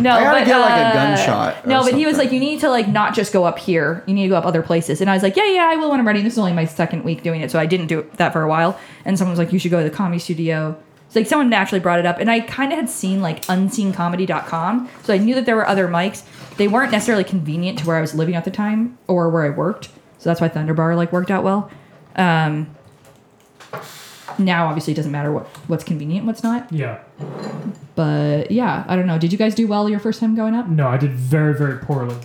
No, I gotta but, get, like, a uh, gunshot or No, but he was something. like, you need to like not just go up here. You need to go up other places. And I was like, yeah, yeah, I will when I'm ready. This is only my second week doing it, so I didn't do that for a while. And someone was like, you should go to the comedy studio. So like someone naturally brought it up, and I kind of had seen like unseencomedy.com, so I knew that there were other mics. They weren't necessarily convenient to where I was living at the time or where I worked, so that's why Thunderbar like worked out well. Um, now obviously it doesn't matter what what's convenient, what's not. yeah. But yeah, I don't know. Did you guys do well your first time going up? No, I did very very poorly.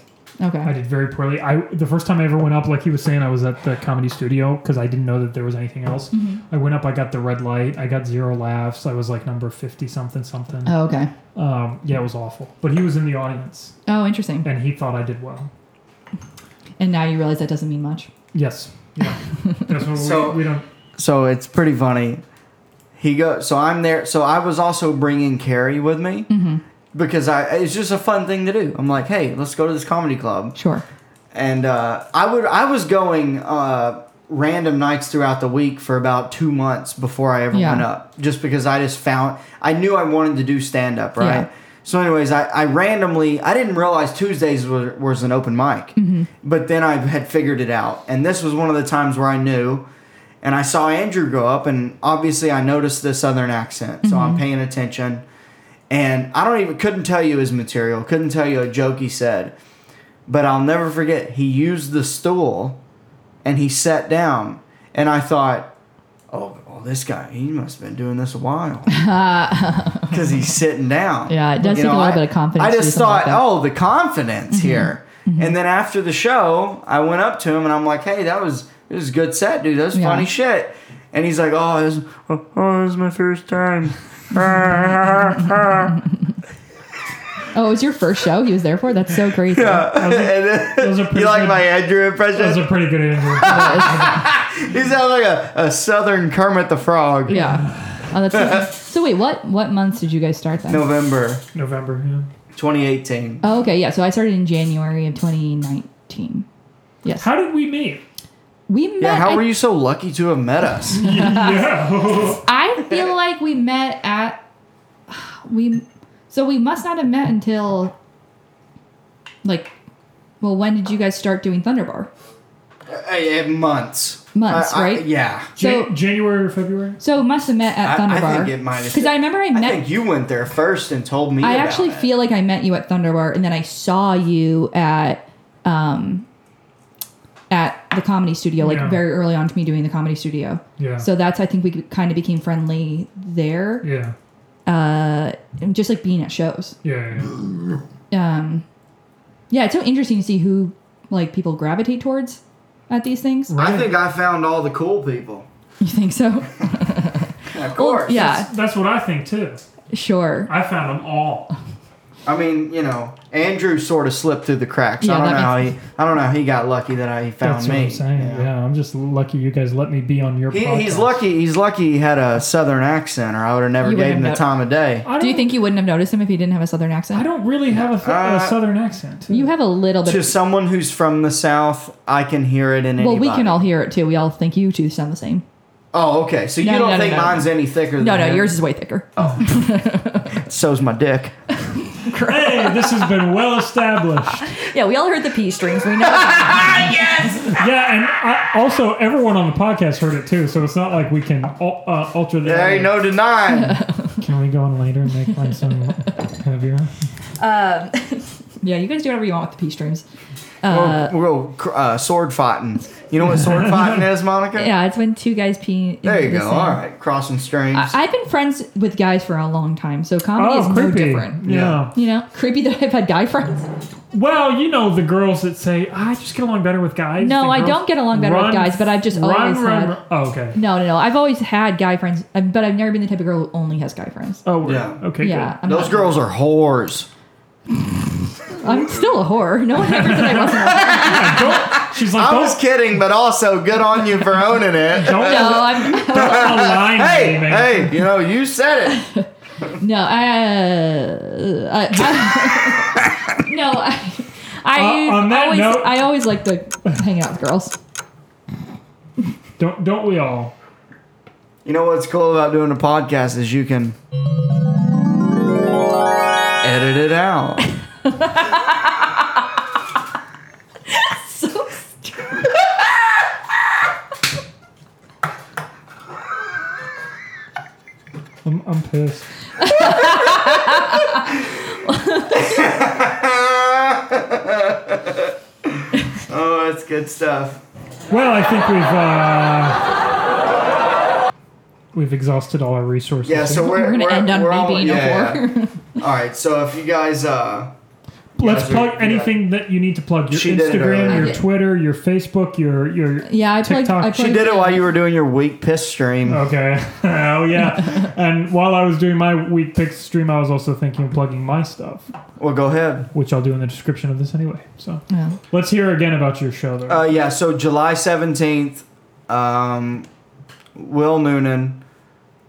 Okay. I did very poorly. I the first time I ever went up, like he was saying, I was at the comedy studio because I didn't know that there was anything else. Mm-hmm. I went up, I got the red light, I got zero laughs. I was like number fifty something something. Oh, okay. Um, yeah, it was awful. But he was in the audience Oh, interesting. and he thought I did well. And now you realize that doesn't mean much. Yes. Yeah. That's what So- we, we don't. So it's pretty funny. He go. So I'm there. So I was also bringing Carrie with me Mm-hmm. because I. It's just a fun thing to do. I'm like, hey, let's go to this comedy club. Sure. And uh, I would. I was going uh, random nights throughout the week for about two months before I ever Yeah. went up, just because I just found. I knew I wanted to do stand up, right? Yeah. So, anyways, I, I randomly I didn't realize Tuesdays was, was an open mic, but then I had figured it out, and this was one of the times where I knew. And I saw Andrew go up, and obviously I noticed the southern accent, so I'm paying attention. And I don't even couldn't tell you his material, couldn't tell you a joke he said, but I'll never forget he used the stool, and he sat down, and I thought, oh, well, this guy he must have been doing this a while because he's sitting down. Yeah, it does You take a little I- bit of confidence I to just do something like thought, that. Mm-hmm. oh, the confidence here. And then after the show, I went up to him and I'm like, hey, that was it was a good set, dude. That was Yeah. funny shit. And he's like, oh, this, oh, oh, this is my first time. yeah. Oh, it was your first show he was there for? That's so crazy. And then- Those are pretty you like good- my Andrew That was impression? a pretty good answer. he sounds like a, a southern Kermit the Frog. Yeah. Oh, that's so. Wait, what what months did you guys start then? November November. Yeah. 2018. Oh, okay. Yeah. So I started in January of 2019. Yes. How did we meet? we met. Yeah, how I, were you so lucky to have met us? Yeah. I feel like we met at we. So we must not have met until like. Well, when did you guys start doing Thunderbar? Eh, eh, months. Months, I- I- right? yeah. Jan- So- January or February? So must have met at I- I Thunderbar. think it might have- because I remember I I met. think you went there first and told me. I about actually it. feel like I met you at Thunderbar, and then I saw you at um, at the comedy studio, like Yeah. very early on to me doing the comedy studio. Yeah. So that's I think we kind of became friendly there, yeah. and just like being at shows. Yeah. yeah. Um, yeah, it's so interesting to see who like people gravitate towards at these things. Right. I think I found all the cool people. You think so? Of course. Oh, yeah, That's what I think too. sure. I found them all. I mean, you know, Andrew sort of slipped through the cracks. Yeah, I don't know that how he. I don't know how he got lucky that I he found That's me. what I'm saying. Yeah. I'm just lucky you guys let me be on your He, podcast. he's lucky. He's lucky he had a southern accent, or I would have never You gave him wouldn't the have time of day. I Do you don't- think you wouldn't have noticed him if he didn't have a southern accent? I don't really have a, th- Uh, a southern accent? Too. You have a little bit. To someone who's from the south, I can hear it in well, anybody. we can all hear it too. We all think you two sound the same. Oh, okay. So No, you don't no, no, think no, no. mine's any thicker? No, than no, him? yours is way thicker. So's my dick. hey, this has been well established. Yeah, we all heard the P strings. We know. Yeah, and I, also everyone on the podcast heard it too, so it's not like we can al- uh, alter the. There ain't no denying. Can we go on later and make like some heavier? yeah, you guys do whatever you want with the P strings. We'll, we'll, uh, sword fighting. You know what sword fighting is, Monica? Yeah, it's when two guys pee. in There you the go. same- All right, crossing strings. I, I've been friends with guys for a long time, so comedy oh, is no creepy. different. yeah. You know, creepy that I've had guy friends. Well, you know the girls that say, "I just get along better with guys." No, The I girls- don't get along better with guys, but I've just run, always run, had- run. Oh, okay. No, no, no. I've always had guy friends, uh, but I've never been the type of girl who only has guy friends. Oh, we're- Yeah. Okay. yeah, Good. I'm Those not- girls are whores. I'm still a whore. No one ever said I wasn't. A whore. She's like, I don't, was kidding, but also good on you for owning it. don't, No, I'm don't align Hey, me, man. hey, you know, you said it. no. I, uh, I, I- no. I, I Uh, on that always note- I always like to hang out with girls. Don't, don't we all? You know what's cool about doing a podcast is you can edit it out. So stupid. I'm, I'm pissed. Oh, that's good stuff. Well, I think we've uh, we've exhausted all our resources. Yeah, so we're, We're gonna end on me all- being yeah, a whore. yeah. All right, so if you guys, uh, let's guys are- plug yeah. anything that you need to plug. Your She did it Instagram, earlier. I your did. Twitter, your Facebook, your your Yeah, I plugged. TikTok. I she plugged- did it while you were doing your weak piss stream. Okay. oh yeah. and while I was doing my week pick stream, I was also thinking of plugging my stuff, Well, go ahead. which I'll do in the description of this anyway. So Yeah. let's hear again about your show, though. Uh, yeah, so July 17th, um, Will Noonan,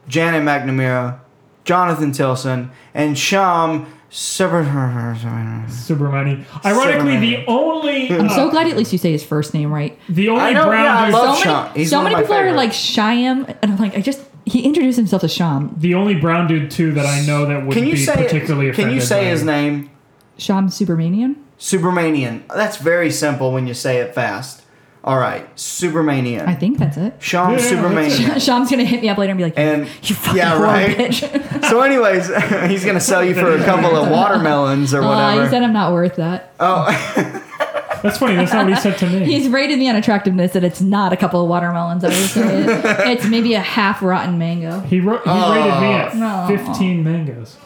Janet McNamara, Jonathan Tilson, and Sham Super. Subramani. Ironically, the only uh, I'm so glad at least you say his first name right. the only I know, brown yeah, I dude, love- so Shyam. many, He's so one of many my people are favorites. like Shyam, and I'm like, I just he introduced himself as Sham, the only brown dude too that I know that would Can you be say particularly offended. Can you say by his it. name? Sham Supermanian. Supermanian. That's very simple when you say it fast. All right, I Supermanian. think that's it. Sham Yeah, yeah, Supermanian. Sham's gonna hit me up later and be like, And "You fucking yeah, whore, right. bitch." So, anyways, he's gonna sell you for a couple of watermelons Oh, or Aw, he whatever. Oh. said I'm not worth that. That's funny. That's not what he said to me. He's rated me on attractiveness that it's not a couple of watermelons. I would say it. it's maybe a half rotten mango. he wrote. He rated me at Aw. fifteen mangoes.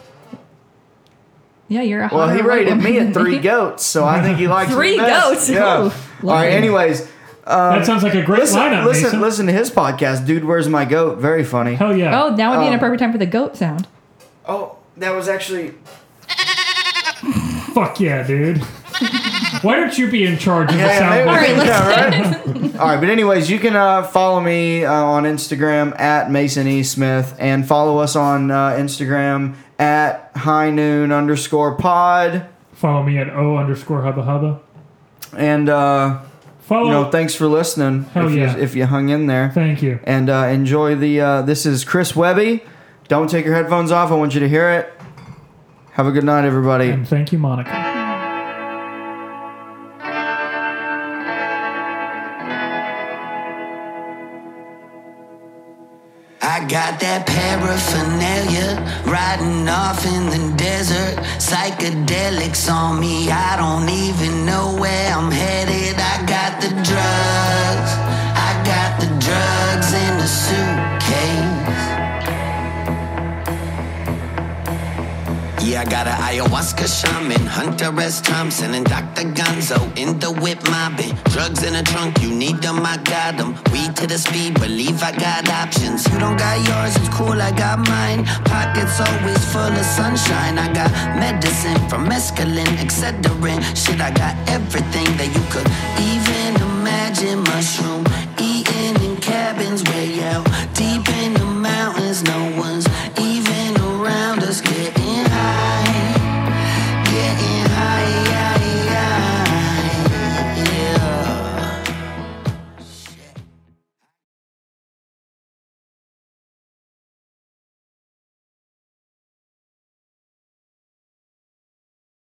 Yeah, you're a Well, he hotter white rated me woman at than three goats, so I think he likes me Three best. goats? Yeah. Oh, All lovely. right. Anyways, that sounds like a great Uh, listen, lineup. listen, Mason. listen to his podcast, dude. Where's my goat? Very funny. Hell yeah. Oh, that would be an Um, appropriate time for the goat sound. Oh, that was actually. Fuck yeah, dude. Why don't you be in charge of Yeah, maybe- the soundboard? Alright, let's- yeah, right? All right, but anyways, you can uh, follow me uh, on Instagram at Mason E Smith and follow us on uh, Instagram at High Noon underscore Pod Follow me at o underscore hubba hubba. and. Uh, Follow. you know, thanks for listening. Hell if, yeah. you, if you hung in there, Thank you. and uh, enjoy the. Uh, this is Chris Webby. Don't take your headphones off. I want you to hear it. Have a good night, everybody. And thank you, Monica. I got that paraphernalia, riding off in the desert. Psychedelics on me, I don't even know where I'm headed. I got the drugs, I got the drugs in a suitcase. Yeah, I got an ayahuasca shaman, Hunter S. Thompson, and Dr. Gonzo in the whip mobbing. Drugs in a trunk, you need them, I got them. Weed to the speed, believe I got options. You don't got yours, it's cool, I got mine. Pockets always full of sunshine. I got medicine from mescaline, Excedrin. Shit, I got everything that you could even imagine. Mushroom